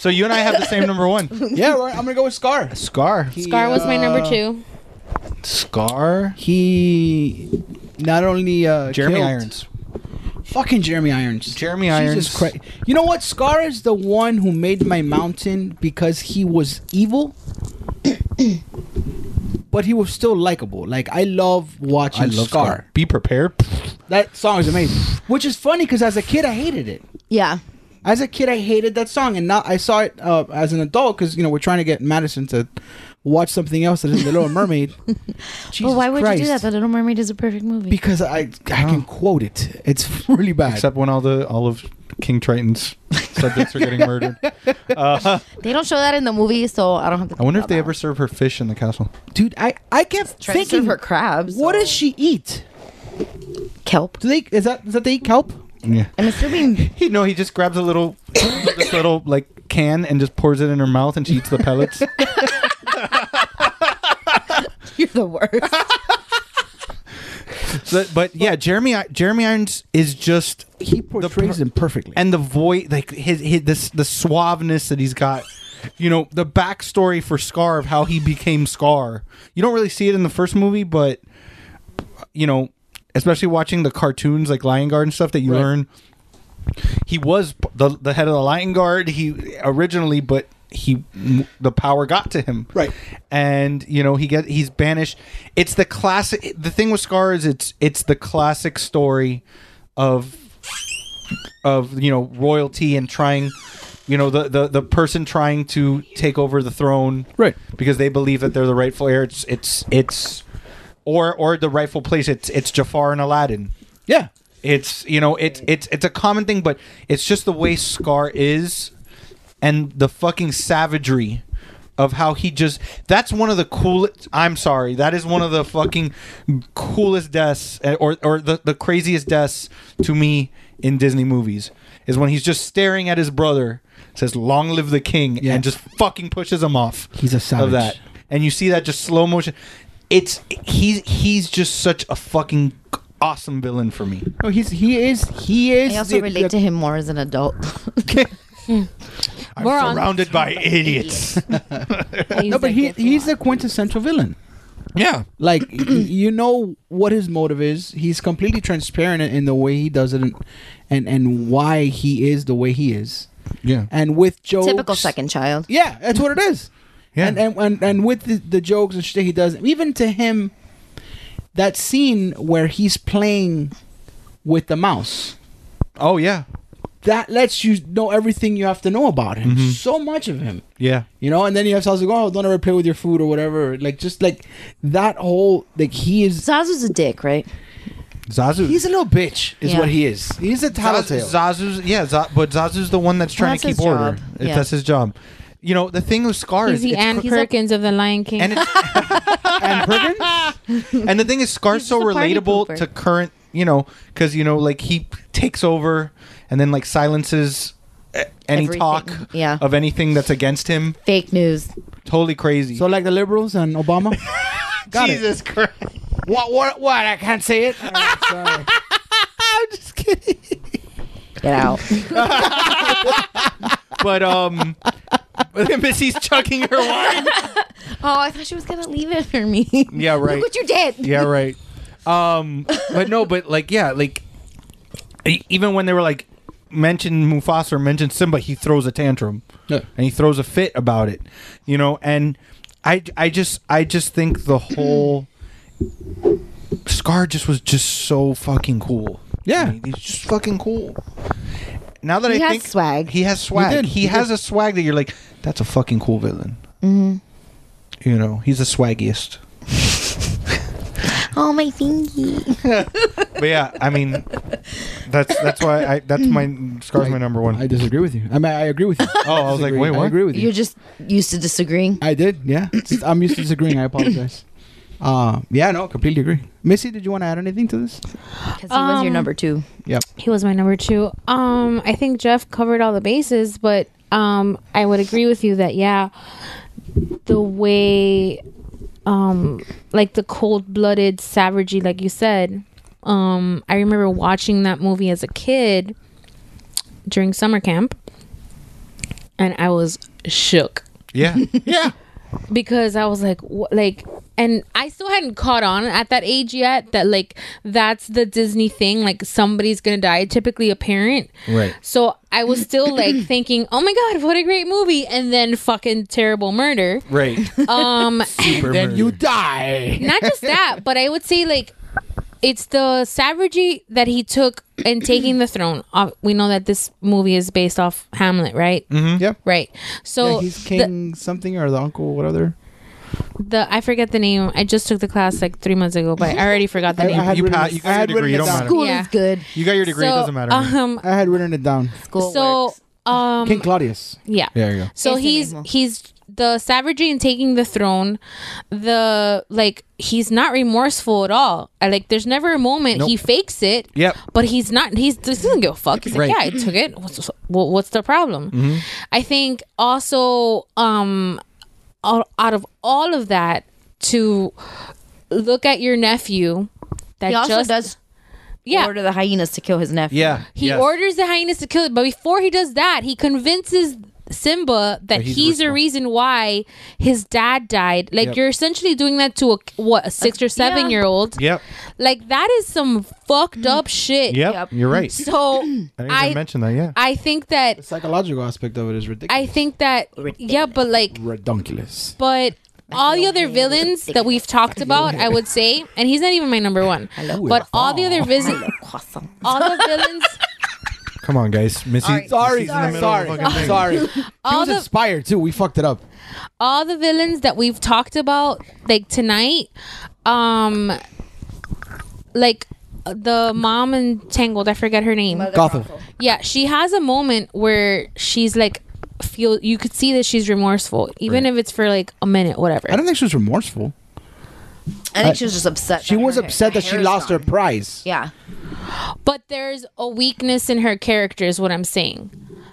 [SPEAKER 6] So you and I have the same number one.
[SPEAKER 4] yeah, we're- I'm gonna go with Scar.
[SPEAKER 6] Scar.
[SPEAKER 7] Scar was my number two.
[SPEAKER 6] Scar.
[SPEAKER 4] He not only uh,
[SPEAKER 6] Jeremy
[SPEAKER 4] killed-
[SPEAKER 6] Irons.
[SPEAKER 4] Fucking Jeremy Irons.
[SPEAKER 6] Jeremy
[SPEAKER 4] Jesus Christ. You know what? Scar is the one who made my mountain because he was evil, but he was still likable. Like I love watching
[SPEAKER 6] I love
[SPEAKER 4] Scar.
[SPEAKER 6] Scar. Be prepared.
[SPEAKER 4] That song is amazing. Which is funny because as a kid I hated it.
[SPEAKER 5] Yeah.
[SPEAKER 4] As a kid I hated that song, and now I saw it uh, as an adult because you know we're trying to get Madison to watch something else that isn't The Little Mermaid.
[SPEAKER 5] but why would you do
[SPEAKER 4] Christ.
[SPEAKER 5] that? The Little Mermaid is a perfect movie.
[SPEAKER 4] because I I can quote it. It's really bad.
[SPEAKER 6] Except when all the all of King Triton's subjects are getting murdered. Uh,
[SPEAKER 5] they don't show that in the movie, so I don't have to.
[SPEAKER 6] I wonder if they ever serve her fish in the castle.
[SPEAKER 4] dude. I I kept
[SPEAKER 5] Try to serve
[SPEAKER 4] thinking
[SPEAKER 5] her crabs,
[SPEAKER 4] What does she eat?
[SPEAKER 5] Kelp.
[SPEAKER 4] Do they is that is that they eat kelp?
[SPEAKER 6] Yeah.
[SPEAKER 5] I'm assuming.
[SPEAKER 6] He no, he just grabs a little, this little like can and just pours it in her mouth, and she eats the pellets.
[SPEAKER 5] You're the worst.
[SPEAKER 6] So, but yeah, Jeremy I- Jeremy Irons is just
[SPEAKER 4] He portrays him perfectly.
[SPEAKER 6] and the voice like his, his this the suaveness that he's got you know the backstory for scar of how he became scar you don't really see it in the first movie but you know especially watching the cartoons like lion guard and stuff that you learn he was p- the, the head of the lion guard he originally but he the power got to him
[SPEAKER 4] Right.
[SPEAKER 6] and you know he get he's banished it's the classic the thing with scar is it's it's the classic story of of you know royalty and trying you know the, the the person trying to take over the throne
[SPEAKER 4] Right.
[SPEAKER 6] because they believe that they're the rightful heir it's it's it's or or the rightful place it's it's jafar and aladdin
[SPEAKER 4] Yeah.
[SPEAKER 6] it's you know it's it's it's a common thing but it's just the way scar is and the fucking savagery of how he just that's one of the coolest i'm sorry that is one of the fucking coolest deaths eh, or or the, the craziest deaths to me in disney movies is when he's just staring at his brother says long live the king
[SPEAKER 4] Yeah.
[SPEAKER 6] and just fucking pushes him off
[SPEAKER 4] He's a savage.
[SPEAKER 6] of that and you see that just slow motion it's he's he's just such a fucking awesome villain for me
[SPEAKER 4] No, he's he is he is.
[SPEAKER 5] I also
[SPEAKER 4] the-
[SPEAKER 5] relate
[SPEAKER 4] the-
[SPEAKER 5] to him more as an adult.
[SPEAKER 6] i'm
[SPEAKER 7] We're on-
[SPEAKER 6] surrounded by idiots
[SPEAKER 4] No, but he he's the quintessential villain.
[SPEAKER 6] yeah
[SPEAKER 4] Like y- you know what his motive is. He's completely transparent in- in the way he does it, and and, and why he is the way he is.
[SPEAKER 6] yeah
[SPEAKER 4] And with jokes,
[SPEAKER 5] Typical second child.
[SPEAKER 4] Yeah, that's what it is.
[SPEAKER 6] Yeah.
[SPEAKER 4] And and and, and with the, the jokes and shit he does, even to him, that scene where he's playing with the mouse,
[SPEAKER 6] oh yeah
[SPEAKER 4] that lets you know everything you have to know about him. So much of him.
[SPEAKER 6] yeah
[SPEAKER 4] You know, and then you have Saz like, oh, don't ever play with your food or whatever. Like, just like that whole, like, he is,
[SPEAKER 5] Zazu's a dick, right?
[SPEAKER 6] zazu
[SPEAKER 4] he's a little bitch, is
[SPEAKER 5] Yeah.
[SPEAKER 4] what he is. He's a tattletale.
[SPEAKER 6] Zazu's yeah, Za- but Zazu's the one that's trying
[SPEAKER 5] that's
[SPEAKER 6] to keep
[SPEAKER 5] his
[SPEAKER 6] order.
[SPEAKER 5] job.
[SPEAKER 6] If
[SPEAKER 5] Yeah.
[SPEAKER 6] That's his job. You know the thing with Scar
[SPEAKER 7] He's
[SPEAKER 6] is
[SPEAKER 7] the
[SPEAKER 6] it's
[SPEAKER 7] Anne
[SPEAKER 6] cr-
[SPEAKER 7] Perkins of the Lion King.
[SPEAKER 6] and, it's, and Perkins? And the thing is, Scar's
[SPEAKER 5] He's
[SPEAKER 6] so
[SPEAKER 5] just a party
[SPEAKER 6] relatable
[SPEAKER 5] pooper.
[SPEAKER 6] to current. You know, because you know, like he takes over and then like silences eh, any
[SPEAKER 5] Everything.
[SPEAKER 6] talk
[SPEAKER 5] Yeah.
[SPEAKER 6] of anything that's against him.
[SPEAKER 5] Fake news.
[SPEAKER 6] Totally crazy.
[SPEAKER 4] so, like the liberals and Obama? Got it.
[SPEAKER 6] Jesus Christ.
[SPEAKER 4] What, what, what? I can't say it. All right, sorry.
[SPEAKER 6] I'm just kidding.
[SPEAKER 5] Get out.
[SPEAKER 6] But um, Missy's chucking her wine.
[SPEAKER 5] Oh, I thought she was gonna leave it for me.
[SPEAKER 6] Yeah, right.
[SPEAKER 5] Look what you did.
[SPEAKER 6] yeah right um but no but like yeah like e- even when they were like mention mufasa or mention simba he throws a tantrum
[SPEAKER 4] Yeah.
[SPEAKER 6] and he throws a fit about it you know and i i just i just think the whole scar just was just so fucking cool Yeah, he's just fucking cool. Now that
[SPEAKER 5] He
[SPEAKER 6] I
[SPEAKER 5] has
[SPEAKER 6] think swag, he has swag.
[SPEAKER 5] did.
[SPEAKER 6] He,
[SPEAKER 5] He
[SPEAKER 6] has
[SPEAKER 5] did.
[SPEAKER 6] a swag that you're like, that's a fucking cool villain.
[SPEAKER 5] hmm
[SPEAKER 6] You know, he's the swaggiest.
[SPEAKER 5] Oh my thingy.
[SPEAKER 6] But yeah, I mean, that's that's why I that's my scar's my number one. I
[SPEAKER 4] disagree with you. I mean, I agree with you.
[SPEAKER 6] Oh, I was like, wait,
[SPEAKER 4] I
[SPEAKER 6] what?
[SPEAKER 4] agree with you.
[SPEAKER 5] You're just used to disagreeing.
[SPEAKER 4] I did. Yeah, It's- I'm used to disagreeing. I apologize. Uh, yeah, no, completely agree. Missy, did you want to add anything to this?
[SPEAKER 5] Because he was your
[SPEAKER 7] Um,
[SPEAKER 5] number two.
[SPEAKER 4] Yep.
[SPEAKER 7] He was my number two. Um, I think Jeff covered all the bases, but um, I would agree with you that yeah, the way, um, like the cold-blooded savagery, like you said. Um, I remember watching that movie as a kid during summer camp, and I was shook
[SPEAKER 6] Yeah, yeah.
[SPEAKER 7] because I was like, wh- like, and I still hadn't caught on at that age yet that like that's the Disney thing. Like somebody's gonna die, typically a parent.
[SPEAKER 10] Right.
[SPEAKER 7] So I was still like thinking, oh my god, what a great movie, and then fucking terrible murder.
[SPEAKER 6] Right.
[SPEAKER 7] Um,
[SPEAKER 4] then you die.
[SPEAKER 7] not just that, but I would say like it's the savagery that he took in taking the throne. Uh, we know that this movie is based off Hamlet, right?
[SPEAKER 4] Mm-hmm. Yep.
[SPEAKER 7] Right. So
[SPEAKER 4] yeah, he's
[SPEAKER 7] the-
[SPEAKER 4] king something or the uncle, whatever.
[SPEAKER 7] the I forget the name. I just took the class like three months ago, but I already forgot the
[SPEAKER 4] I- I
[SPEAKER 7] name.
[SPEAKER 4] had You written pa- it- you got I your had degree, written it you don't down. matter. School
[SPEAKER 7] yeah.
[SPEAKER 5] is good.
[SPEAKER 6] You got your degree.
[SPEAKER 7] So,
[SPEAKER 6] it doesn't matter.
[SPEAKER 7] Um,
[SPEAKER 4] I had written it down.
[SPEAKER 7] so um,
[SPEAKER 4] King Claudius.
[SPEAKER 7] Yeah.
[SPEAKER 6] There you go.
[SPEAKER 7] So he's he's the savagery in taking the throne. The like he's not remorseful at all. I, like there's never a moment
[SPEAKER 6] Nope.
[SPEAKER 7] he fakes it.
[SPEAKER 6] Yep.
[SPEAKER 7] But he's not. He's he doesn't give a fuck. He's like,
[SPEAKER 6] Right.
[SPEAKER 7] yeah, I took it. What's what, what's the problem? I think also um out, out of all of that to look at your nephew that
[SPEAKER 5] he also
[SPEAKER 7] just
[SPEAKER 5] does
[SPEAKER 7] yeah.
[SPEAKER 5] order the hyenas to kill his nephew.
[SPEAKER 6] Yeah.
[SPEAKER 7] he orders the hyenas to kill it, but before he does that, he convinces Simba that
[SPEAKER 5] he's
[SPEAKER 7] he's, the reason why his dad died. Like
[SPEAKER 5] Yep.
[SPEAKER 7] you're essentially doing that to a what a six or seven year old.
[SPEAKER 6] Yep.
[SPEAKER 7] Like that is some fucked up shit.
[SPEAKER 6] Yep, Yep. you're right.
[SPEAKER 7] So
[SPEAKER 6] I didn't even
[SPEAKER 7] I
[SPEAKER 6] mention that. Yeah.
[SPEAKER 7] I think that
[SPEAKER 4] The psychological aspect of it is ridiculous.
[SPEAKER 7] I think that yeah, but like
[SPEAKER 4] Redonkulous.
[SPEAKER 7] but all the other villains that we've talked about, I would say, and he's not even my number one. But all the other villains, all the villains,
[SPEAKER 6] Come on, guys. Missy.
[SPEAKER 4] Sorry,
[SPEAKER 6] Missy's in the
[SPEAKER 4] sorry,
[SPEAKER 6] middle of a
[SPEAKER 4] sorry.
[SPEAKER 6] fucking thing.
[SPEAKER 4] sorry. He
[SPEAKER 7] All
[SPEAKER 4] was
[SPEAKER 7] the-
[SPEAKER 4] inspired too. We fucked it up.
[SPEAKER 7] all the villains that we've talked about like tonight um like the mom entangled i forget her name
[SPEAKER 4] Gotham.
[SPEAKER 7] yeah she has a moment where she's like feel you could see that she's remorseful even if it's for like a minute whatever
[SPEAKER 4] I don't think she was remorseful.
[SPEAKER 5] I think she was just upset.
[SPEAKER 4] She was upset that she lost her prize.
[SPEAKER 5] Yeah.
[SPEAKER 7] but there's a weakness in her character is what i'm saying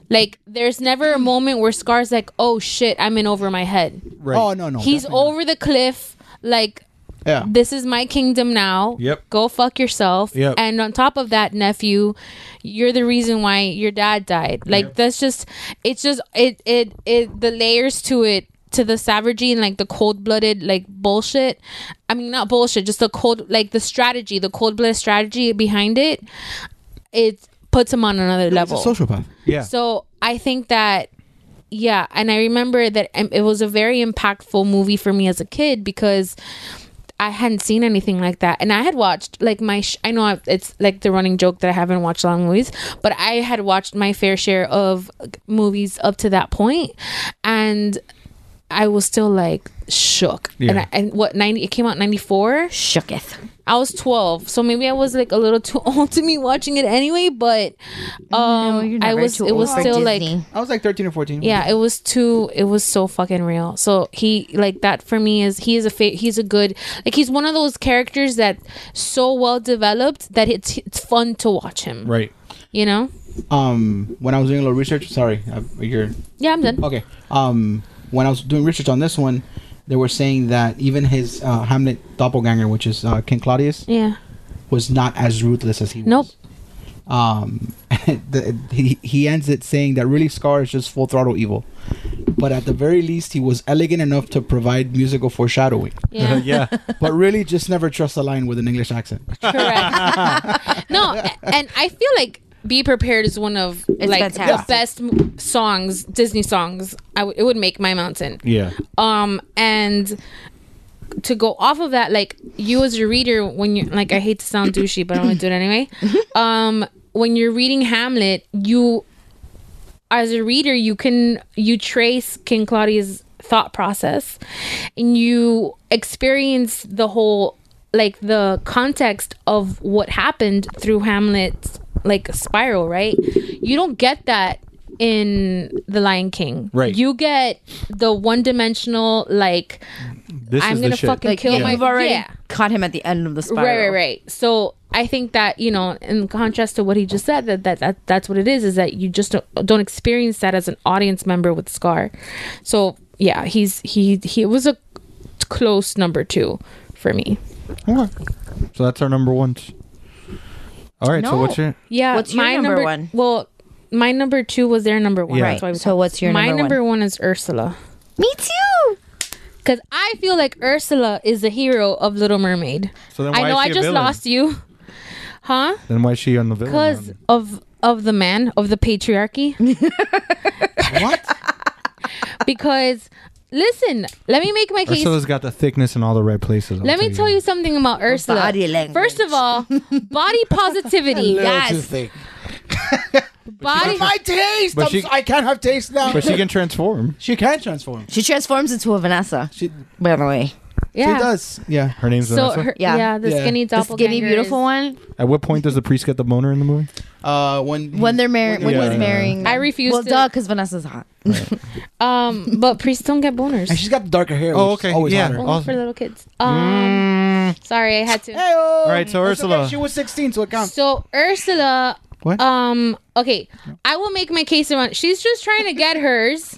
[SPEAKER 7] like there's never a moment where scar's like oh shit i'm in over my head
[SPEAKER 4] Right. Oh, no, no,
[SPEAKER 7] he's over the cliff like
[SPEAKER 4] Yeah.
[SPEAKER 7] this is my kingdom now.
[SPEAKER 4] Yep.
[SPEAKER 7] Go fuck yourself.
[SPEAKER 4] Yep.
[SPEAKER 7] And on top of that, nephew, you're the reason why your dad died. Like that's just it's just it it it the layers to it to the savagery and like the cold blooded like bullshit. I mean not bullshit, just the cold like the strategy, the cold blooded strategy behind it. It puts him on another level.
[SPEAKER 4] sociopath.
[SPEAKER 6] Yeah.
[SPEAKER 7] So I think that, yeah, and I remember that um, it was a very impactful movie for me as a kid because I hadn't seen anything like that, and I had watched like my. Sh- I know I've, it's like the running joke that I haven't watched a lot of movies, but I had watched my fair share of uh, movies up to that point, and. I was still like shook, and
[SPEAKER 5] Yeah.
[SPEAKER 7] I, and what ninety? It came out ninety four.
[SPEAKER 5] Shooketh.
[SPEAKER 7] I was twelve, so maybe I was like a little too old to be watching it anyway. But
[SPEAKER 5] Oh,
[SPEAKER 7] um, I was. It was still like
[SPEAKER 4] I was like thirteen or fourteen.
[SPEAKER 7] yeah, it was too. It was so fucking real. So he like that for me is he is a fa- he's a good like he's one of those characters that so well developed that it's it's fun to watch him.
[SPEAKER 4] Right.
[SPEAKER 7] You know.
[SPEAKER 4] Um, when I was doing a little research, sorry, I, you're
[SPEAKER 7] Yeah, I'm done.
[SPEAKER 4] Okay. Um, when I was doing research on this one, they were saying that even his uh, Hamlet doppelganger, which is uh, King Claudius,
[SPEAKER 7] Yeah.
[SPEAKER 4] was not as ruthless as he
[SPEAKER 7] Nope.
[SPEAKER 4] was. Um, the, he, he ends it saying that really Scar is just full throttle evil, but at the very least he was elegant enough to provide musical foreshadowing.
[SPEAKER 7] Yeah.
[SPEAKER 6] Uh, yeah.
[SPEAKER 4] But really, just never trust a line with an English accent.
[SPEAKER 7] No, a- and I feel like "Be Prepared" is one of like the
[SPEAKER 5] fantastic.
[SPEAKER 7] best m-
[SPEAKER 5] Uh,
[SPEAKER 7] songs, Disney songs. I w- it would make my mountain.
[SPEAKER 6] Yeah.
[SPEAKER 7] um and to go off of that, like you as your reader, when you like, I hate to sound douchey, but I'm gonna do it anyway. Um, when you're reading Hamlet, you as a reader you can you trace king claudia's thought process and you experience the whole like the context of what happened through hamlet's like spiral right you don't get that in the lion king
[SPEAKER 6] Right.
[SPEAKER 7] you get the one-dimensional like
[SPEAKER 6] This
[SPEAKER 7] i'm
[SPEAKER 6] is
[SPEAKER 7] gonna
[SPEAKER 6] the shit.
[SPEAKER 7] fucking kill my
[SPEAKER 5] You've already
[SPEAKER 7] yeah.
[SPEAKER 5] caught him at the end of the spiral.
[SPEAKER 7] Right, right, right. So I think that you know, in contrast to what he just said, that that, that that's what it is. Is that you just don't, don't experience that as an audience member with Scar. So yeah, he's he he was a close number two for me.
[SPEAKER 6] So that's our number ones. All right. So what's your?
[SPEAKER 7] Yeah,
[SPEAKER 5] What's your
[SPEAKER 7] my
[SPEAKER 5] number one?
[SPEAKER 7] Well, my number two was their number one.
[SPEAKER 6] Yeah.
[SPEAKER 7] That's why we-
[SPEAKER 5] So what's your
[SPEAKER 7] my
[SPEAKER 5] number one?
[SPEAKER 7] number one is Ursula.
[SPEAKER 5] Me too.
[SPEAKER 7] Because I feel like Ursula is the hero of Little Mermaid.
[SPEAKER 6] So then why
[SPEAKER 7] I know
[SPEAKER 6] is
[SPEAKER 7] I
[SPEAKER 6] she a
[SPEAKER 7] just
[SPEAKER 6] villain?
[SPEAKER 7] lost you, huh?
[SPEAKER 6] Then why is she on the villain?
[SPEAKER 7] because
[SPEAKER 6] round?
[SPEAKER 7] of of the man of the patriarchy.
[SPEAKER 6] what?
[SPEAKER 7] Because listen, let me make my case.
[SPEAKER 6] Ursula's got the thickness in all the right places. I'll
[SPEAKER 7] let me tell you something about Ursula.
[SPEAKER 5] body language.
[SPEAKER 7] First of all, body positivity. yes,
[SPEAKER 4] thick.
[SPEAKER 7] body.
[SPEAKER 4] My taste.
[SPEAKER 6] But
[SPEAKER 4] I'm
[SPEAKER 6] she-
[SPEAKER 4] so- I can't have taste now.
[SPEAKER 6] But she can transform.
[SPEAKER 4] She can transform.
[SPEAKER 5] She transforms into a Vanessa.
[SPEAKER 4] She-
[SPEAKER 5] by the way,
[SPEAKER 7] Yeah.
[SPEAKER 4] She does. Yeah.
[SPEAKER 6] Her name's
[SPEAKER 7] So
[SPEAKER 6] Vanessa.
[SPEAKER 7] her,
[SPEAKER 5] Yeah.
[SPEAKER 7] yeah. the
[SPEAKER 4] Yeah.
[SPEAKER 7] skinny
[SPEAKER 5] the
[SPEAKER 7] doppelganger.
[SPEAKER 5] skinny, beautiful
[SPEAKER 7] is-
[SPEAKER 5] one.
[SPEAKER 6] At what point does the priest get the boner in the movie?
[SPEAKER 4] Uh, when
[SPEAKER 5] When they're married, when
[SPEAKER 6] Yeah,
[SPEAKER 5] he's
[SPEAKER 6] yeah.
[SPEAKER 5] marrying.
[SPEAKER 7] I
[SPEAKER 5] them.
[SPEAKER 7] refuse
[SPEAKER 5] Well,
[SPEAKER 7] to-
[SPEAKER 5] duh, because Vanessa's hot.
[SPEAKER 7] Um, but priests don't get boners.
[SPEAKER 4] And she's got the darker hair.
[SPEAKER 6] Oh,
[SPEAKER 4] which is
[SPEAKER 6] okay.
[SPEAKER 4] Always
[SPEAKER 6] Yeah.
[SPEAKER 4] on her.
[SPEAKER 7] Only
[SPEAKER 6] awesome.
[SPEAKER 7] for little kids. Um,
[SPEAKER 4] Mm.
[SPEAKER 7] sorry, I had to.
[SPEAKER 4] All
[SPEAKER 6] right, so Ursula.
[SPEAKER 4] She was 16, so it counts.
[SPEAKER 7] So Ursula,
[SPEAKER 4] What?
[SPEAKER 7] um, okay, I will make my case around. She's just trying to get hers.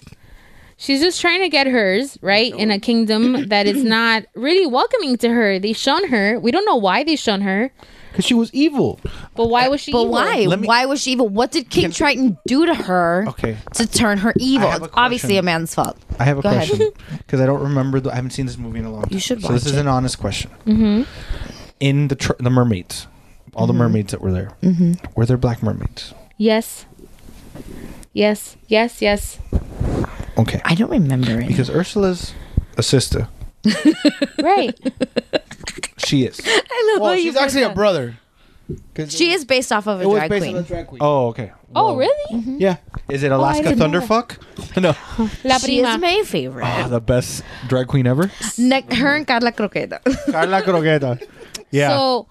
[SPEAKER 7] She's just trying to get hers right in a kingdom that is not really welcoming to her. They shun her. We don't know why they shun her,
[SPEAKER 4] Because she was evil.
[SPEAKER 7] but why was she?
[SPEAKER 5] But
[SPEAKER 7] evil?
[SPEAKER 5] why?
[SPEAKER 6] Let me-
[SPEAKER 5] why was she evil? What did King Triton do to her
[SPEAKER 6] Okay.
[SPEAKER 5] to turn her evil?
[SPEAKER 6] have a
[SPEAKER 5] It's obviously
[SPEAKER 6] question.
[SPEAKER 5] a man's fault.
[SPEAKER 6] I have a
[SPEAKER 5] Go ahead.
[SPEAKER 6] question because I don't remember. The, I haven't seen this movie in a long time.
[SPEAKER 5] You should
[SPEAKER 6] So this
[SPEAKER 5] watch
[SPEAKER 6] is an honest question. Mm-hmm. In the tr- the mermaids, all
[SPEAKER 5] Mm-hmm.
[SPEAKER 6] the mermaids that were there, were there black mermaids?
[SPEAKER 7] Yes. Yes. Yes. Yes.
[SPEAKER 6] Okay,
[SPEAKER 5] I don't remember it.
[SPEAKER 6] because Ursula's a sister.
[SPEAKER 7] Right.
[SPEAKER 6] She is.
[SPEAKER 5] I love
[SPEAKER 4] Well,
[SPEAKER 5] how you
[SPEAKER 4] she's actually a
[SPEAKER 5] brought
[SPEAKER 4] brother.
[SPEAKER 5] that. She is based off of a
[SPEAKER 4] It was
[SPEAKER 5] drag
[SPEAKER 4] based on a
[SPEAKER 5] queen.
[SPEAKER 4] drag queen.
[SPEAKER 6] Oh, okay.
[SPEAKER 7] oh,
[SPEAKER 6] Whoa.
[SPEAKER 7] really?
[SPEAKER 5] Mm-hmm.
[SPEAKER 4] Yeah.
[SPEAKER 6] Is it Alaska
[SPEAKER 5] Oh,
[SPEAKER 7] didn't know that.
[SPEAKER 6] Thunderfuck? no.
[SPEAKER 7] La
[SPEAKER 5] She is
[SPEAKER 7] prima.
[SPEAKER 5] my favorite.
[SPEAKER 6] Ah, the best drag queen ever.
[SPEAKER 5] Ne- her and Carla Croqueta.
[SPEAKER 6] Carla Croqueta. Yeah.
[SPEAKER 7] So,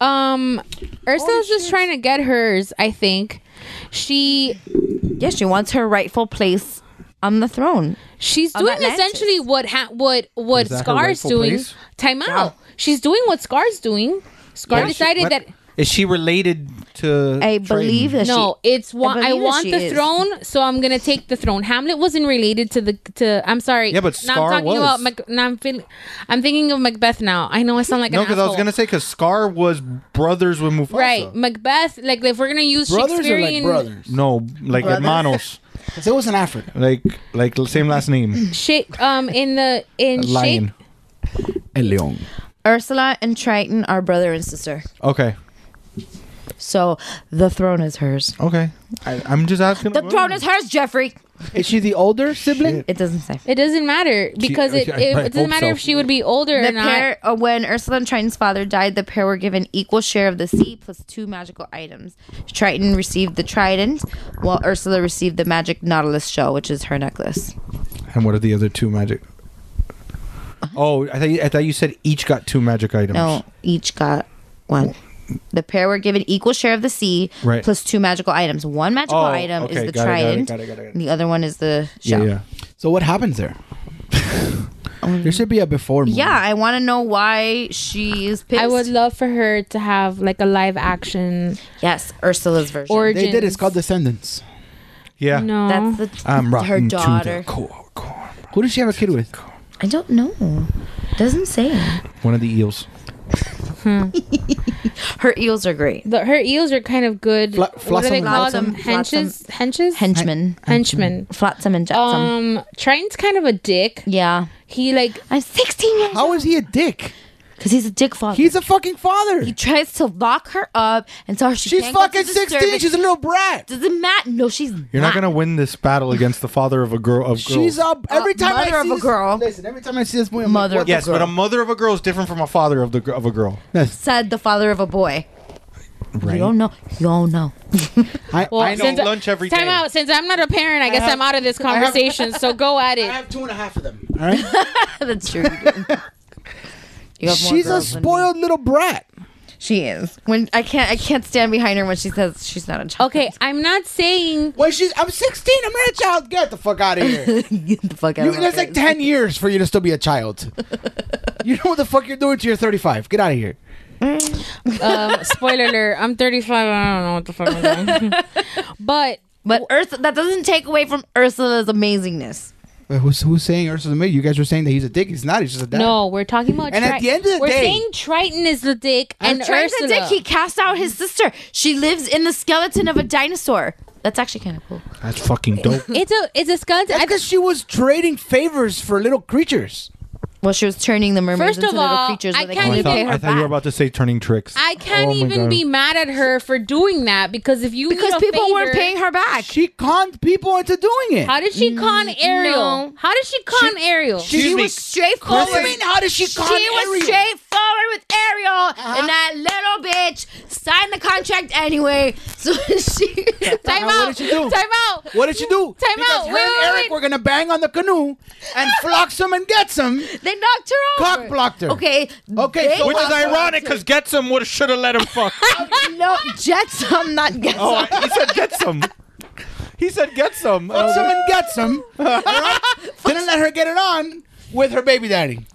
[SPEAKER 7] um,
[SPEAKER 5] Oh,
[SPEAKER 7] Ursula's just trying to get hers. I think she
[SPEAKER 5] yeah, she wants her rightful place on the throne.
[SPEAKER 7] She's
[SPEAKER 5] Of
[SPEAKER 7] doing
[SPEAKER 5] Atlantis.
[SPEAKER 7] essentially what ha- what what
[SPEAKER 6] Is that her
[SPEAKER 7] Scar's
[SPEAKER 6] rightful
[SPEAKER 7] doing.
[SPEAKER 6] place?
[SPEAKER 7] Time out. She's doing what Scar's doing. Scar
[SPEAKER 6] What is she-
[SPEAKER 7] decided
[SPEAKER 6] what-
[SPEAKER 7] that
[SPEAKER 6] Is she related to?
[SPEAKER 5] I
[SPEAKER 6] Triton?
[SPEAKER 5] believe that
[SPEAKER 7] no, it's wa-
[SPEAKER 5] believe
[SPEAKER 7] I
[SPEAKER 5] that
[SPEAKER 7] want
[SPEAKER 5] she
[SPEAKER 7] the
[SPEAKER 5] is.
[SPEAKER 7] throne, so I'm gonna take the throne. Hamlet wasn't related to the to. I'm sorry.
[SPEAKER 6] Yeah, but
[SPEAKER 7] now
[SPEAKER 6] Scar
[SPEAKER 7] I'm talking
[SPEAKER 6] was.
[SPEAKER 7] about Mac- now I'm feeling. I'm thinking of Macbeth now. I know I sound like
[SPEAKER 6] No,
[SPEAKER 7] an
[SPEAKER 6] because I was
[SPEAKER 7] asshole.
[SPEAKER 6] gonna say because Scar was brothers with Mufasa.
[SPEAKER 7] right Macbeth. Like if we're gonna use
[SPEAKER 4] Brothers are like
[SPEAKER 7] Shakespearean
[SPEAKER 4] brothers.
[SPEAKER 6] No, like
[SPEAKER 5] Brothers.
[SPEAKER 6] hermanos,
[SPEAKER 4] Because it was in Africa.
[SPEAKER 6] like like same last name.
[SPEAKER 7] Shake um in the in Shake
[SPEAKER 6] Lion.
[SPEAKER 4] Leon.
[SPEAKER 5] Ursula and Triton are brother and sister.
[SPEAKER 6] Okay,
[SPEAKER 5] So the throne is hers.
[SPEAKER 6] okay. I, I'm just asking.
[SPEAKER 5] The throne is hers, Jeffrey.
[SPEAKER 4] Is she the older sibling?
[SPEAKER 5] It doesn't say.
[SPEAKER 7] It doesn't matter because it,
[SPEAKER 6] I- I
[SPEAKER 7] it, it
[SPEAKER 6] hope
[SPEAKER 7] doesn't matter
[SPEAKER 6] so.
[SPEAKER 7] if she would be older or
[SPEAKER 5] The
[SPEAKER 7] not.
[SPEAKER 5] pair, uh, when Ursula and Triton's father died, the pair were given equal share of the sea plus two magical items. Triton received the trident, while Ursula received the magic nautilus shell, which is her necklace.
[SPEAKER 6] And what are the other two magic? Oh, I thought you, I thought you said each got two magic items.
[SPEAKER 5] No, each got one. The pair were given equal share of the sea
[SPEAKER 6] Right.
[SPEAKER 5] plus two magical items. One magical
[SPEAKER 6] Oh,
[SPEAKER 5] item
[SPEAKER 6] okay,
[SPEAKER 5] is the
[SPEAKER 6] got it, got it,
[SPEAKER 5] trident,
[SPEAKER 6] got it, got it, got it.
[SPEAKER 5] and the other one is the
[SPEAKER 6] Yeah,
[SPEAKER 5] shell.
[SPEAKER 6] yeah.
[SPEAKER 4] So what happens there? there should be a before movie.
[SPEAKER 5] Yeah, I want to know why she's pissed.
[SPEAKER 7] I would love for her to have like a live action
[SPEAKER 5] yes, Ursula's version.
[SPEAKER 7] origin.
[SPEAKER 4] They did. It's called Descendants.
[SPEAKER 6] Yeah.
[SPEAKER 7] no.
[SPEAKER 5] That's the
[SPEAKER 6] I'm
[SPEAKER 5] her
[SPEAKER 6] rocking To
[SPEAKER 5] daughter.
[SPEAKER 6] the core, core.
[SPEAKER 4] Who does she have a kid with?
[SPEAKER 5] I don't know. Doesn't say.
[SPEAKER 6] One of the eels.
[SPEAKER 5] Her eels are great.
[SPEAKER 7] The- her eels are kind of good.
[SPEAKER 4] Fla-
[SPEAKER 7] what do
[SPEAKER 4] Flotsam
[SPEAKER 7] they
[SPEAKER 4] and
[SPEAKER 7] call them?
[SPEAKER 5] Flotsam.
[SPEAKER 7] Henches, henches,
[SPEAKER 5] Henchmen,
[SPEAKER 7] henchmen.
[SPEAKER 5] flotsam and jetsam.
[SPEAKER 7] Um, Triton's kind of a dick.
[SPEAKER 5] yeah,
[SPEAKER 7] He like
[SPEAKER 5] I'm 16 years.
[SPEAKER 4] How is he a dick?
[SPEAKER 5] Because he's a dick father.
[SPEAKER 4] He's a fucking father.
[SPEAKER 5] He tries to lock her up and tell her she
[SPEAKER 4] She's
[SPEAKER 5] can't go to
[SPEAKER 4] fucking
[SPEAKER 5] the
[SPEAKER 4] 16.
[SPEAKER 5] service.
[SPEAKER 4] She's a little brat.
[SPEAKER 5] Doesn't matter. No, she's
[SPEAKER 6] You're not gonna win this battle against the father of a girl of girls.
[SPEAKER 4] She's up every
[SPEAKER 5] Uh,
[SPEAKER 4] time I
[SPEAKER 5] mother
[SPEAKER 4] see
[SPEAKER 5] of a
[SPEAKER 4] this-
[SPEAKER 5] girl.
[SPEAKER 4] Listen, every time I see this boy, I'm like,
[SPEAKER 5] Mother
[SPEAKER 4] what the
[SPEAKER 6] yes,
[SPEAKER 4] girl?
[SPEAKER 6] but a mother of a girl is different from a father of the gr- of a girl.
[SPEAKER 5] said the father of a boy. You don't know. You don't know.
[SPEAKER 6] I,
[SPEAKER 7] Well,
[SPEAKER 6] I know
[SPEAKER 7] since-
[SPEAKER 6] lunch every day.
[SPEAKER 7] Time out. Since I'm not a parent, I, guess I'm out of this conversation. so go at it. I have
[SPEAKER 4] two and a half of them.
[SPEAKER 5] That's true. You do. You have more
[SPEAKER 4] She's a
[SPEAKER 5] girls than me.
[SPEAKER 4] spoiled little brat.
[SPEAKER 5] She is. When I can't, I can't stand behind her when she says she's not a child.
[SPEAKER 7] Okay, I'm not saying.
[SPEAKER 4] When she's, I'm 16. I'm not a child. Get the fuck out of here.
[SPEAKER 5] Get the fuck out
[SPEAKER 4] You,
[SPEAKER 5] of my
[SPEAKER 4] that's
[SPEAKER 5] face.
[SPEAKER 4] like 10 years for you to still be a child. you know what the fuck you're doing till you're 35. Get out of here.
[SPEAKER 7] Um, spoiler alert. I'm 35. I don't know what the fuck I'm doing. but
[SPEAKER 5] But Ursa, that doesn't take away from Ursula's amazingness.
[SPEAKER 4] Wait, who's, who's saying Ursula's maid? You guys were saying that he's a dick. He's not. He's just a dad.
[SPEAKER 7] no, we're talking about.
[SPEAKER 4] And at the end of the
[SPEAKER 7] we're
[SPEAKER 4] day-
[SPEAKER 7] saying Triton is the dick
[SPEAKER 5] And
[SPEAKER 7] and
[SPEAKER 5] Triton's
[SPEAKER 7] Ursula.
[SPEAKER 5] a dick. He cast out his sister. She lives in the skeleton of a dinosaur. That's actually kind of cool.
[SPEAKER 6] That's fucking dope. Oh,
[SPEAKER 7] it's a it's a skeleton.
[SPEAKER 4] That's
[SPEAKER 7] I-
[SPEAKER 4] because she was trading favors for little creatures.
[SPEAKER 5] Well, she was turning the mermaids
[SPEAKER 7] First of
[SPEAKER 5] into little
[SPEAKER 7] all,
[SPEAKER 5] creatures.
[SPEAKER 7] I
[SPEAKER 5] where they
[SPEAKER 7] can't
[SPEAKER 5] could
[SPEAKER 6] I
[SPEAKER 7] even-
[SPEAKER 5] pay
[SPEAKER 6] thought,
[SPEAKER 5] her
[SPEAKER 6] I thought you were
[SPEAKER 5] back.
[SPEAKER 6] about to say turning tricks.
[SPEAKER 7] I can't
[SPEAKER 6] Oh my
[SPEAKER 7] even
[SPEAKER 6] God.
[SPEAKER 7] be mad at her for doing that because if you
[SPEAKER 5] because
[SPEAKER 7] need a
[SPEAKER 5] people weren't
[SPEAKER 7] favor-
[SPEAKER 5] paying her back.
[SPEAKER 4] She conned people into doing it.
[SPEAKER 7] How did she con Ariel?
[SPEAKER 5] no.
[SPEAKER 7] How did she con Ariel?
[SPEAKER 6] Excuse
[SPEAKER 5] she
[SPEAKER 6] me.
[SPEAKER 5] was straightforward.
[SPEAKER 4] What do you mean, how did she con
[SPEAKER 5] was
[SPEAKER 4] Ariel?
[SPEAKER 5] straightforward with Ariel, and that little bitch signed the contract anyway. So she.
[SPEAKER 7] time
[SPEAKER 4] Now, what
[SPEAKER 7] out.
[SPEAKER 4] did she do?
[SPEAKER 7] Time out.
[SPEAKER 4] What did she do?
[SPEAKER 7] Time
[SPEAKER 4] because
[SPEAKER 7] out.
[SPEAKER 4] Her
[SPEAKER 7] Wait,
[SPEAKER 4] and
[SPEAKER 7] wait,
[SPEAKER 4] Eric
[SPEAKER 7] wait.
[SPEAKER 4] were gonna bang on the canoe and flocks him and gets him.
[SPEAKER 5] They knocked her over.
[SPEAKER 4] Cock blocked her.
[SPEAKER 5] Okay.
[SPEAKER 4] Okay,
[SPEAKER 5] they
[SPEAKER 4] so
[SPEAKER 6] Which is
[SPEAKER 5] knocked her
[SPEAKER 6] ironic because Getsum would have should have let him fuck.
[SPEAKER 5] over. no, Jetsam, not Getsam.
[SPEAKER 6] oh, he said Getsum. He said Getsum.
[SPEAKER 4] Flocks him and gets him. alright? Didn't let her get it on with her baby daddy.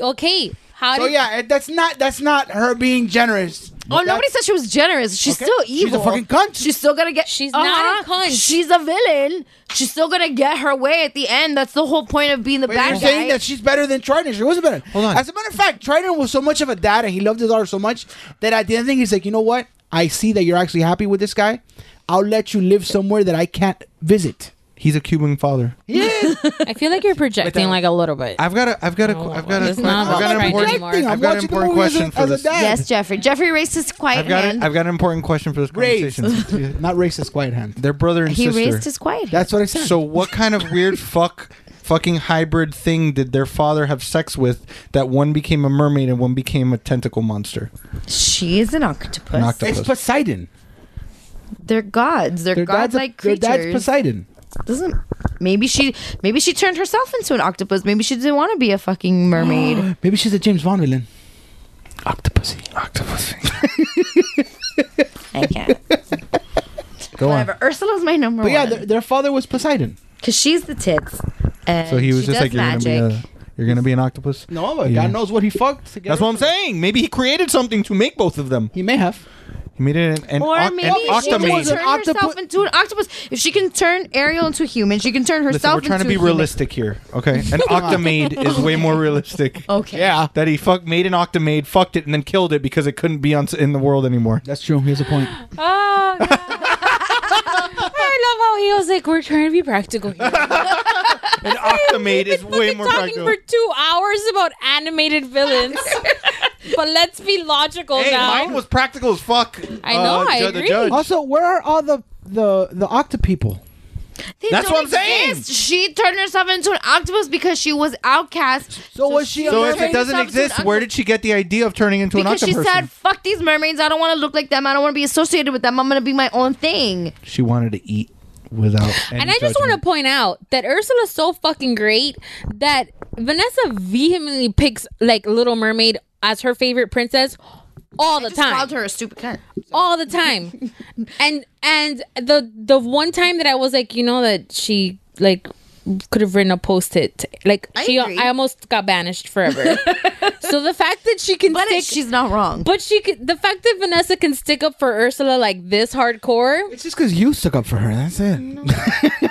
[SPEAKER 7] Okay. How
[SPEAKER 4] So
[SPEAKER 7] did
[SPEAKER 4] yeah, it- that's not that's not her being generous.
[SPEAKER 5] Oh, nobody said she was generous. She's
[SPEAKER 4] Okay.
[SPEAKER 5] still
[SPEAKER 4] She's a
[SPEAKER 5] evil.
[SPEAKER 4] fucking cunt.
[SPEAKER 5] She's still gonna get. uh-huh.
[SPEAKER 7] She's not a cunt.
[SPEAKER 5] She's a villain. She's still gonna get her way at the end. That's the whole point of being the
[SPEAKER 4] But
[SPEAKER 5] bad
[SPEAKER 4] you're
[SPEAKER 5] guy.
[SPEAKER 4] saying that she's better than Triton. She wasn't better.
[SPEAKER 6] Hold on.
[SPEAKER 4] As a matter of fact, Triton was so much of a dad and he loved his daughter so much that at the end of the thing, he's like, you know what? I see that you're actually happy with this guy. I'll let you live somewhere that I can't visit.
[SPEAKER 6] He's a Cuban father.
[SPEAKER 4] Yeah.
[SPEAKER 7] I feel like you're projecting like a little bit.
[SPEAKER 6] I've got a. I've got a. I've got a.
[SPEAKER 7] it's not
[SPEAKER 6] I've
[SPEAKER 7] about
[SPEAKER 6] got an
[SPEAKER 7] Triton
[SPEAKER 6] important.
[SPEAKER 7] anymore.
[SPEAKER 6] I've got an important question for this.
[SPEAKER 5] yes, Jeffrey. Jeffrey raised his quiet
[SPEAKER 6] I've got.
[SPEAKER 5] hand.
[SPEAKER 6] A, I've got an important question for this
[SPEAKER 4] Raised.
[SPEAKER 6] conversation.
[SPEAKER 4] Not racist, quiet hand.
[SPEAKER 6] They're brother and
[SPEAKER 5] he
[SPEAKER 6] sister.
[SPEAKER 5] raised his quiet hand.
[SPEAKER 4] That's what I said.
[SPEAKER 6] So what kind of weird fuck fucking hybrid thing did their father have sex with that one became a mermaid and one became a tentacle monster?
[SPEAKER 5] She is an octopus.
[SPEAKER 6] An octopus.
[SPEAKER 4] it's Poseidon.
[SPEAKER 5] They're gods. They're
[SPEAKER 4] Their dad's, a,
[SPEAKER 5] godlike
[SPEAKER 4] their
[SPEAKER 5] creatures.
[SPEAKER 4] dad's Poseidon.
[SPEAKER 5] Doesn't maybe she maybe she turned herself into an octopus. Maybe she didn't want to be a fucking mermaid.
[SPEAKER 4] Maybe she's a James Bond villain.
[SPEAKER 6] Octopus.
[SPEAKER 5] I can't.
[SPEAKER 6] Go on.
[SPEAKER 5] Whatever. Ursula's my number
[SPEAKER 4] But yeah,
[SPEAKER 5] one.
[SPEAKER 4] their, their father was Poseidon.
[SPEAKER 5] Cause she's the tits. And
[SPEAKER 6] So he was
[SPEAKER 5] she
[SPEAKER 6] just like,
[SPEAKER 5] does
[SPEAKER 6] you're gonna,
[SPEAKER 5] magic.
[SPEAKER 6] be a, you're gonna be an octopus.
[SPEAKER 4] No, but
[SPEAKER 6] Yeah.
[SPEAKER 4] God knows what he fucked. to get
[SPEAKER 6] That's
[SPEAKER 4] her.
[SPEAKER 6] what I'm saying. Maybe he created something to make both of them.
[SPEAKER 4] He may have.
[SPEAKER 6] He made it an, an,
[SPEAKER 5] Or
[SPEAKER 6] oc- an
[SPEAKER 5] maybe she
[SPEAKER 4] octomate.
[SPEAKER 5] can
[SPEAKER 6] octomate.
[SPEAKER 5] turn
[SPEAKER 4] Octopu-
[SPEAKER 5] herself into an octopus. If she can turn Ariel into a human, she can turn
[SPEAKER 6] Listen,
[SPEAKER 5] herself
[SPEAKER 6] we're trying to
[SPEAKER 5] into
[SPEAKER 6] be
[SPEAKER 5] a human.
[SPEAKER 6] realistic here, okay? An octomade is way more realistic.
[SPEAKER 5] Okay.
[SPEAKER 4] Yeah.
[SPEAKER 6] That he fuck made an octomade, fucked it, and then killed it because it couldn't be on s- in the world anymore.
[SPEAKER 4] That's true. Here's a point.
[SPEAKER 7] Oh, God. I love how he was like, "We're trying to be practical here."
[SPEAKER 6] An octomade is way
[SPEAKER 7] We've
[SPEAKER 6] more
[SPEAKER 7] been talking
[SPEAKER 6] practical.
[SPEAKER 7] for two hours about animated villains, but let's be logical
[SPEAKER 6] Hey,
[SPEAKER 7] now.
[SPEAKER 6] mine was practical as fuck. Uh,
[SPEAKER 7] I know, I
[SPEAKER 6] ju-
[SPEAKER 7] agree.
[SPEAKER 4] Also, where are all the the the octa people?
[SPEAKER 5] They
[SPEAKER 6] That's
[SPEAKER 5] don't
[SPEAKER 6] what I'm saying.
[SPEAKER 5] exist. She turned herself into an octopus because she was outcast.
[SPEAKER 4] So was she a
[SPEAKER 6] So if
[SPEAKER 4] mermaid?
[SPEAKER 6] it
[SPEAKER 5] turned
[SPEAKER 6] doesn't
[SPEAKER 5] herself into
[SPEAKER 6] exist,
[SPEAKER 5] an
[SPEAKER 6] where
[SPEAKER 5] octopus.
[SPEAKER 6] did she get the idea of turning into
[SPEAKER 5] Because
[SPEAKER 6] an
[SPEAKER 5] she
[SPEAKER 6] octopus?
[SPEAKER 5] said, "Fuck these mermaids! I don't want to look like them. I don't want to be associated with them. I'm gonna be my own thing."
[SPEAKER 6] she wanted to eat without. Any
[SPEAKER 7] And I just want to point out that Ursula's so fucking great that Vanessa vehemently picks like Little Mermaid as her favorite princess all the
[SPEAKER 5] Just
[SPEAKER 7] time.
[SPEAKER 5] called her a stupid cunt.
[SPEAKER 7] all the time. and and the the one time that I was like, you know that she like could have written a post it like
[SPEAKER 5] I
[SPEAKER 7] she
[SPEAKER 5] agree.
[SPEAKER 7] I almost got banished forever. so the fact that she can
[SPEAKER 5] But it-
[SPEAKER 7] stick
[SPEAKER 5] she's not wrong.
[SPEAKER 7] but she could, the fact that Vanessa can stick up for Ursula like this hardcore.
[SPEAKER 4] It's just because you stuck up for her. That's it.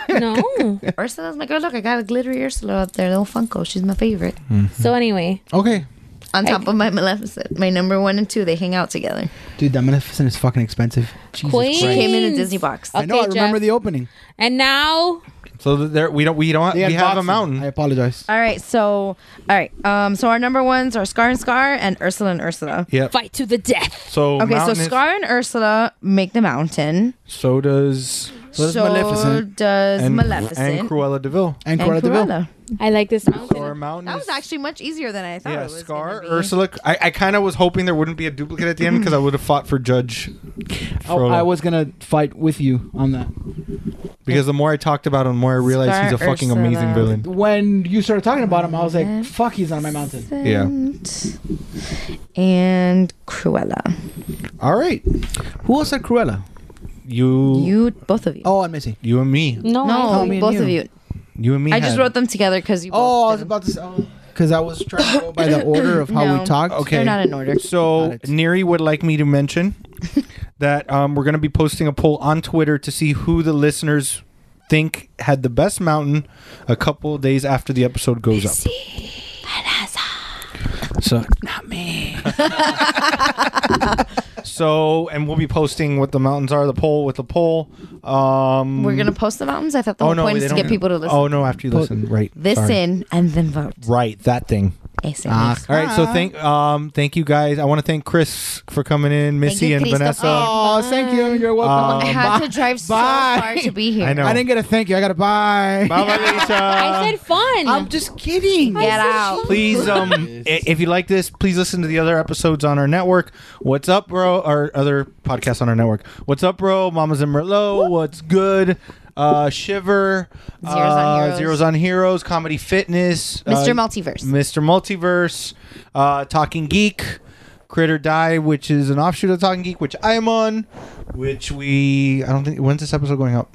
[SPEAKER 7] No.
[SPEAKER 5] Ursula's my girl. Look, I got a glittery Ursula up there, little Funko. She's my favorite.
[SPEAKER 7] so anyway,
[SPEAKER 4] Okay.
[SPEAKER 5] On top of my Maleficent, my number one and two, they hang out together.
[SPEAKER 4] Dude, that Maleficent is fucking expensive. Jesus
[SPEAKER 5] Queen
[SPEAKER 4] Christ.
[SPEAKER 5] came in a Disney box.
[SPEAKER 4] I know. I remember the opening.
[SPEAKER 7] And now,
[SPEAKER 6] So th- there we don't we don't
[SPEAKER 4] They had
[SPEAKER 6] we have a
[SPEAKER 4] boxes.
[SPEAKER 6] mountain.
[SPEAKER 4] I apologize.
[SPEAKER 5] All right, so all right, um, so our number ones are Scar and Scar and Ursula and Ursula.
[SPEAKER 6] Yep.
[SPEAKER 7] Fight to the death.
[SPEAKER 6] So
[SPEAKER 5] okay, so
[SPEAKER 6] mountain is-
[SPEAKER 5] Scar and Ursula make the mountain.
[SPEAKER 6] so does
[SPEAKER 5] So does So Maleficent. does
[SPEAKER 6] and,
[SPEAKER 5] Maleficent.
[SPEAKER 6] and Cruella Deville
[SPEAKER 5] And Cruella de Vil. Cruella.
[SPEAKER 7] I like this mountain.
[SPEAKER 5] That was actually much easier than I thought.
[SPEAKER 6] Yeah,
[SPEAKER 5] it was
[SPEAKER 6] Scar,
[SPEAKER 5] gonna be.
[SPEAKER 6] Ursula. I, I kind of was hoping there wouldn't be a duplicate at the end because I would have fought for Judge
[SPEAKER 4] Oh,
[SPEAKER 6] Frodo.
[SPEAKER 4] I was gonna fight with you on that.
[SPEAKER 6] because the more I talked about him, the more I realized he's a fucking amazing villain.
[SPEAKER 4] When you started talking about him, I was like, "Fuck, he's on my mountain."
[SPEAKER 6] Yeah.
[SPEAKER 5] and Cruella.
[SPEAKER 6] All right.
[SPEAKER 4] Who else said Cruella?
[SPEAKER 6] You.
[SPEAKER 5] You. Both of you.
[SPEAKER 4] Oh, and Missy.
[SPEAKER 6] You and me.
[SPEAKER 5] No, no,
[SPEAKER 4] me and
[SPEAKER 5] both of you.
[SPEAKER 6] You and me.
[SPEAKER 5] I just
[SPEAKER 6] had-
[SPEAKER 5] wrote them together because you.
[SPEAKER 4] Oh, I was about to say. Because I was trying to go by the order of how
[SPEAKER 5] No.
[SPEAKER 4] we talked.
[SPEAKER 6] Okay.
[SPEAKER 5] order.
[SPEAKER 6] So Neri would like me to mention that um, we're going to be posting a poll on Twitter to see who the listeners think had the best mountain a couple of days after the episode goes up. So not me. so and we'll be posting what the mountains are, the poll with the poll. Um, oh,
[SPEAKER 5] We're gonna post the mountains. I thought the whole point
[SPEAKER 6] they
[SPEAKER 5] is to
[SPEAKER 6] don't-
[SPEAKER 5] get people to listen.
[SPEAKER 6] Oh no, after you listen, right? sorry.
[SPEAKER 5] Listen and then vote.
[SPEAKER 6] Right, that thing.
[SPEAKER 5] Ah,
[SPEAKER 6] All right, so thank um thank you guys. I want to thank Chris for coming in, Missy
[SPEAKER 5] you,
[SPEAKER 6] and
[SPEAKER 5] Christopher.
[SPEAKER 6] Vanessa.
[SPEAKER 4] Oh, thank you. You're welcome.
[SPEAKER 5] Um, I had to drive so far to be here.
[SPEAKER 6] I know.
[SPEAKER 4] Ah, I didn't get a thank you. I got a bye.
[SPEAKER 6] Bye, Margarita.
[SPEAKER 7] said fun.
[SPEAKER 4] I'm just kidding.
[SPEAKER 5] Get out.
[SPEAKER 6] Please, um, i- if you like this, please listen to the other episodes on our network. What's up, bro? Our other podcasts on our network. What's up, bro? Mamas and Merlot. What's good? Uh, Shiver.
[SPEAKER 5] Zeros on
[SPEAKER 6] uh,
[SPEAKER 5] Heroes.
[SPEAKER 6] Zeros on Heroes. Comedy Fitness.
[SPEAKER 5] Mr.
[SPEAKER 6] uh,
[SPEAKER 5] Multiverse.
[SPEAKER 6] Mr. Multiverse. Uh, Talking Geek. Critter Die, which is an offshoot of Talking Geek, which I am on. Which we I don't think when's this episode going up?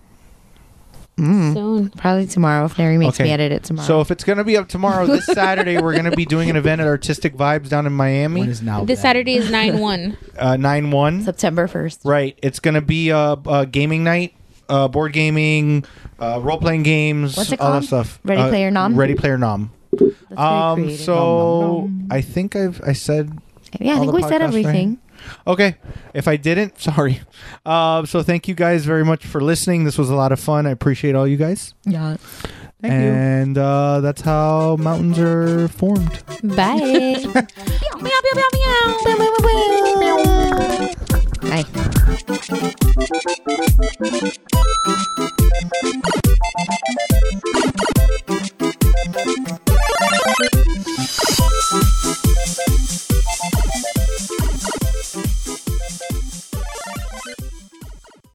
[SPEAKER 7] Soon.
[SPEAKER 5] Probably tomorrow if Larry makes
[SPEAKER 6] Okay.
[SPEAKER 5] me edit it tomorrow.
[SPEAKER 6] So if it's gonna be up tomorrow, this Saturday we're gonna be doing an event at Artistic Vibes down in Miami.
[SPEAKER 4] When is now?
[SPEAKER 7] This Saturday is 9 1.
[SPEAKER 6] uh, nine one
[SPEAKER 5] September first.
[SPEAKER 6] Right. It's gonna be a, uh gaming night, uh, board gaming, uh, role playing games,
[SPEAKER 5] What's it
[SPEAKER 6] all
[SPEAKER 5] called?
[SPEAKER 6] that stuff.
[SPEAKER 5] Ready
[SPEAKER 6] Uh,
[SPEAKER 5] Player Nom?
[SPEAKER 6] Ready Player Nom.
[SPEAKER 5] That's very
[SPEAKER 6] Um,
[SPEAKER 5] creative.
[SPEAKER 6] so I think I've I said.
[SPEAKER 5] Yeah, I
[SPEAKER 6] all
[SPEAKER 5] think
[SPEAKER 6] the
[SPEAKER 5] we said
[SPEAKER 6] podcasts, right?
[SPEAKER 5] everything.
[SPEAKER 6] Okay, if I didn't, sorry. Uh, so thank you guys very much for listening. This was a lot of fun. I appreciate all you guys.
[SPEAKER 5] Yeah.
[SPEAKER 4] Thank you.
[SPEAKER 6] and uh, that's how mountains are formed.
[SPEAKER 7] Bye. meow, meow, meow, meow, meow.